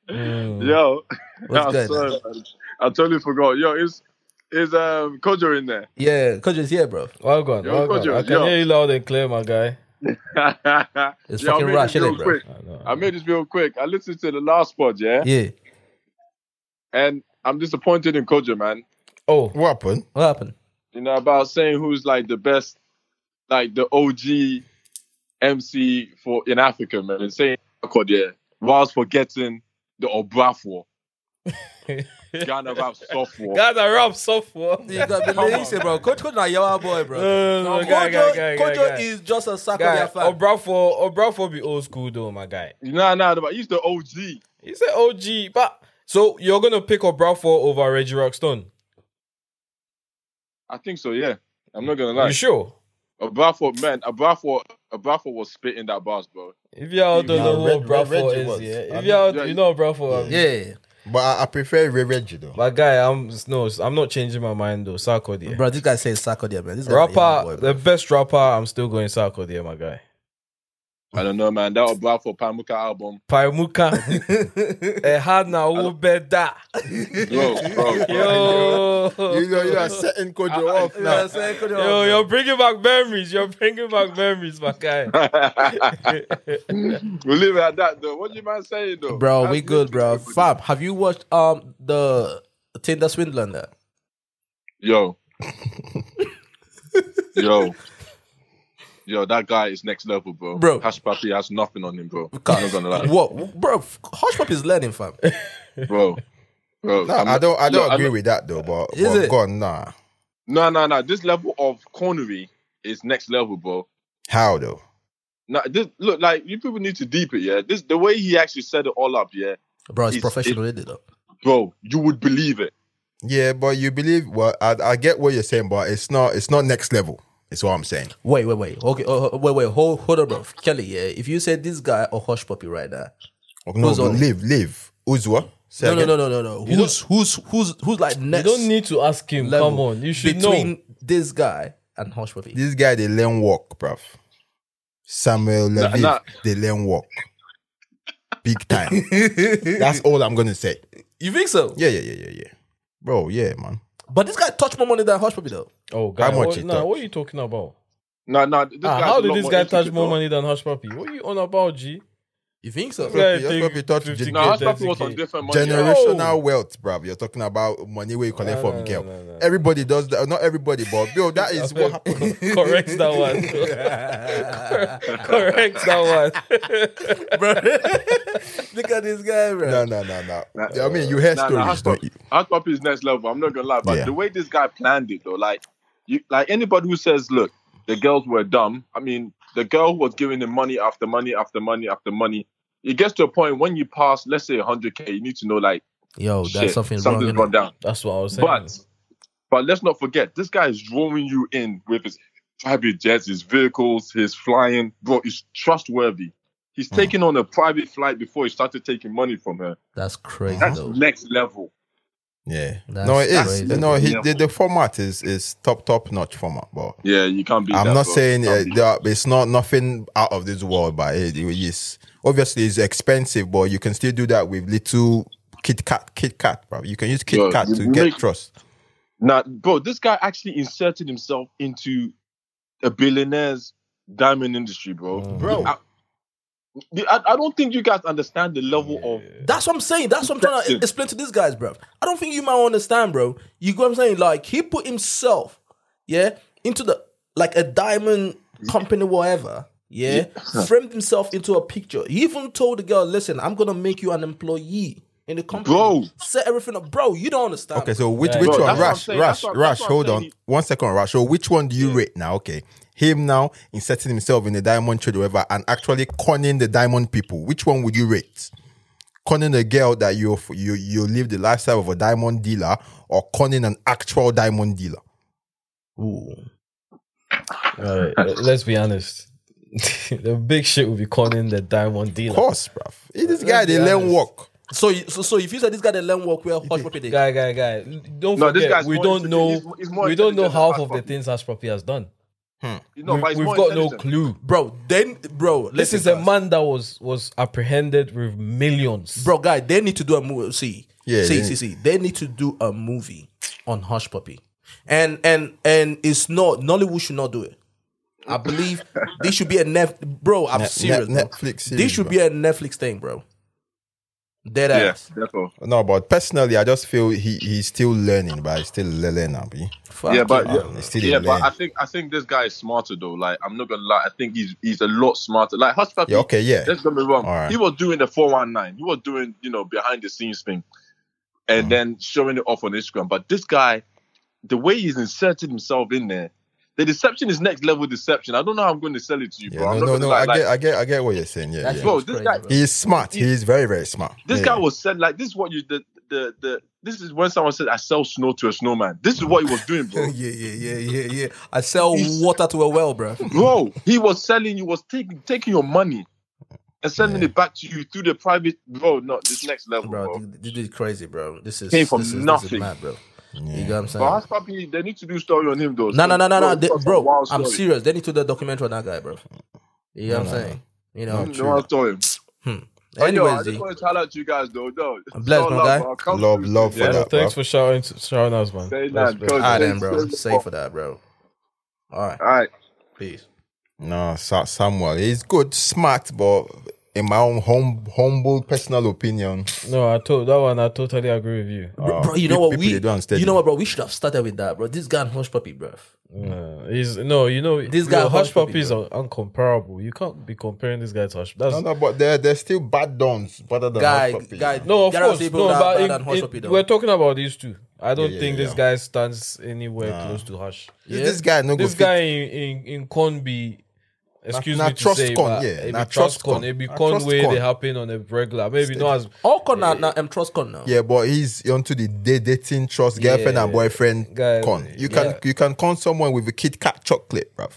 Speaker 2: Mm.
Speaker 7: yo,
Speaker 1: What's
Speaker 7: I'm
Speaker 1: good?
Speaker 7: sorry, man. I totally forgot. Yo, is is um Kojo in there?
Speaker 1: Yeah, coach is here, bro.
Speaker 2: Welcome,
Speaker 7: Yo,
Speaker 2: welcome.
Speaker 7: Kojo,
Speaker 2: I can
Speaker 7: yo.
Speaker 2: hear you loud and clear, my guy.
Speaker 1: It's
Speaker 7: Yo, I
Speaker 1: fucking
Speaker 7: made
Speaker 1: rush,
Speaker 7: this
Speaker 1: isn't
Speaker 7: real
Speaker 1: it, bro?
Speaker 7: quick. I made this real quick. I listened to the last pod, yeah,
Speaker 1: Yeah.
Speaker 7: and I'm disappointed in Kojo, man.
Speaker 2: Oh,
Speaker 3: What happened?
Speaker 1: What happened?
Speaker 7: You know about saying who's like the best, like the OG MC for in Africa, man, and saying Akod, yeah, whilst forgetting the Obrafwo, Ghana rap software.
Speaker 2: guys, I rap software.
Speaker 1: You got to listen, bro. Coach, coach, not your boy, bro.
Speaker 2: No, no, Oh, guy, guy, guy,
Speaker 1: Kojo,
Speaker 2: guy,
Speaker 1: Kojo
Speaker 2: guy.
Speaker 1: is just a soccer
Speaker 2: Guy, oh,
Speaker 1: fan.
Speaker 2: Obrafo, Obrafo be old school though, my guy.
Speaker 7: Nah, nah, but he's the OG.
Speaker 2: He's an OG, but so you're gonna pick Obrafo over Reggie Rockstone?
Speaker 7: I think so, yeah. I'm not gonna
Speaker 2: You
Speaker 7: lie.
Speaker 2: sure?
Speaker 7: Abrafo, man, Abrafo, Abrafo was spitting that bars, bro.
Speaker 2: If y'all don't
Speaker 3: Nah,
Speaker 2: know who
Speaker 3: Reg- Reg-
Speaker 2: Obrafo
Speaker 3: Reggie
Speaker 2: is,
Speaker 3: was.
Speaker 2: yeah.
Speaker 3: I
Speaker 2: If y'all
Speaker 7: know.
Speaker 2: you know Obrafo, yeah.
Speaker 1: Yeah.
Speaker 3: But I, I prefer Ray Reggie though.
Speaker 2: my guy, I'm no, I'm not changing my mind though. Sarko, yeah.
Speaker 1: Bro, this guy says soccer there, man. This guy not your
Speaker 2: Rapper,
Speaker 1: boy,
Speaker 2: the
Speaker 1: bro.
Speaker 2: best rapper, I'm still going Sarko, yeah, my guy.
Speaker 7: I don't know, man. That Abrafo Pamuka album,
Speaker 2: Paimuka, Ehana Ubeda.
Speaker 7: bro, bro, bro.
Speaker 2: Yo,
Speaker 3: You know, you are setting Kojo off
Speaker 1: You know what
Speaker 3: now.
Speaker 1: I'm saying? Kojo,
Speaker 2: yo,
Speaker 1: bro.
Speaker 2: you're bringing back memories. You're bringing back memories, my guy.
Speaker 7: we'll leave it at that, though. What do you man saying, though?
Speaker 1: Bro,
Speaker 7: That's
Speaker 1: we good, bro.
Speaker 7: literally-
Speaker 1: Fab, have you watched um the Tinder Swindler? now?
Speaker 7: Yo, yo, yo, that guy is next level, bro.
Speaker 1: Bro.
Speaker 7: Hash Papi has nothing on him, bro. I'm not gonna lie,
Speaker 1: What, bro? Hush Pop is learning, fam.
Speaker 7: bro. Bro,
Speaker 3: Nah, I don't. I don't
Speaker 7: Yo, I'm
Speaker 3: agree
Speaker 7: not-
Speaker 3: with that though. But,
Speaker 1: Is
Speaker 3: but
Speaker 1: it?
Speaker 3: gone nah.
Speaker 7: No, no, no. This level of cornery is next level, bro.
Speaker 3: How though?
Speaker 7: No, this look like you people need to deep it, yeah. This the way he actually set it all up, yeah,
Speaker 1: Bro, it's
Speaker 7: It's-
Speaker 1: professional, it, though.
Speaker 7: bro. You would believe it.
Speaker 3: Yeah, but you believe. Well, I, I get what you're saying, but it's not. It's not next level. It's what I'm saying.
Speaker 1: Wait, wait, wait. Okay, oh, oh, wait, wait. Hold, hold up, bro. Kelly. Yeah, if you say this guy or hush puppy right now,
Speaker 3: No,
Speaker 1: Who's
Speaker 3: but
Speaker 1: on it?
Speaker 3: live, live. Uzwa. Say
Speaker 1: no, no,
Speaker 3: again.
Speaker 1: no, no, no, no. Who's, who's, who's, who's like
Speaker 2: You
Speaker 1: next?
Speaker 2: don't need to ask him.
Speaker 1: level
Speaker 2: Come on, you should
Speaker 1: between
Speaker 2: know.
Speaker 1: this guy and hush puppy.
Speaker 3: This guy they learn walk, bruv. Samuel Levy,
Speaker 7: nah.
Speaker 3: they learn walk. Big time. That's all I'm gonna say.
Speaker 1: You think so?
Speaker 3: Yeah, yeah, yeah, yeah, yeah. Bro, yeah, man.
Speaker 1: But this guy touched more money than hush puppy though.
Speaker 2: Oh, guy,
Speaker 3: much
Speaker 2: what,
Speaker 3: he
Speaker 2: nah,
Speaker 3: touched?
Speaker 2: what are you talking about?
Speaker 7: No, no. This
Speaker 2: Ah,
Speaker 7: guy's
Speaker 2: how
Speaker 7: a
Speaker 2: did
Speaker 7: lot
Speaker 2: this guy touch
Speaker 7: intricate,
Speaker 2: more
Speaker 7: though.
Speaker 2: money than Hush Puppy? What are you on about, G?
Speaker 1: You think so?
Speaker 2: Yeah.
Speaker 3: You're
Speaker 2: take
Speaker 3: probably touched
Speaker 2: 50K.
Speaker 3: gen-
Speaker 7: No,
Speaker 2: Get
Speaker 7: Hush Puppy was
Speaker 2: 30K.
Speaker 7: on different money. Oh.
Speaker 3: generational wealth, bruv. You're talking about money where you collect
Speaker 2: No,
Speaker 3: from
Speaker 2: no,
Speaker 3: girl.
Speaker 2: no, no, no.
Speaker 3: Everybody does that. Not everybody, but bro, that is what happened.
Speaker 2: Correct that one. Correct that one.
Speaker 1: bro. Look at this guy, bro.
Speaker 3: No, no, no, no. I mean, you hear
Speaker 7: Nah, nah,
Speaker 3: stories,
Speaker 7: Hush
Speaker 3: don't
Speaker 7: Puppy-
Speaker 3: you?
Speaker 7: Hush Puppy is next level. I'm not gonna lie, but
Speaker 3: Yeah.
Speaker 7: the way this guy planned it though, like you, like anybody who says, "Look, the girls were dumb." I mean, the girl who was giving him money after money after money after money. It gets to a point when you pass, let's say 100k, you need to know like
Speaker 2: Oh,
Speaker 1: Yo, that's
Speaker 7: shit,
Speaker 1: something
Speaker 7: something's
Speaker 1: wrong.
Speaker 7: gone down.
Speaker 2: That's what I was saying.
Speaker 7: But but let's not forget, this guy is drawing you in with his private jets, his vehicles, his flying. Bro, he's trustworthy. He's
Speaker 3: Hmm.
Speaker 7: taking on a private flight before he started taking money from her.
Speaker 1: That's crazy
Speaker 7: That's
Speaker 3: Oh.
Speaker 1: though.
Speaker 7: next level.
Speaker 3: Yeah.
Speaker 1: That's
Speaker 3: no, it is.
Speaker 1: crazy.
Speaker 3: No, he,
Speaker 7: Yeah.
Speaker 3: the, the format is is top top notch format, but
Speaker 7: Yeah, you can't be.
Speaker 3: I'm not saying uh, that it's not nothing out of this world, but it, it is obviously it's expensive, but you can still do that with little Kit Kat, Kit Kat, bro. You can use Kit
Speaker 7: Yo,
Speaker 3: Kat
Speaker 7: you
Speaker 3: to get
Speaker 7: make-
Speaker 3: trust.
Speaker 7: Now, bro, this guy actually inserted himself into a billionaire's diamond industry, bro.
Speaker 3: Bro.
Speaker 7: I, I, I don't think you guys understand the level of.
Speaker 1: That's what I'm saying. That's what I'm trying to
Speaker 7: Perception.
Speaker 1: explain to these guys, bro. I don't think you might understand, bro. You go, what I'm saying, like he put himself, yeah, into the like a diamond company, whatever. Yeah, framed himself into a picture. He even told the girl, "Listen, I'm gonna make you an employee in the company.
Speaker 7: Bro.
Speaker 1: set everything up, bro. You don't understand.
Speaker 3: Okay, so which
Speaker 2: Yeah.
Speaker 3: which
Speaker 2: Bro,
Speaker 3: one,
Speaker 7: that's what I'm
Speaker 3: Rash,
Speaker 7: saying,
Speaker 3: Rash,
Speaker 7: that's what-
Speaker 3: Rash?
Speaker 7: that's what I'm
Speaker 3: Hold
Speaker 7: saying,
Speaker 3: on,
Speaker 7: he-
Speaker 3: one second, Rash. So which one do you rate now? Okay, him now inserting himself in the diamond trade, or whatever, and actually conning the diamond people. Which one would you rate? Conning a girl that you you you live the lifestyle of a diamond dealer, or conning an actual diamond dealer?
Speaker 1: Ooh.
Speaker 2: Alright, let- let's be honest. the big shit will be calling the diamond
Speaker 3: Of
Speaker 2: dealer.
Speaker 3: course, bruv. Eh, This guy,
Speaker 2: be
Speaker 3: they learn
Speaker 2: honest.
Speaker 3: walk.
Speaker 1: So, you- so, so if you said this guy that learn work well, hush puppy, they-
Speaker 2: Guy, guy, guy. Don't
Speaker 7: No, this
Speaker 2: forget,
Speaker 7: guy's
Speaker 2: we
Speaker 7: more
Speaker 2: don't know.
Speaker 7: intelligent- he's- he's more
Speaker 2: we don't know
Speaker 7: intelligent than
Speaker 2: half
Speaker 7: Hush
Speaker 2: of the
Speaker 7: Puppy.
Speaker 2: things Hush Puppy has done.
Speaker 7: No, but
Speaker 2: we,
Speaker 7: it's
Speaker 2: have
Speaker 7: more
Speaker 2: got no
Speaker 7: intelligent.
Speaker 2: clue.
Speaker 1: bro. Then, bro, listen,
Speaker 2: This is a
Speaker 1: guys.
Speaker 2: man that was was apprehended with millions.
Speaker 1: bro, guy. They need to do a movie. See,
Speaker 3: Yeah,
Speaker 1: see,
Speaker 3: they-
Speaker 1: see, see. They need to do a movie on Hush Puppy, and and and it's not Nollywood should not do it. I believe this should be a Netflix, bro. I'm
Speaker 3: Ne-
Speaker 1: serious.
Speaker 3: ne-
Speaker 1: bro.
Speaker 3: Netflix
Speaker 1: this
Speaker 3: series,
Speaker 1: should
Speaker 3: bro.
Speaker 1: be a Netflix thing, bro. Dead
Speaker 7: Yeah,
Speaker 1: ass.
Speaker 7: that's all.
Speaker 3: No, but personally, I just feel he he's still learning, but he's still learning, abi.
Speaker 1: Fuck
Speaker 7: yeah, but
Speaker 1: it.
Speaker 3: man. They still
Speaker 7: yeah, yeah
Speaker 3: didn't
Speaker 7: but
Speaker 3: learn.
Speaker 7: I think I think this guy is smarter though. Like I'm not gonna lie, I think he's he's a lot smarter. Like Hush Puppy,
Speaker 3: Yeah, okay, yeah.
Speaker 7: let's not be wrong.
Speaker 3: Alright.
Speaker 7: He was doing the 419. He was doing you know behind the scenes thing,
Speaker 3: Mm-hmm.
Speaker 7: and then showing it off on Instagram. But this guy, the way he's inserted himself in there, the deception is next level deception. I don't know how I'm going to sell it to you,
Speaker 3: Yeah,
Speaker 7: bro. I'm
Speaker 3: no,
Speaker 7: not
Speaker 3: no,
Speaker 7: gonna
Speaker 3: no.
Speaker 7: lie.
Speaker 3: I
Speaker 7: like,
Speaker 3: get, I get, I get what you're saying. Yeah,
Speaker 1: That
Speaker 3: yeah.
Speaker 1: shit was
Speaker 7: Bro, this
Speaker 1: crazy,
Speaker 7: guy-
Speaker 1: bro.
Speaker 3: He's smart. He's very, very smart.
Speaker 7: this
Speaker 3: Yeah.
Speaker 7: guy was said like this is what you the, the the this is when someone said I sell snow to a snowman. This is what he was doing, bro.
Speaker 1: yeah, yeah, yeah, yeah, yeah. I sell water to a well, bro.
Speaker 7: Bro, he was selling you, was taking taking your money and sending it back to you through the private. Bro, no, this next level, bro.
Speaker 1: bro. th- This is crazy, bro. This is
Speaker 7: Came from
Speaker 1: this is, This is
Speaker 7: nothing.
Speaker 1: mad, bro. You know what I'm
Speaker 7: But
Speaker 1: saying?
Speaker 7: Hush Puppy, they need to do story on him though.
Speaker 1: No, no, no, no, no,
Speaker 7: it's
Speaker 1: they-
Speaker 7: not some
Speaker 1: bro.
Speaker 7: wild
Speaker 1: I'm
Speaker 7: story.
Speaker 1: serious. They need to do a documentary on that guy, bro. You know what I'm saying? You know.
Speaker 7: No, I'm sorry. But yo, I
Speaker 1: Anyways,
Speaker 7: just
Speaker 1: G.
Speaker 7: want to shout out to you guys though. though.
Speaker 1: blessed,
Speaker 7: Show
Speaker 1: my
Speaker 7: love,
Speaker 1: guy.
Speaker 7: bro. Come
Speaker 3: Love,
Speaker 7: through,
Speaker 3: love
Speaker 7: yeah.
Speaker 3: for
Speaker 2: Yeah,
Speaker 3: that,
Speaker 2: thanks for
Speaker 3: bro.
Speaker 2: shouting shouting us, man.
Speaker 7: Say
Speaker 2: That's
Speaker 7: that,
Speaker 2: best.
Speaker 7: cause-
Speaker 1: Ah, then, bro. Safe for that, bro. All right.
Speaker 7: All right.
Speaker 1: Peace.
Speaker 3: No, Sa- Samuel. He's good, smart, but in my own hum- humble personal opinion,
Speaker 2: No, I told that one. I totally agree with you.
Speaker 3: uh,
Speaker 1: bro, you know
Speaker 3: pe-
Speaker 1: what?
Speaker 3: people,
Speaker 1: We,
Speaker 3: they don't understand
Speaker 1: you know
Speaker 3: it.
Speaker 1: what, bro? We should have started with that, bro. This guy and Hush Puppy, bro.
Speaker 2: Uh, he's no, you know,
Speaker 1: This
Speaker 2: yo,
Speaker 1: guy Hush
Speaker 2: Hush
Speaker 1: Puppy,
Speaker 2: Puppy is un- uncomparable. You can't be comparing this guy to Hush. That's
Speaker 3: No, no, but they're they're still bad dons, better than
Speaker 1: Guy,
Speaker 3: Hush Puppy.
Speaker 1: guy.
Speaker 2: no, of
Speaker 1: there are
Speaker 2: course,
Speaker 1: people
Speaker 2: no.
Speaker 1: that are
Speaker 2: But
Speaker 1: bad
Speaker 2: in-
Speaker 1: and Hush
Speaker 2: in-
Speaker 1: Puppy, though.
Speaker 2: we're talking about these two. I don't
Speaker 3: yeah,
Speaker 2: think
Speaker 3: yeah,
Speaker 2: this
Speaker 3: yeah.
Speaker 2: guy stands anywhere close to Hush.
Speaker 3: This guy, no
Speaker 2: this
Speaker 3: go fit-
Speaker 2: guy in in, in Conby Excuse
Speaker 3: na
Speaker 2: me to
Speaker 3: trust
Speaker 2: say,
Speaker 3: con,
Speaker 2: but
Speaker 3: yeah,
Speaker 2: it be
Speaker 3: na
Speaker 2: trust
Speaker 3: trust
Speaker 2: con.
Speaker 3: con.
Speaker 2: It be
Speaker 3: Na
Speaker 2: con
Speaker 3: trust
Speaker 2: way
Speaker 3: con.
Speaker 2: they happen on a regular. Maybe not as
Speaker 1: All con now, now, I'm trust con now.
Speaker 3: Yeah, but he's onto the day dating trust girlfriend
Speaker 2: Yeah.
Speaker 3: and boyfriend
Speaker 2: Guy-
Speaker 3: con. You can
Speaker 2: yeah.
Speaker 3: you can con someone with a Kit Kat chocolate, bruv.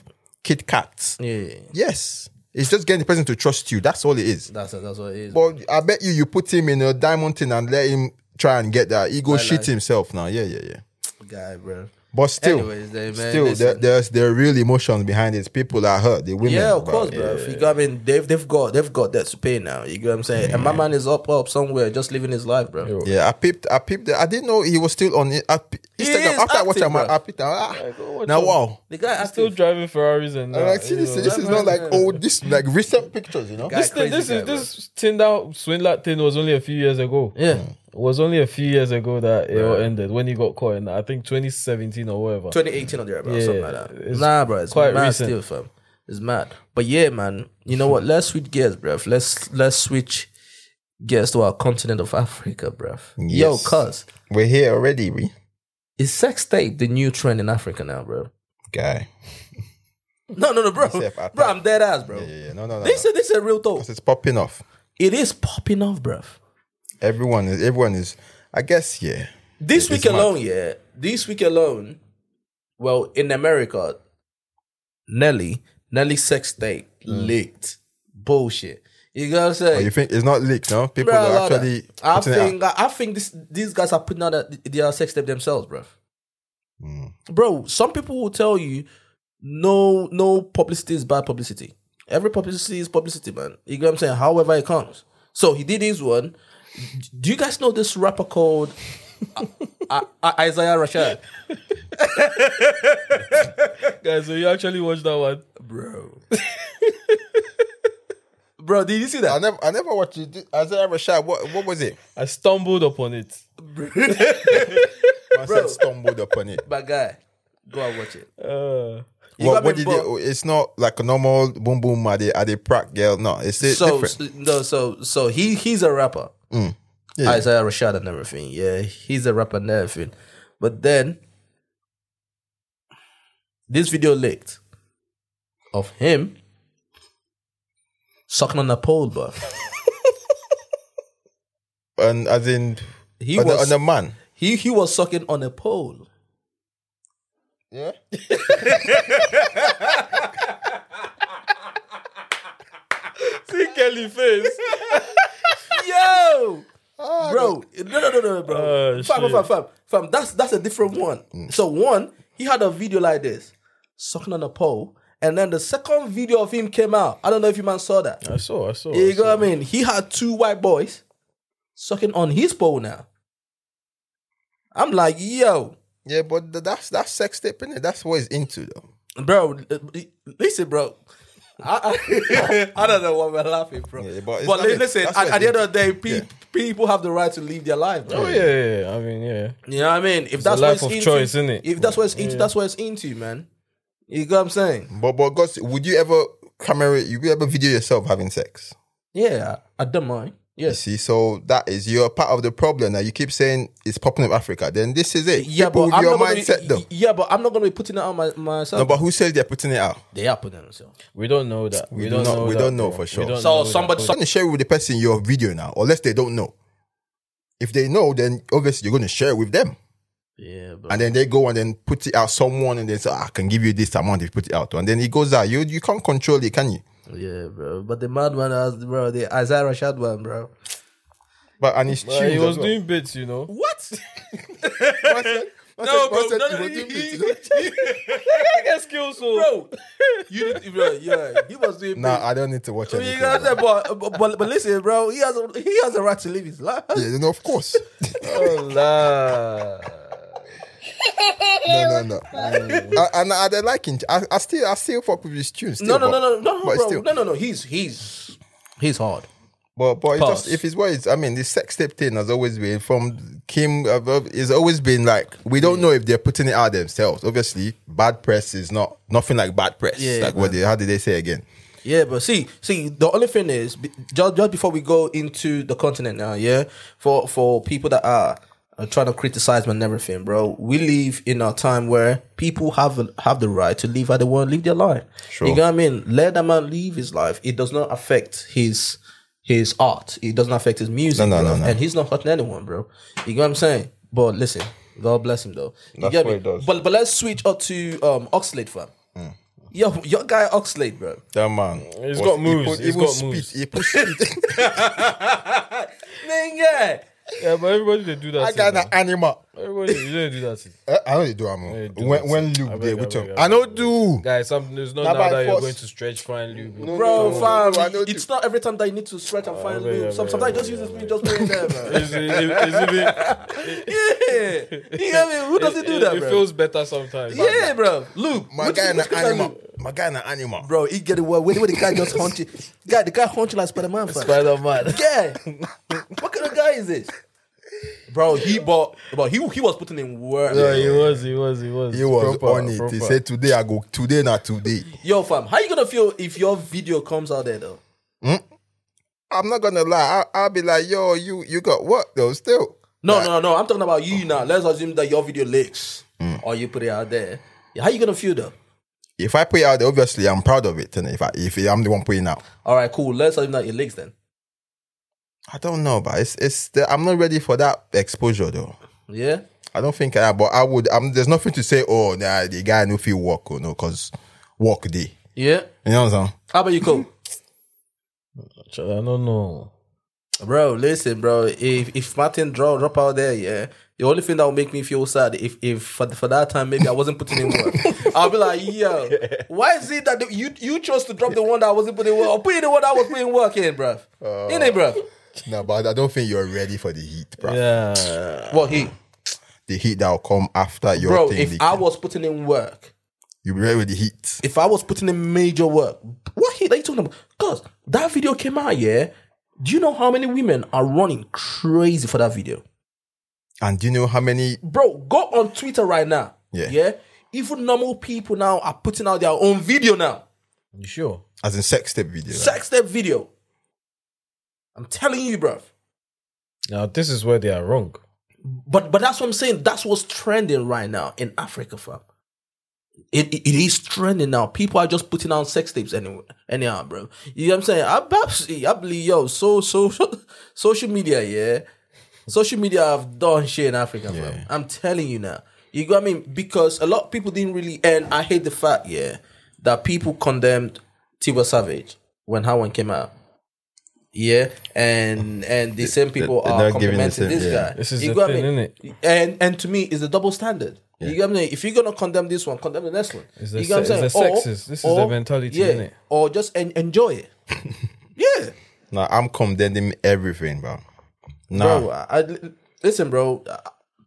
Speaker 3: Kit Kat.
Speaker 1: yeah.
Speaker 3: Yes. It's just getting the person to trust you. That's all it is.
Speaker 1: That's that's what it is.
Speaker 3: But I bet you you put him in a diamond thing and let him try and get that. He go
Speaker 1: Like,
Speaker 3: shit
Speaker 1: like-
Speaker 3: himself now. Yeah, yeah, yeah.
Speaker 1: guy, bro.
Speaker 3: But still,
Speaker 1: Anyways, they- man,
Speaker 3: still, there,
Speaker 1: listen.
Speaker 3: there's there are real emotions behind this. People are hurt. The women,
Speaker 1: Yeah, of
Speaker 3: bruv.
Speaker 1: course, bro. You got I mean they've they've got they've got that to pay now. You get what I'm saying? And my man is up up somewhere just living his life, bro.
Speaker 3: Yeah, I peeped. I peeped. the- I didn't know he was still on it. I pe-
Speaker 1: He
Speaker 3: Instagram.
Speaker 1: is
Speaker 3: After I watched
Speaker 1: active,
Speaker 3: him, I
Speaker 1: bruv.
Speaker 3: I peeped. ah,
Speaker 2: go watch
Speaker 3: now
Speaker 2: him.
Speaker 3: wow.
Speaker 1: The guy
Speaker 2: He's still
Speaker 1: active.
Speaker 2: driving Ferraris and
Speaker 3: And
Speaker 2: that,
Speaker 3: like
Speaker 2: you know.
Speaker 3: seriously, this is not like oh, this like recent pictures, you know.
Speaker 1: Guy-
Speaker 2: this thing, this
Speaker 1: crazy
Speaker 2: is
Speaker 1: guy,
Speaker 2: this Tinder swindler thing was only a few years ago.
Speaker 1: Yeah.
Speaker 2: It was only a few years ago that it all ended when he got caught in I think 2017 or whatever.
Speaker 1: 2018 or there, bro.
Speaker 2: Yeah,
Speaker 1: something like that.
Speaker 2: it's
Speaker 1: nah, bro. It's
Speaker 2: quite
Speaker 1: mad
Speaker 2: recent.
Speaker 1: still, fam. It's mad. But yeah, man. You know what? Let's switch gears, bruv. Let's let's switch gears to our continent of Africa, bruv. Yo,
Speaker 3: Yes.
Speaker 1: cuz
Speaker 3: We're here already, we
Speaker 1: is sex tape the new trend in Africa now, bro?
Speaker 3: guy.
Speaker 1: No, no, no, bro.
Speaker 3: Except I
Speaker 1: Bro,
Speaker 3: thought-
Speaker 1: I'm dead ass, bro.
Speaker 3: Yeah, yeah, yeah. No, no, no.
Speaker 1: This
Speaker 3: no.
Speaker 1: is this is a real talk.
Speaker 3: 'Cause it's popping off.
Speaker 1: It is popping off, bruv.
Speaker 3: Everyone is. Everyone is. I guess yeah.
Speaker 1: This
Speaker 3: It's
Speaker 1: week
Speaker 3: mad.
Speaker 1: alone, yeah. This week alone, well, in America, Nelly, Nelly sex tape leaked. Bullshit. You got what I'm
Speaker 3: But
Speaker 1: saying?
Speaker 3: you think it's not leaked? No, people
Speaker 1: Bruh,
Speaker 3: are
Speaker 1: love that.
Speaker 3: actually.
Speaker 1: I
Speaker 3: putting it out.
Speaker 1: think I think this these guys are putting out a, their sex tape themselves, bro.
Speaker 3: Hmm.
Speaker 1: Bro, some people will tell you no no publicity is bad publicity. Every publicity is publicity, man. You get what I'm saying? However it comes. So he did his one. D- Do you guys know this rapper called I, I, Isaiah Rashad?
Speaker 2: Guys, so you actually watched that one?
Speaker 1: Bro. Bro, did you see
Speaker 3: I
Speaker 1: that?
Speaker 3: never, I never watched it. Isaiah Rashad, what, what was it?
Speaker 2: I stumbled upon it.
Speaker 3: I said stumbled upon it.
Speaker 1: My guy. Go and watch it.
Speaker 2: Uh,
Speaker 1: You
Speaker 3: What,
Speaker 1: got
Speaker 3: what
Speaker 1: me
Speaker 3: did
Speaker 1: bu-
Speaker 3: they, it's not like a normal boom boom. Are they, are they prac girl? No, it's it
Speaker 1: so
Speaker 3: different. Mm.
Speaker 1: s- no, so so he he's a rapper.
Speaker 3: Yeah.
Speaker 1: Isaiah Rashad and everything. Yeah, he's a rapper and everything. But then this video leaked of him sucking on a pole, but
Speaker 3: And as in,
Speaker 1: he
Speaker 3: on, the,
Speaker 1: was
Speaker 3: on the man.
Speaker 1: he he was sucking on a pole.
Speaker 3: Yeah.
Speaker 2: see Kelly face.
Speaker 1: Yo, bro, no, no, no, no, bro.
Speaker 2: Oh,
Speaker 1: fam,
Speaker 2: shit.
Speaker 1: fam, fam, fam. That's that's a different one. So one, he had a video like this, sucking on a pole, and then the second video of him came out. I don't know if you man saw that.
Speaker 2: I saw, I saw.
Speaker 3: Oh,
Speaker 1: You know what I mean? He had two white boys sucking on his pole now. I'm like, yo,
Speaker 3: Yeah, but th- that's that's sex tape, innit? That's what he's into, though.
Speaker 1: bro, uh, listen, bro. I, I, I don't know why we're laughing, bro.
Speaker 3: Yeah,
Speaker 1: but
Speaker 3: but it's
Speaker 1: li-
Speaker 3: nothing.
Speaker 1: listen,
Speaker 3: That's
Speaker 1: at,
Speaker 3: what
Speaker 1: at the
Speaker 3: it
Speaker 1: end of the day,
Speaker 3: is.
Speaker 1: pe-
Speaker 3: Yeah.
Speaker 1: people have the right to live their life, bro.
Speaker 2: Oh yeah, yeah, yeah. I mean, yeah.
Speaker 1: You know what I mean? If that's
Speaker 2: a
Speaker 1: what
Speaker 2: life
Speaker 1: it's
Speaker 2: of
Speaker 1: into,
Speaker 2: choice, innit?
Speaker 1: If that's what it's into, that's what it's into, man. You know what I'm saying?
Speaker 3: But but God, would you ever camera? You ever video yourself having sex?
Speaker 1: Yeah, I don't mind.
Speaker 3: You
Speaker 1: Yes.
Speaker 3: see, so that is you're part of the problem. Now you keep saying it's popping up Africa. Then this is it.
Speaker 1: Yeah,
Speaker 3: People
Speaker 1: but
Speaker 3: with
Speaker 1: I'm
Speaker 3: your
Speaker 1: not gonna
Speaker 3: mindset, though.
Speaker 1: be, yeah, but I'm not gonna be putting it on my,
Speaker 3: No,
Speaker 1: myself.
Speaker 3: but who says they're putting it out?
Speaker 1: they are putting it on themselves.
Speaker 2: We don't know that. We,
Speaker 3: do
Speaker 2: don't
Speaker 3: not-
Speaker 2: know.
Speaker 3: we
Speaker 2: that,
Speaker 3: don't know
Speaker 2: bro.
Speaker 3: for sure.
Speaker 2: We don't know
Speaker 1: So
Speaker 2: that.
Speaker 1: somebody,
Speaker 3: Trying to share with the person your video now, unless they don't know. If they know, then obviously you're going to share it with them.
Speaker 1: yeah, bro.
Speaker 3: And then they go and then put it out someone and they say, "Ah, I can give you this amount if you put it out. And then it goes out. You you can't control it, can you?
Speaker 1: Yeah, bro. But the mad one, has, bro, the Isaiah Rashad one, bro.
Speaker 3: But and it's
Speaker 2: Like,
Speaker 3: true.
Speaker 2: he was doing bits, you know.
Speaker 1: What?
Speaker 3: No,
Speaker 1: bro, no, no,
Speaker 2: I guess kill so.
Speaker 1: bro, you, need- bro, yeah, he was doing.
Speaker 3: Nah, I don't need to watch
Speaker 1: big.
Speaker 3: anything.
Speaker 1: you know what I'm
Speaker 3: bro.
Speaker 1: saying? But, but, but, but listen, bro, he has a, he has a right to live his life.
Speaker 3: Yeah, no, of course.
Speaker 2: Oh, la.
Speaker 3: No, no, no. I- And I, I like him. I, I still, I still fuck with his tunes.
Speaker 1: No,
Speaker 3: still,
Speaker 1: no, no,
Speaker 3: but-
Speaker 1: no, no, no,
Speaker 3: but
Speaker 1: bro,
Speaker 3: still.
Speaker 1: no, no, no. He's he's he's hard.
Speaker 3: But but it's
Speaker 1: Pause.
Speaker 3: just if it's what it's, I mean, the sex tape thing has always been from Kim. uh, uh, It's always been like we don't know if they're putting it out themselves. Obviously, bad press is not nothing like bad press.
Speaker 1: Yeah,
Speaker 3: like what they how did they say again?
Speaker 1: Yeah, but see, see, the only thing is, be- just, just before we go into the continent now, yeah, for for people that are and trying to criticize me and everything, bro. We live in a time where people have have the right to live how they want to live their life.
Speaker 3: Sure.
Speaker 1: You know what I mean? Let that man live his life. It does not affect his his art. It doesn't affect his music.
Speaker 3: No, no,
Speaker 1: bro.
Speaker 3: no, no.
Speaker 1: And he's not hurting anyone, bro. You know what I'm saying? But listen, God bless him though. You
Speaker 3: That's
Speaker 1: get
Speaker 3: what
Speaker 1: me?
Speaker 3: it does. Mm.
Speaker 1: But but let's switch up to um Oxlade fam. Yo, your guy Oxlade, bro.
Speaker 3: That man.
Speaker 2: He's
Speaker 3: was-
Speaker 2: got
Speaker 3: he
Speaker 2: moves,
Speaker 3: put- he
Speaker 2: he's
Speaker 3: put
Speaker 2: got
Speaker 3: speed-
Speaker 2: moves.
Speaker 3: He put speed.
Speaker 1: Nigga.
Speaker 2: Yeah, but everybody they do that.
Speaker 3: I
Speaker 2: thing,
Speaker 3: got
Speaker 2: man.
Speaker 3: an animal. Eh,
Speaker 2: Everybody, you don't do that. thing.
Speaker 3: I I know they do
Speaker 2: Yeah, you
Speaker 3: animal.
Speaker 2: do
Speaker 3: When
Speaker 2: that.
Speaker 3: when
Speaker 2: I
Speaker 3: Luke there
Speaker 2: beg, I
Speaker 3: with him,
Speaker 2: beg, I
Speaker 3: I know
Speaker 2: beg.
Speaker 3: do.
Speaker 2: Guys, some, it's not
Speaker 3: Not
Speaker 2: now
Speaker 3: by
Speaker 2: that you're
Speaker 3: force.
Speaker 2: going to stretch fine Lube.
Speaker 1: Bro,
Speaker 2: Oh.
Speaker 3: I
Speaker 1: fam,
Speaker 3: know
Speaker 1: it's not every time that you need to stretch and find
Speaker 2: yeah,
Speaker 1: lube. Some-
Speaker 2: yeah,
Speaker 1: Sometimes
Speaker 2: yeah,
Speaker 1: just use this just put it there, man.
Speaker 2: It's, it, it's, it's, even-
Speaker 1: Yeah, you know what I mean? Who doesn't do that,
Speaker 2: it
Speaker 1: bro?
Speaker 2: feels better sometimes.
Speaker 1: Yeah, bro. Luke,
Speaker 3: My
Speaker 1: which-
Speaker 3: guy an
Speaker 1: which guy
Speaker 3: animal.
Speaker 1: Luke?
Speaker 3: My guy an animal.
Speaker 1: Bro, he get it well. Wait, wait, the guy just hunt you. Guy, the guy hunt you like Spider Man.
Speaker 2: Spider Man.
Speaker 1: Yeah. what kind of guy is this? Bro, he bought. But he he was putting in work.
Speaker 2: No, he was, he was, he was.
Speaker 3: He was
Speaker 2: Proper,
Speaker 3: on it. He
Speaker 2: proper.
Speaker 3: said today I go today not today.
Speaker 1: Yo, fam, how you gonna feel if your video comes out there though?
Speaker 3: I'm not gonna lie. I, I'll be like, yo, you you got what though? Still,
Speaker 1: No, no, no. I'm talking about you now. Let's assume that your video leaks
Speaker 2: Mm.
Speaker 1: or you put it out there. How you gonna feel though?
Speaker 3: if I put it out, there, obviously I'm proud of it. And if I if I'm the one putting it out,
Speaker 1: All right, cool. Let's assume that it leaks then.
Speaker 3: I don't know, but it's it's the, I'm not ready for that exposure though.
Speaker 1: Yeah.
Speaker 3: I don't think I am, but I would. I'm, there's nothing to say. Oh, nah, the guy no feel work or no, cause work day.
Speaker 1: Yeah.
Speaker 3: You know what I'm saying?
Speaker 1: How about you, Cole?
Speaker 2: Ch- I don't know.
Speaker 1: bro, listen, bro. If if Martin draw drop out there, yeah. The only thing that will make me feel sad if if for, for that time maybe I wasn't putting in work, I'll be like, yo, why is it that the, you you chose to drop the one that I wasn't putting work or put in the one that I was putting work in, bruv? in it, bruv.
Speaker 3: No, but I don't think you're ready for the heat, bro.
Speaker 2: Yeah.
Speaker 1: What he,
Speaker 3: The heat that will come after your
Speaker 1: bro?
Speaker 3: thing.
Speaker 1: If
Speaker 3: leaking.
Speaker 1: I was putting in work,
Speaker 3: you be ready with the heat.
Speaker 1: if I was putting in major work, what heat are you talking about? Cause that video came out, yeah. Do you know how many women are running crazy for that video?
Speaker 3: And do you know how many?
Speaker 1: bro, go on Twitter right now.
Speaker 3: Yeah.
Speaker 1: Yeah. Even normal people now are putting out their own video now.
Speaker 2: You sure?
Speaker 3: As in sex tape video. right?
Speaker 1: Sex step video. I'm telling you, bruv.
Speaker 2: Now this is where they are wrong.
Speaker 1: But but that's what I'm saying. That's what's trending right now in Africa, fam. It, it, it is trending now. People are just putting out sex tapes anyway, anyhow, bro. You know what I'm saying? I, perhaps- I believe, yo, so, so, social media, yeah. Social media have done shit in Africa, fam. I'm telling you now. You know what I mean? Because a lot of people didn't really, and I hate the fact, yeah, that people condemned Tiwa Savage when Hawan came out. Yeah, and and the same people
Speaker 3: they're
Speaker 1: are
Speaker 3: not giving the
Speaker 1: complimenting
Speaker 3: same-
Speaker 1: this
Speaker 3: yeah.
Speaker 1: guy.
Speaker 2: This is
Speaker 1: You
Speaker 2: the
Speaker 1: get what I
Speaker 2: thing,
Speaker 1: mean?
Speaker 2: innit?
Speaker 1: and and to me it's a double standard. You get me? If you're gonna condemn this one, condemn the next one.
Speaker 2: It's a
Speaker 1: you get
Speaker 2: se-
Speaker 1: what I'm
Speaker 2: it's
Speaker 1: saying?
Speaker 2: a
Speaker 1: Or-
Speaker 2: sexist. This is
Speaker 1: or-
Speaker 2: the mentality,
Speaker 1: yeah,
Speaker 2: innit?
Speaker 1: Or just en- enjoy it. yeah,
Speaker 3: Nah, I'm condemning everything, bro.
Speaker 2: Ah.
Speaker 3: Nah,
Speaker 1: bro. I, I- listen, bro.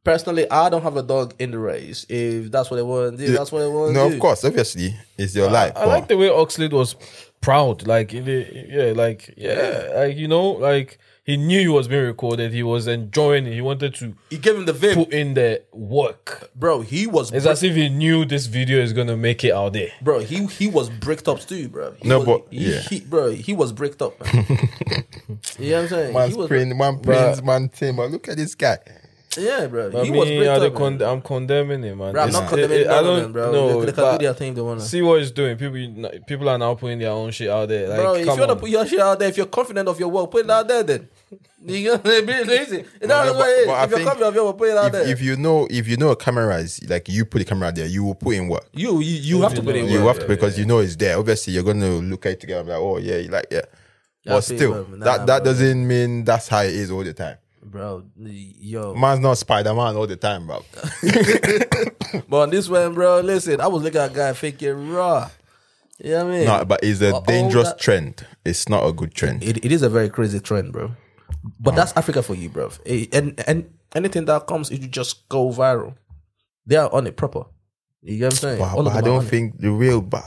Speaker 1: Personally, I don't have a dog in the race. If that's what they want to do, that's what they want to
Speaker 3: no,
Speaker 1: do.
Speaker 3: of course, obviously, it's your life.
Speaker 2: I
Speaker 3: but
Speaker 2: like the way Oxlade was proud. Like in the- yeah, like yeah, like you know, like he knew he was being recorded. He was enjoying it. He wanted to
Speaker 1: He gave him the vim,
Speaker 2: put in the work.
Speaker 1: bro. He was,
Speaker 2: It's as if he knew this video is gonna make it out there.
Speaker 1: bro. He he was bricked up too, bro. He
Speaker 3: No,
Speaker 1: was,
Speaker 3: but-
Speaker 1: he,
Speaker 3: yeah.
Speaker 1: he- bro. He was bricked up, man. you know what I'm saying?
Speaker 3: man's
Speaker 1: he was,
Speaker 3: print, man prints, man team. But look at this guy.
Speaker 1: yeah, bro. He
Speaker 2: I
Speaker 1: was
Speaker 2: mean,
Speaker 1: bricked
Speaker 2: I
Speaker 1: up.
Speaker 2: don't
Speaker 1: man.
Speaker 2: con- I'm condemning him, man.
Speaker 1: Bro, I'm
Speaker 2: It's-
Speaker 1: not condemning
Speaker 2: it- I
Speaker 1: none of
Speaker 2: don't
Speaker 1: them, bro.
Speaker 2: know,
Speaker 1: they, they can do
Speaker 2: but
Speaker 1: their thing they wanna.
Speaker 2: See what he's doing. People, people are now putting their own shit out there. Like,
Speaker 1: bro, if you
Speaker 2: come
Speaker 1: wanna
Speaker 2: on.
Speaker 1: put your shit out there, if you're confident of your work, put it out there then. You know, be lazy. That's
Speaker 3: No,
Speaker 1: what it is.
Speaker 3: but I
Speaker 1: If you're
Speaker 3: think
Speaker 1: confident of your work, put it out
Speaker 3: If,
Speaker 1: there.
Speaker 3: if you know, if you know a camera is like you put the camera out there, you will put in work.
Speaker 1: you, you, you have to put it.
Speaker 3: You
Speaker 1: work.
Speaker 3: have to because you know it's there. Obviously, you're gonna look at it together. and be like, oh yeah, you like yeah.
Speaker 1: Yeah, I
Speaker 3: But
Speaker 1: feel
Speaker 3: still,
Speaker 1: you, bro. Nah,
Speaker 3: that that
Speaker 1: bro.
Speaker 3: doesn't mean that's how it is all the time.
Speaker 1: bro. Yo,
Speaker 3: Man's not Spider Man all the time, bro.
Speaker 1: but on this one, bro. Listen, I was looking at a guy faking raw. You know what I mean?
Speaker 3: no, but it's a
Speaker 1: all
Speaker 3: dangerous
Speaker 1: that-
Speaker 3: trend. It's not a good trend.
Speaker 1: it, it is a very crazy trend, bro. But that's Africa for you, bro. Eh, And and anything that comes, it just go viral. They are on it proper. You get what I'm saying?
Speaker 3: But,
Speaker 1: All of them
Speaker 3: but I
Speaker 1: are on
Speaker 3: don't
Speaker 1: it.
Speaker 3: think the real. But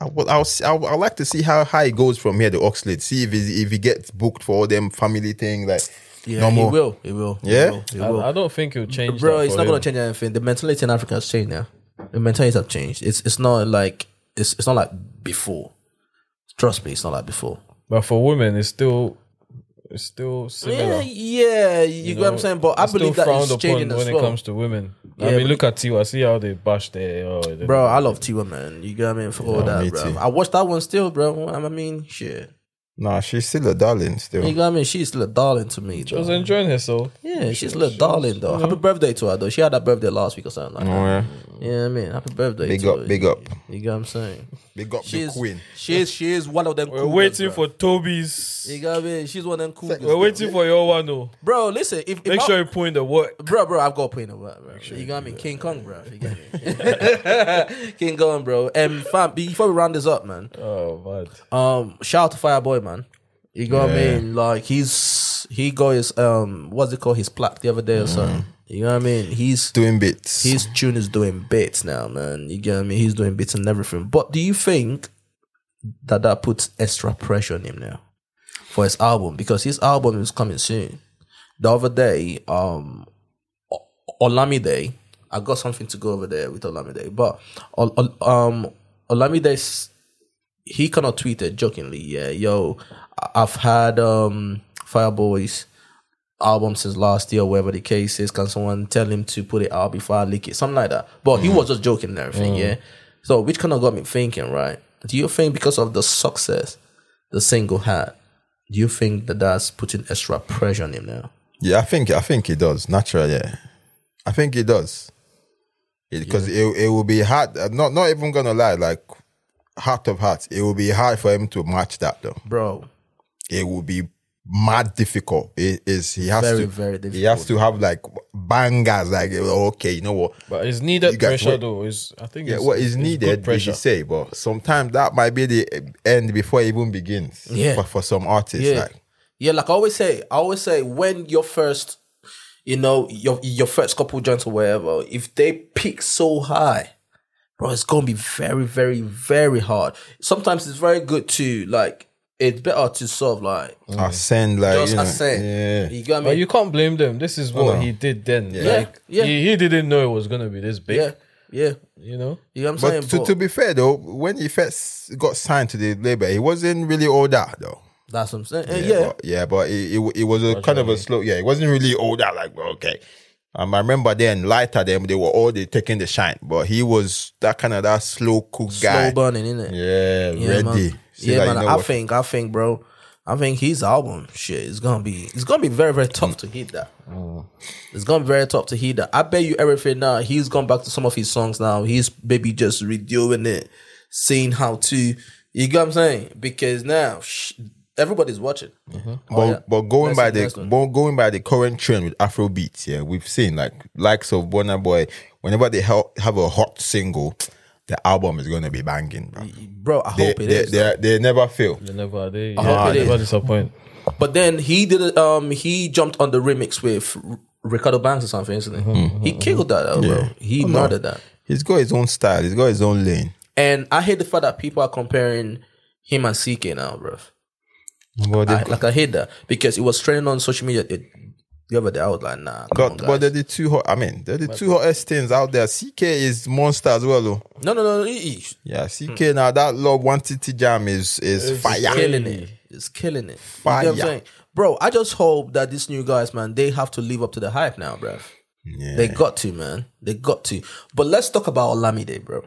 Speaker 3: I would, I'll, see- I'll, I'll like to see how high it goes from here to Oxlade. See if he, if he gets booked for all them family thing. Like
Speaker 1: Yeah,
Speaker 3: no more.
Speaker 1: he will. He will. He
Speaker 3: Yeah?
Speaker 1: will, he will.
Speaker 2: I, I don't think he'll change.
Speaker 1: bro.
Speaker 2: that
Speaker 1: It's
Speaker 2: for
Speaker 1: not
Speaker 2: him.
Speaker 1: gonna change anything. The mentality in Africa has changed now. The mentalities have changed. It's it's not like it's it's not like before. Trust me, it's not like before.
Speaker 2: But for women, it's still It's still
Speaker 1: Yeah,
Speaker 2: similar.
Speaker 1: yeah, you, get what I'm
Speaker 2: know,
Speaker 1: saying. But I
Speaker 2: it's still
Speaker 1: believe that
Speaker 2: frowned
Speaker 1: is
Speaker 2: upon
Speaker 1: changing
Speaker 2: when
Speaker 1: as
Speaker 2: it
Speaker 1: well,
Speaker 2: comes to women. I
Speaker 1: Yeah,
Speaker 2: mean,
Speaker 1: but-
Speaker 2: look at Tiwa. See how they bash their oh, they-
Speaker 1: bro. I love Tiwa, man. You get what I mean for all
Speaker 3: Yeah, me
Speaker 1: that, bro.
Speaker 3: too.
Speaker 1: I watched that one still, bro. I mean, shit.
Speaker 3: Nah, she's still a darling
Speaker 1: You
Speaker 3: still.
Speaker 1: get what I mean? She's still a darling to me.
Speaker 2: She was
Speaker 1: though.
Speaker 2: enjoying herself.
Speaker 1: Yeah, she's a little darling though. Happy birthday to her though. She had her birthday last week or something like
Speaker 3: Oh,
Speaker 1: that.
Speaker 3: yeah.
Speaker 1: Yeah, I mean, happy birthday.
Speaker 3: Big
Speaker 1: to
Speaker 3: up,
Speaker 1: her.
Speaker 3: big up.
Speaker 1: You get what I'm saying?
Speaker 3: Big up
Speaker 1: She's
Speaker 3: the queen.
Speaker 1: She's she is one of them.
Speaker 2: We're
Speaker 1: cougars,
Speaker 2: waiting
Speaker 1: bro.
Speaker 2: for Toby's.
Speaker 1: You get what I mean? She's one of them cool.
Speaker 2: We're waiting for your one though.
Speaker 1: Bro, listen. If, if
Speaker 2: Make
Speaker 1: I-
Speaker 2: sure you put in the work.
Speaker 1: bro, bro, I've got to put in the work, bro. you got me, King Kong, bro. You got me, King Kong, bro. Um, fam, before we round this up, man.
Speaker 2: Oh man.
Speaker 1: Um, shout out to Fireboy, man. You know what I mean? Like he's he got his um, what's it called? His plaque the other day
Speaker 3: Mm.
Speaker 1: or something. You know what I mean? He's
Speaker 3: Doing bits.
Speaker 1: his tune is doing bits now, man. You get what I mean? He's doing bits and everything. But do you think that that puts extra pressure on him now for his album? Because his album is coming soon. The other day, um, O- Olamide, I got something to go over there with Olamide, but Ol- Ol- um, Olamide's he kind of tweeted jokingly, yeah, yo, I- I've had um Fireboys album since last year, whatever the case is. Can someone tell him to put it out before I leak it? Something like that. But he was just joking and everything,
Speaker 3: Mm.
Speaker 1: yeah. So which kind of got me thinking, right? Do you think because of the success the single had, do you think that that's putting extra pressure on him now?
Speaker 3: Yeah, I think I think it does naturally. Yeah. I think it does because it, it will be hard. I'm not not even gonna lie, like heart of hearts, it will be hard for him to match that though.
Speaker 1: Bro,
Speaker 3: It will be mad difficult. It is he has
Speaker 1: Very,
Speaker 3: to
Speaker 1: very
Speaker 3: he has to have like bangers. Like okay, you know what?
Speaker 2: But it's
Speaker 3: You
Speaker 2: needed
Speaker 3: guys
Speaker 2: pressure
Speaker 3: wait.
Speaker 2: though. Is I think
Speaker 3: Yeah,
Speaker 2: it's,
Speaker 3: what is
Speaker 2: it's good
Speaker 3: needed, did
Speaker 2: pressure.
Speaker 3: you say? But sometimes that might be the end before it even begins.
Speaker 1: Yeah.
Speaker 3: for, for some artists,
Speaker 1: Yeah.
Speaker 3: like
Speaker 1: Yeah, like I always say, I always say when your first, you know, your your first couple joints or whatever, if they peak so high, bro, it's gonna be very, very, very hard. Sometimes it's very good to like. It's better to sort of like
Speaker 3: ascend, like
Speaker 1: Mm. just
Speaker 3: you know,
Speaker 1: ascend.
Speaker 3: yeah.
Speaker 1: You got me?
Speaker 2: But you can't blame them. This is what
Speaker 3: no.
Speaker 2: he did then.
Speaker 3: Yeah.
Speaker 2: Like,
Speaker 1: Yeah, yeah.
Speaker 2: He, he didn't know it was gonna be this big.
Speaker 1: yeah, yeah.
Speaker 2: You know.
Speaker 1: You know what I'm
Speaker 3: But
Speaker 1: saying?
Speaker 3: to,
Speaker 1: But
Speaker 3: to be fair though, when he first got signed to the label, he wasn't really all that though.
Speaker 1: that's what I'm saying. And yeah,
Speaker 3: but, yeah, but it, it, it was a kind of a slow. Yeah, it wasn't really all that. Like well, okay, um, I remember then lighter them they were all they taking the shine, but he was that kind of that slow cool guy.
Speaker 1: slow burning, innit?
Speaker 3: yeah,
Speaker 1: Yeah,
Speaker 3: ready.
Speaker 1: man.
Speaker 3: See,
Speaker 1: yeah,
Speaker 3: like, you
Speaker 1: man.
Speaker 3: know
Speaker 1: I
Speaker 3: what-
Speaker 1: think, I think, bro, I think his album shit is gonna be, it's gonna be very, very tough to hit that.
Speaker 3: Mm.
Speaker 1: It's gonna be very tough to hit that. I bet you everything now. He's gone back to some of his songs now. He's maybe just redoing it, seeing how to. You get what I'm saying? Because now sh- everybody's watching.
Speaker 3: Mm-hmm.
Speaker 1: Oh,
Speaker 3: But,
Speaker 1: yeah.
Speaker 3: but going
Speaker 1: Next
Speaker 3: by
Speaker 1: one, next
Speaker 3: the
Speaker 1: one.
Speaker 3: but going by the current trend with Afro beats, yeah, we've seen like likes of Burna Boy. Whenever they help, have a hot single, the album is gonna be banging, bro.
Speaker 1: Bro, I
Speaker 3: They,
Speaker 1: hope it
Speaker 3: they,
Speaker 1: is.
Speaker 3: they, they never fail.
Speaker 2: They never they
Speaker 1: hope it
Speaker 2: they
Speaker 1: is.
Speaker 2: never disappoint.
Speaker 1: But then he did. it, Um, he jumped on the remix with R- Ricardo Banks or something, isn't he?
Speaker 3: Mm-hmm.
Speaker 1: He killed that, though, bro. He
Speaker 3: Oh,
Speaker 1: murdered that.
Speaker 3: He's got his own style. He's got his own lane.
Speaker 1: And I hate the fact that people are comparing him and CK now, bro.
Speaker 3: But
Speaker 1: I,
Speaker 3: they've
Speaker 1: like I hate that because it was trending on social media the, the other day. I was like, nah, come on,
Speaker 3: got, but
Speaker 1: guys.
Speaker 3: they're the two hot. I mean, they're the two hottest things out there. CK is monster as well, though.
Speaker 1: no, no, no, he- he's
Speaker 3: Yeah, CK
Speaker 1: Hmm.
Speaker 3: now that love one titty jam is is fire.
Speaker 1: killing it. It's killing it.
Speaker 3: Fire.
Speaker 1: You know what I'm saying? Bro, I just hope that these new guys, man, they have to live up to the hype now, bro.
Speaker 3: Yeah.
Speaker 1: They got to, man. They got to. But let's talk about Olamide, bro.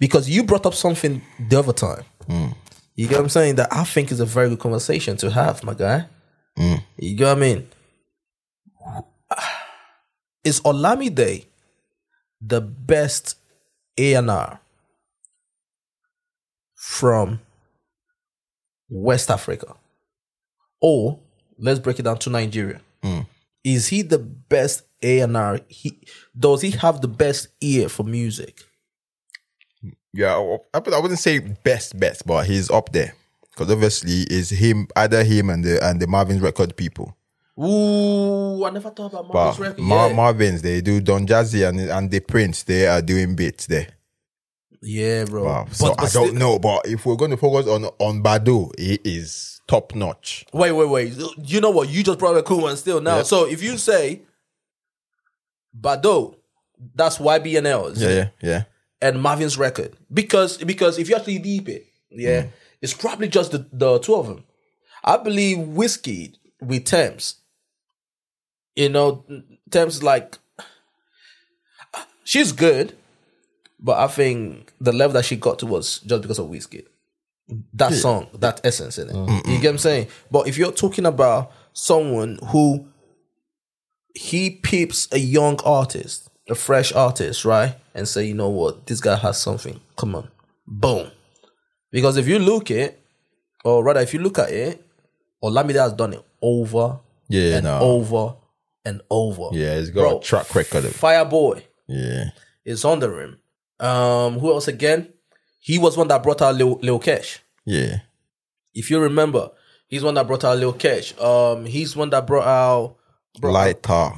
Speaker 1: Because you brought up something the other time.
Speaker 3: Hmm.
Speaker 1: You get what I'm saying? That I think is a very good conversation to have, my guy.
Speaker 3: Hmm.
Speaker 1: You get what I mean? Is Olamide the best A&R from West Africa? Or let's break it down to Nigeria
Speaker 3: Mm.
Speaker 1: is he the best A and R? He does he have the best ear for music?
Speaker 3: yeah, I, I wouldn't say best best, but he's up there because obviously it's him, either him and the and the Marvin's record people.
Speaker 1: Ooh, I never thought about
Speaker 3: But
Speaker 1: Marcus Record.
Speaker 3: Mar-
Speaker 1: yeah.
Speaker 3: Marvin's they do Don Jazzy and and the Prince they are doing bits there.
Speaker 1: yeah, bro.
Speaker 3: Wow. So I
Speaker 1: still-
Speaker 3: don't know, but if we're going to focus on on Badu, he is top notch.
Speaker 1: Wait, wait, wait. You know what? You just brought up a cool one still now. So if you say Bado, that's YBNL, is
Speaker 3: Yeah,
Speaker 1: it?
Speaker 3: yeah, yeah.
Speaker 1: and Marvin's record because because if you actually deep it, yeah, it's probably just the, the two of them. I believe whiskey with Thames. You know, Thames is like she's good, but I think the level that she got to was just because of whiskey. That song, that essence in it. You get what I'm saying? But if you're talking about someone who he peeps a young artist, a fresh artist, right? And say, you know what, this guy has something. Come on. Boom. Because if you look it, or rather if you look at it, Olamide has done it over
Speaker 3: Yeah,
Speaker 1: and
Speaker 3: no.
Speaker 1: over and over.
Speaker 3: Yeah, he's got a track record of-
Speaker 1: Fireboy
Speaker 3: Yeah.
Speaker 1: is on the rim. Um, who else again? He was one that brought out Lil, Lil Kesh.
Speaker 3: Yeah.
Speaker 1: If you remember, he's one that brought out Lil Kesh. Um, he's one that brought out brought out-
Speaker 3: Lighter.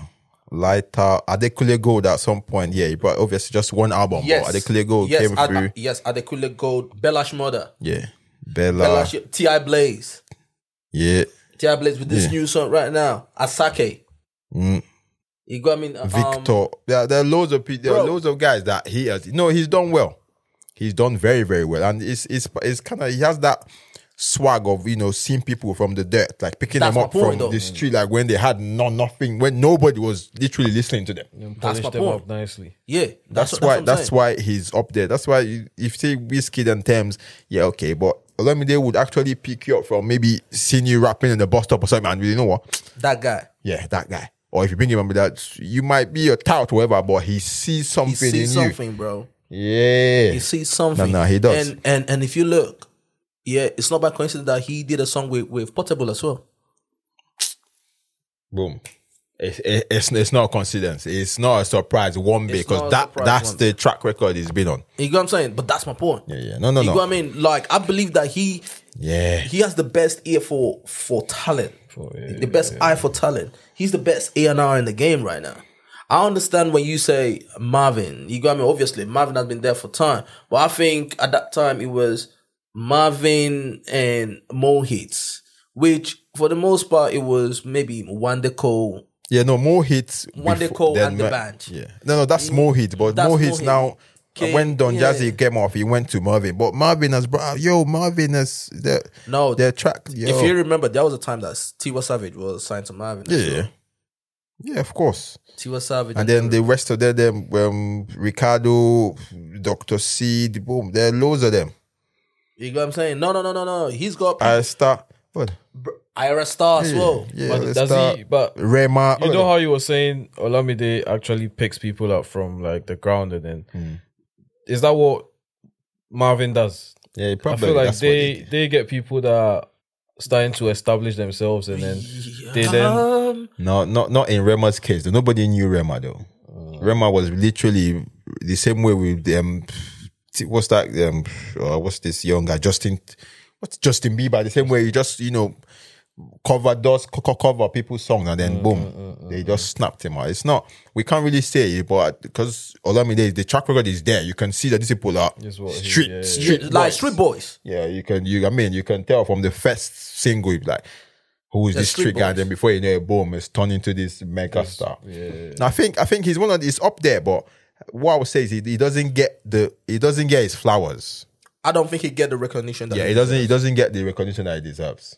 Speaker 3: Lighter. Adekule Gold at some point. Yeah, he brought obviously just one album. Yes.
Speaker 1: Yes,
Speaker 3: But Adekule Gold
Speaker 1: yes,
Speaker 3: came
Speaker 1: Ad-
Speaker 3: through.
Speaker 1: Yes, Adekule Gold, Bellash Murder,
Speaker 3: Yeah. Bella.
Speaker 1: Bellash, Ti Blaze,
Speaker 3: Yeah.
Speaker 1: Ti Blaze with this
Speaker 3: Yeah.
Speaker 1: new song right now, Asake.
Speaker 3: Mm.
Speaker 1: You got I mean, um,
Speaker 3: Victor. there, there are loads of people, there are
Speaker 1: Bro.
Speaker 3: loads of guys that he has. No, he's done well. He's done very, very well, and it's it's it's kind of he has that swag of you know seeing people from the dirt, like picking
Speaker 1: That's
Speaker 3: them
Speaker 1: my
Speaker 3: up
Speaker 1: point,
Speaker 3: from
Speaker 1: though.
Speaker 3: the street, like when they had no nothing, when nobody was literally listening to them.
Speaker 1: That's
Speaker 2: Polish
Speaker 1: my
Speaker 2: them
Speaker 1: point.
Speaker 2: up nicely.
Speaker 1: Yeah,
Speaker 3: That's,
Speaker 1: what-
Speaker 3: why
Speaker 1: what I'm
Speaker 3: that's
Speaker 1: saying.
Speaker 3: why he's up there. That's why you, if you say whiskey and Thames, yeah, okay, but Olamide would actually pick you up from maybe seeing you rapping in the bus stop or something, and you know what?
Speaker 1: that guy.
Speaker 3: yeah, that guy. Or if you bring him up with that, you might be a tout, whatever, but he sees something
Speaker 1: He sees
Speaker 3: in
Speaker 1: something, bro.
Speaker 3: you. Yeah.
Speaker 1: He sees something.
Speaker 3: No, no, he does.
Speaker 1: And and and if you look, yeah, it's not by coincidence that he did a song with with Portable as well.
Speaker 3: Boom. It's, it- it's, it's not a coincidence. It's not a surprise one bit
Speaker 1: not a
Speaker 3: because that,
Speaker 1: surprise
Speaker 3: that's
Speaker 1: one
Speaker 3: the track record he's been on.
Speaker 1: You know what I'm saying? But that's my point.
Speaker 3: Yeah, yeah. No, no,
Speaker 1: you
Speaker 3: no.
Speaker 1: know what I mean? Like I believe that he
Speaker 3: Yeah.
Speaker 1: he has the best ear for for talent, the best eye for talent. He's the best A and R in the game right now. I understand when you say Marvin. You got me. Obviously, Marvin has been there for time, but I think at that time it was Marvin and Mo hits, which for the most part it was maybe Wanda Cole.
Speaker 3: Yeah, no, more hits.
Speaker 1: One Day
Speaker 3: befo-
Speaker 1: Cole
Speaker 3: than
Speaker 1: and the
Speaker 3: Ma-
Speaker 1: band.
Speaker 3: Yeah. No, no, that's more hits, but
Speaker 1: That's
Speaker 3: more
Speaker 1: Mo
Speaker 3: hits
Speaker 1: Hit.
Speaker 3: now.
Speaker 1: Came-
Speaker 3: when Don
Speaker 1: yeah.
Speaker 3: Jazzy came off, he went to Marvin. But Marvin has brought yo, Marvin has the
Speaker 1: No,
Speaker 3: their track. Yo.
Speaker 1: if you remember, there was a time that Tiwa Savage was signed to Marvin.
Speaker 3: yeah, yeah. Yeah, of course.
Speaker 1: Tiwa Savage,
Speaker 3: And then the rest of them, them um, Ricardo, Dr. Seed, boom, there are loads of them.
Speaker 1: you know what I'm saying? No, no, no, no, no. He's got
Speaker 3: I start, what?
Speaker 1: Ira Star as
Speaker 3: Yeah,
Speaker 1: well.
Speaker 3: yeah,
Speaker 2: But
Speaker 3: let's
Speaker 2: does
Speaker 3: start.
Speaker 2: he- but
Speaker 3: Rema,
Speaker 2: You
Speaker 3: all
Speaker 2: know
Speaker 3: of
Speaker 2: how you were saying Olamide actually picks people up from like the ground and then is that what Marvin does?
Speaker 3: them. yeah,
Speaker 2: I
Speaker 3: probably
Speaker 2: feel like
Speaker 3: that's what
Speaker 2: they,
Speaker 3: they,
Speaker 2: they get people that are starting to establish themselves and then they then
Speaker 1: Um,
Speaker 3: no, not not in Rema's case. though. Nobody knew Rema though.
Speaker 2: Uh.
Speaker 3: Rema was literally the same way with them. what's that? Um, uh, what's this young guy? Justin. What's Justin Bieber? The same way you just you know cover does co- co- cover people's songs and
Speaker 2: Mm,
Speaker 3: then boom, they just snapped him out. It's not we can't really say it, but because Olamide the track record is there, you can see that these people are
Speaker 2: Just what he-
Speaker 3: street
Speaker 2: yeah, yeah.
Speaker 3: street
Speaker 1: like
Speaker 3: boys.
Speaker 1: Street Boys.
Speaker 3: Yeah, you can. You, I mean, you can tell from the first single, you'd be like, who is
Speaker 1: Yeah,
Speaker 3: this
Speaker 1: Street
Speaker 3: street guy?
Speaker 1: Boys.
Speaker 3: Then before you know it, boom, it's turned into this mega star. Now, I think I think he's one of he's up there, but what I would say is he, he doesn't get the he doesn't get his flowers.
Speaker 1: I don't think he get the recognition. That
Speaker 3: Yeah,
Speaker 1: he
Speaker 3: he doesn't he doesn't get the recognition that he deserves.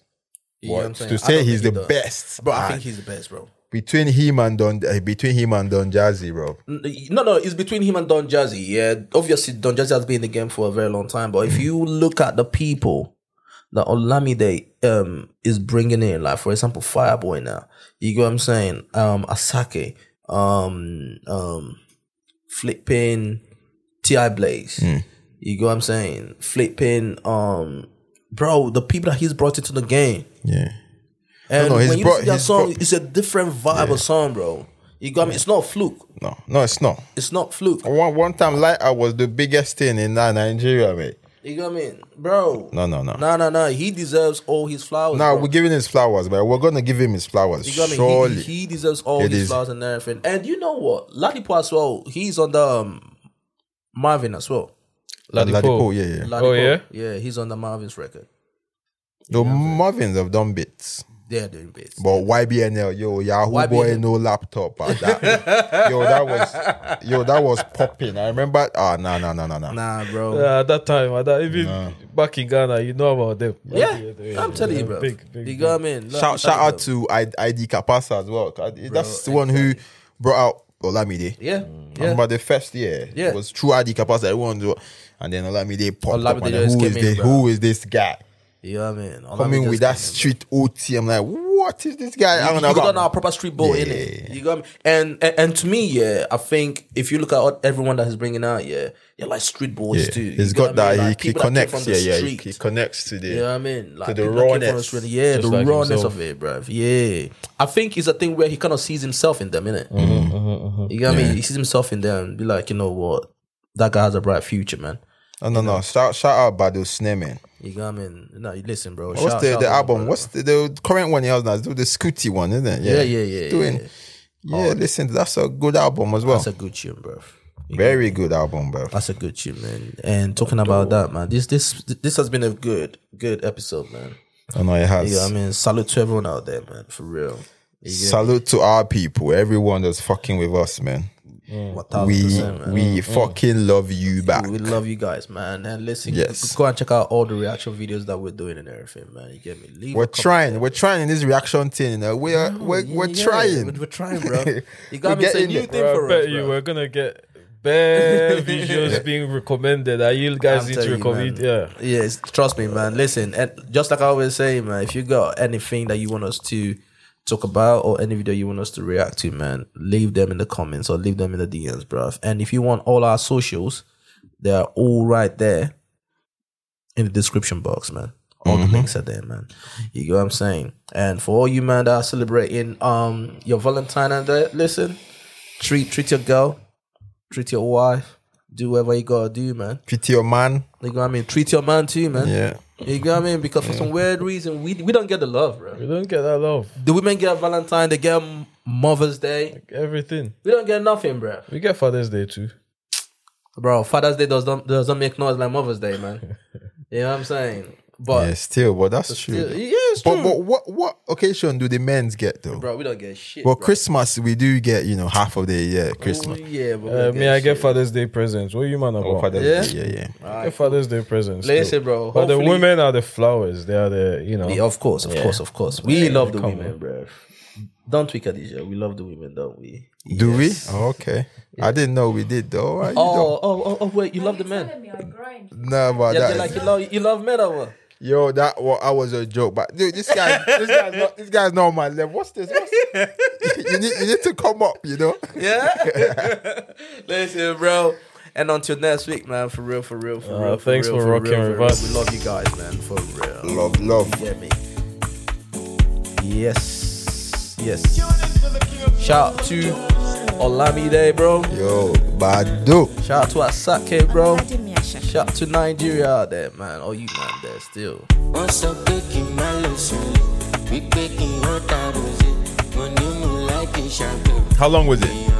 Speaker 1: You know what I'm
Speaker 3: But
Speaker 1: saying?
Speaker 3: to
Speaker 1: I
Speaker 3: say
Speaker 1: don't
Speaker 3: he's the
Speaker 1: think he does.
Speaker 3: best,
Speaker 1: bro. I
Speaker 3: man,
Speaker 1: think he's the best, bro.
Speaker 3: between him and Don eh, between him and Don Jazzy, bro.
Speaker 1: N- No, no, it's between him and Don Jazzy. Yeah, obviously Don Jazzy has been in the game for a very long time, but if
Speaker 3: Mm.
Speaker 1: you look at the people that Olamide um is bringing in, like for example Fireboy now, you get what I'm saying? Um, Asake, um, um, flipping Ti Blaze.
Speaker 3: Mm.
Speaker 1: You get what I'm saying? Flipping, um, bro, the people that he's brought into the game.
Speaker 3: Yeah,
Speaker 1: And
Speaker 3: no, he's
Speaker 1: when you listen
Speaker 3: brought-
Speaker 1: to that
Speaker 3: he's
Speaker 1: song,
Speaker 3: brought-
Speaker 1: it's a different vibe of song, bro. You got me? It's not a fluke.
Speaker 3: no, no, it's not.
Speaker 1: It's not fluke.
Speaker 3: One one time, Lighter was the biggest thing in uh, Nigeria, mate.
Speaker 1: You got me? Bro.
Speaker 3: No, no, no.
Speaker 1: No, no, no. He deserves all his flowers.
Speaker 3: Now
Speaker 1: bro.
Speaker 3: we're giving his flowers, but we're gonna give him his flowers.
Speaker 1: You got me?
Speaker 3: Surely,
Speaker 1: He, he deserves all
Speaker 3: It
Speaker 1: his
Speaker 3: is.
Speaker 1: flowers and everything. And you know what? Ladipo as well, he's on the um, Marvin as well.
Speaker 3: Ladipo.
Speaker 2: Ladipo.
Speaker 3: yeah, yeah.
Speaker 1: Ladipo,
Speaker 2: Oh, yeah?
Speaker 1: Yeah, he's on the Marvin's record.
Speaker 3: The Marvins have done bits.
Speaker 1: They're doing bits.
Speaker 3: But YBNL, yo, Yahoo boy,
Speaker 1: YBNL.
Speaker 3: no laptop. ah, that- yo, that was, yo, that was popping. I remember. Ah, nah, nah, nah, nah, nah.
Speaker 1: Nah, bro.
Speaker 2: Yeah, at that time, at that, even back in Ghana, you know about them.
Speaker 1: Yeah,
Speaker 2: yeah,
Speaker 1: I'm telling
Speaker 2: yeah,
Speaker 1: you, bro.
Speaker 2: Big, big,
Speaker 1: you
Speaker 2: big.
Speaker 1: got me. Look,
Speaker 3: shout shout
Speaker 1: look,
Speaker 3: out to I- ID Kapasa as well. 'cause That's the one who brought out Olamide.
Speaker 1: yeah,
Speaker 3: I
Speaker 1: yeah.
Speaker 3: remember the first year.
Speaker 1: Yeah.
Speaker 3: It was through ID Kapasa. Everyone was, and then Olamide popped up.
Speaker 1: Olamide
Speaker 3: And then,
Speaker 1: just
Speaker 3: who is
Speaker 1: came in,
Speaker 3: this?
Speaker 1: bro.
Speaker 3: Who is this guy?
Speaker 1: You know what I mean? All
Speaker 3: Coming
Speaker 1: I'm
Speaker 3: with
Speaker 1: just
Speaker 3: that
Speaker 1: saying,
Speaker 3: street OT. I'm like, what is this guy? I
Speaker 1: You,
Speaker 3: don't
Speaker 1: you got
Speaker 3: know. about-
Speaker 1: on our proper street ball,
Speaker 3: Yeah.
Speaker 1: innit? You got me? And, and and to me, yeah, I think if you look at all- everyone that he's bringing out, yeah, they're like street boys
Speaker 3: Yeah.
Speaker 1: too. You
Speaker 3: He's
Speaker 1: get what
Speaker 3: got
Speaker 1: I mean?
Speaker 3: that.
Speaker 1: Like,
Speaker 3: he, he
Speaker 1: people that came
Speaker 3: connects.
Speaker 1: from
Speaker 3: Yeah,
Speaker 1: the
Speaker 3: yeah. He,
Speaker 1: street.
Speaker 3: he connects to the.
Speaker 1: You know what I mean? Like
Speaker 3: To the
Speaker 1: people that came from the
Speaker 3: rawness.
Speaker 1: street- yeah,
Speaker 2: Just
Speaker 1: the
Speaker 2: like
Speaker 1: rawness
Speaker 2: himself.
Speaker 1: of it, bruv. Yeah, I think it's a thing where he kind of sees himself in them, innit?
Speaker 3: Mm-hmm,
Speaker 1: You get what I mean? He sees himself in them, and be like, you know what, that guy has a bright future, man.
Speaker 3: No, no, no. Shout, shout out Badu Snare, man.
Speaker 1: You got what I mean? No, you listen, bro.
Speaker 3: What's
Speaker 1: Shout-
Speaker 3: the,
Speaker 1: shout
Speaker 3: the
Speaker 1: out to
Speaker 3: album?
Speaker 1: him, bro.
Speaker 3: What's the, the current one he has now? It's The Scooty one, isn't it?
Speaker 1: yeah, yeah, yeah,
Speaker 3: He's
Speaker 1: yeah.
Speaker 3: Doing,
Speaker 1: yeah. Oh.
Speaker 3: yeah, listen, that's a good album as well.
Speaker 1: That's a good tune, bro.
Speaker 3: Very good album, bro.
Speaker 1: That's a good tune, man. And talking about that, man, this this this has been a good good episode, man.
Speaker 3: I know it has.
Speaker 1: You know what I mean? Salute to everyone out there, man. For real. You get
Speaker 3: Salute to our people, everyone that's fucking with us, man.
Speaker 1: me? 1000%,
Speaker 3: We
Speaker 1: man. Mm-hmm.
Speaker 3: we fucking love you back.
Speaker 1: We love you guys, man. And listen,
Speaker 3: Yes.
Speaker 1: go and check out all the reaction videos that we're doing and everything, man. You get me? Leave
Speaker 3: We're
Speaker 1: a comment.
Speaker 3: trying. We're trying in this reaction thing. You know? We're we're,
Speaker 1: Yeah,
Speaker 3: we're
Speaker 1: yeah,
Speaker 3: trying.
Speaker 1: We're, we're trying, bro. You
Speaker 3: We're
Speaker 1: got me? It's a
Speaker 3: getting
Speaker 1: new
Speaker 3: it.
Speaker 1: thing
Speaker 2: Bro, I
Speaker 1: for
Speaker 2: bet
Speaker 1: us.
Speaker 2: you
Speaker 1: bro.
Speaker 2: we're gonna get bare visuals being recommended. Are you guys
Speaker 1: I'm
Speaker 2: into
Speaker 1: telling you,
Speaker 2: recommend?
Speaker 1: man.
Speaker 2: Yeah.
Speaker 1: Yes, trust me, man. Listen, and just like I always say, man, if you got anything that you want us to talk about or any video you want us to react to, man, leave them in the comments or leave them in the DMs, bruv. And if you want all our socials, they are all right there in the description box, man. All the
Speaker 2: Mm-hmm.
Speaker 1: links are there, man. You get what I'm saying? And for all you man that are celebrating um your Valentine and that, listen, treat treat your girl, treat your wife, do whatever you gotta do, man.
Speaker 3: Pity your man.
Speaker 1: You know what I mean? Treat your man too, man.
Speaker 3: Yeah.
Speaker 1: You know what I mean? Because for some weird reason, we we don't get the love, bro.
Speaker 2: We don't get that love.
Speaker 1: The women get Valentine, they get Mother's Day.
Speaker 2: Everything.
Speaker 1: We don't get nothing, bro.
Speaker 2: We get Father's Day too.
Speaker 1: Bro, Father's Day does not does not make noise like Mother's Day, man. you know what I'm saying? But
Speaker 3: Yeah, still, but that's
Speaker 1: yeah,
Speaker 3: true.
Speaker 1: it's true.
Speaker 3: But but what what occasion do the men's get though?
Speaker 1: bro, we don't get shit.
Speaker 3: Well,
Speaker 1: bro.
Speaker 3: Christmas we do get you know half of the year
Speaker 1: Oh,
Speaker 3: Christmas.
Speaker 1: yeah, but we
Speaker 2: Uh,
Speaker 1: don't
Speaker 2: me, I get
Speaker 1: shit.
Speaker 2: Father's Day presents. What you man about?
Speaker 3: Oh, Father's
Speaker 1: Yeah?
Speaker 3: Day, yeah, yeah.
Speaker 2: Get Father's Day presents. too.
Speaker 1: Listen, bro,
Speaker 2: But the
Speaker 1: hopefully-
Speaker 2: women are the flowers. They are the you know.
Speaker 1: Yeah, of course, of course, of course. We love the
Speaker 2: come
Speaker 1: women, bro. Don't tweak Adija. We love the women, don't we?
Speaker 3: Do we? Oh, okay. I didn't know we did though. Why you
Speaker 1: Oh, oh, oh, oh, wait, you love the men.
Speaker 3: don't- Nah, but
Speaker 1: Yeah,
Speaker 3: that
Speaker 1: yeah,
Speaker 3: is-
Speaker 1: like you love you love men or what?
Speaker 3: Yo, that well, I was a joke, but dude, this guy, this guy's not, this guy's not on my level. What's this? What's you need, you need to come up, you know.
Speaker 1: Yeah. Listen, bro. And until next week, man. For real, for real, for
Speaker 2: Uh,
Speaker 1: real.
Speaker 2: thanks
Speaker 1: real,
Speaker 2: for rocking
Speaker 1: real,
Speaker 2: with
Speaker 1: real.
Speaker 2: us.
Speaker 1: We love you guys, man. For real.
Speaker 3: Love, love.
Speaker 1: Yeah, me. Yes. Yes. Shout out to Olamide, bro.
Speaker 3: Yo, Badu.
Speaker 1: Shout out to Asake, bro. Shout out to Nigeria out there, man. Oh, you man there still.
Speaker 8: wọ́n sọ pé kí n má lọ sùn wípé kí n má ta rosé mo ní mo láìkí ṣàgbẹ̀wò
Speaker 3: How long was it?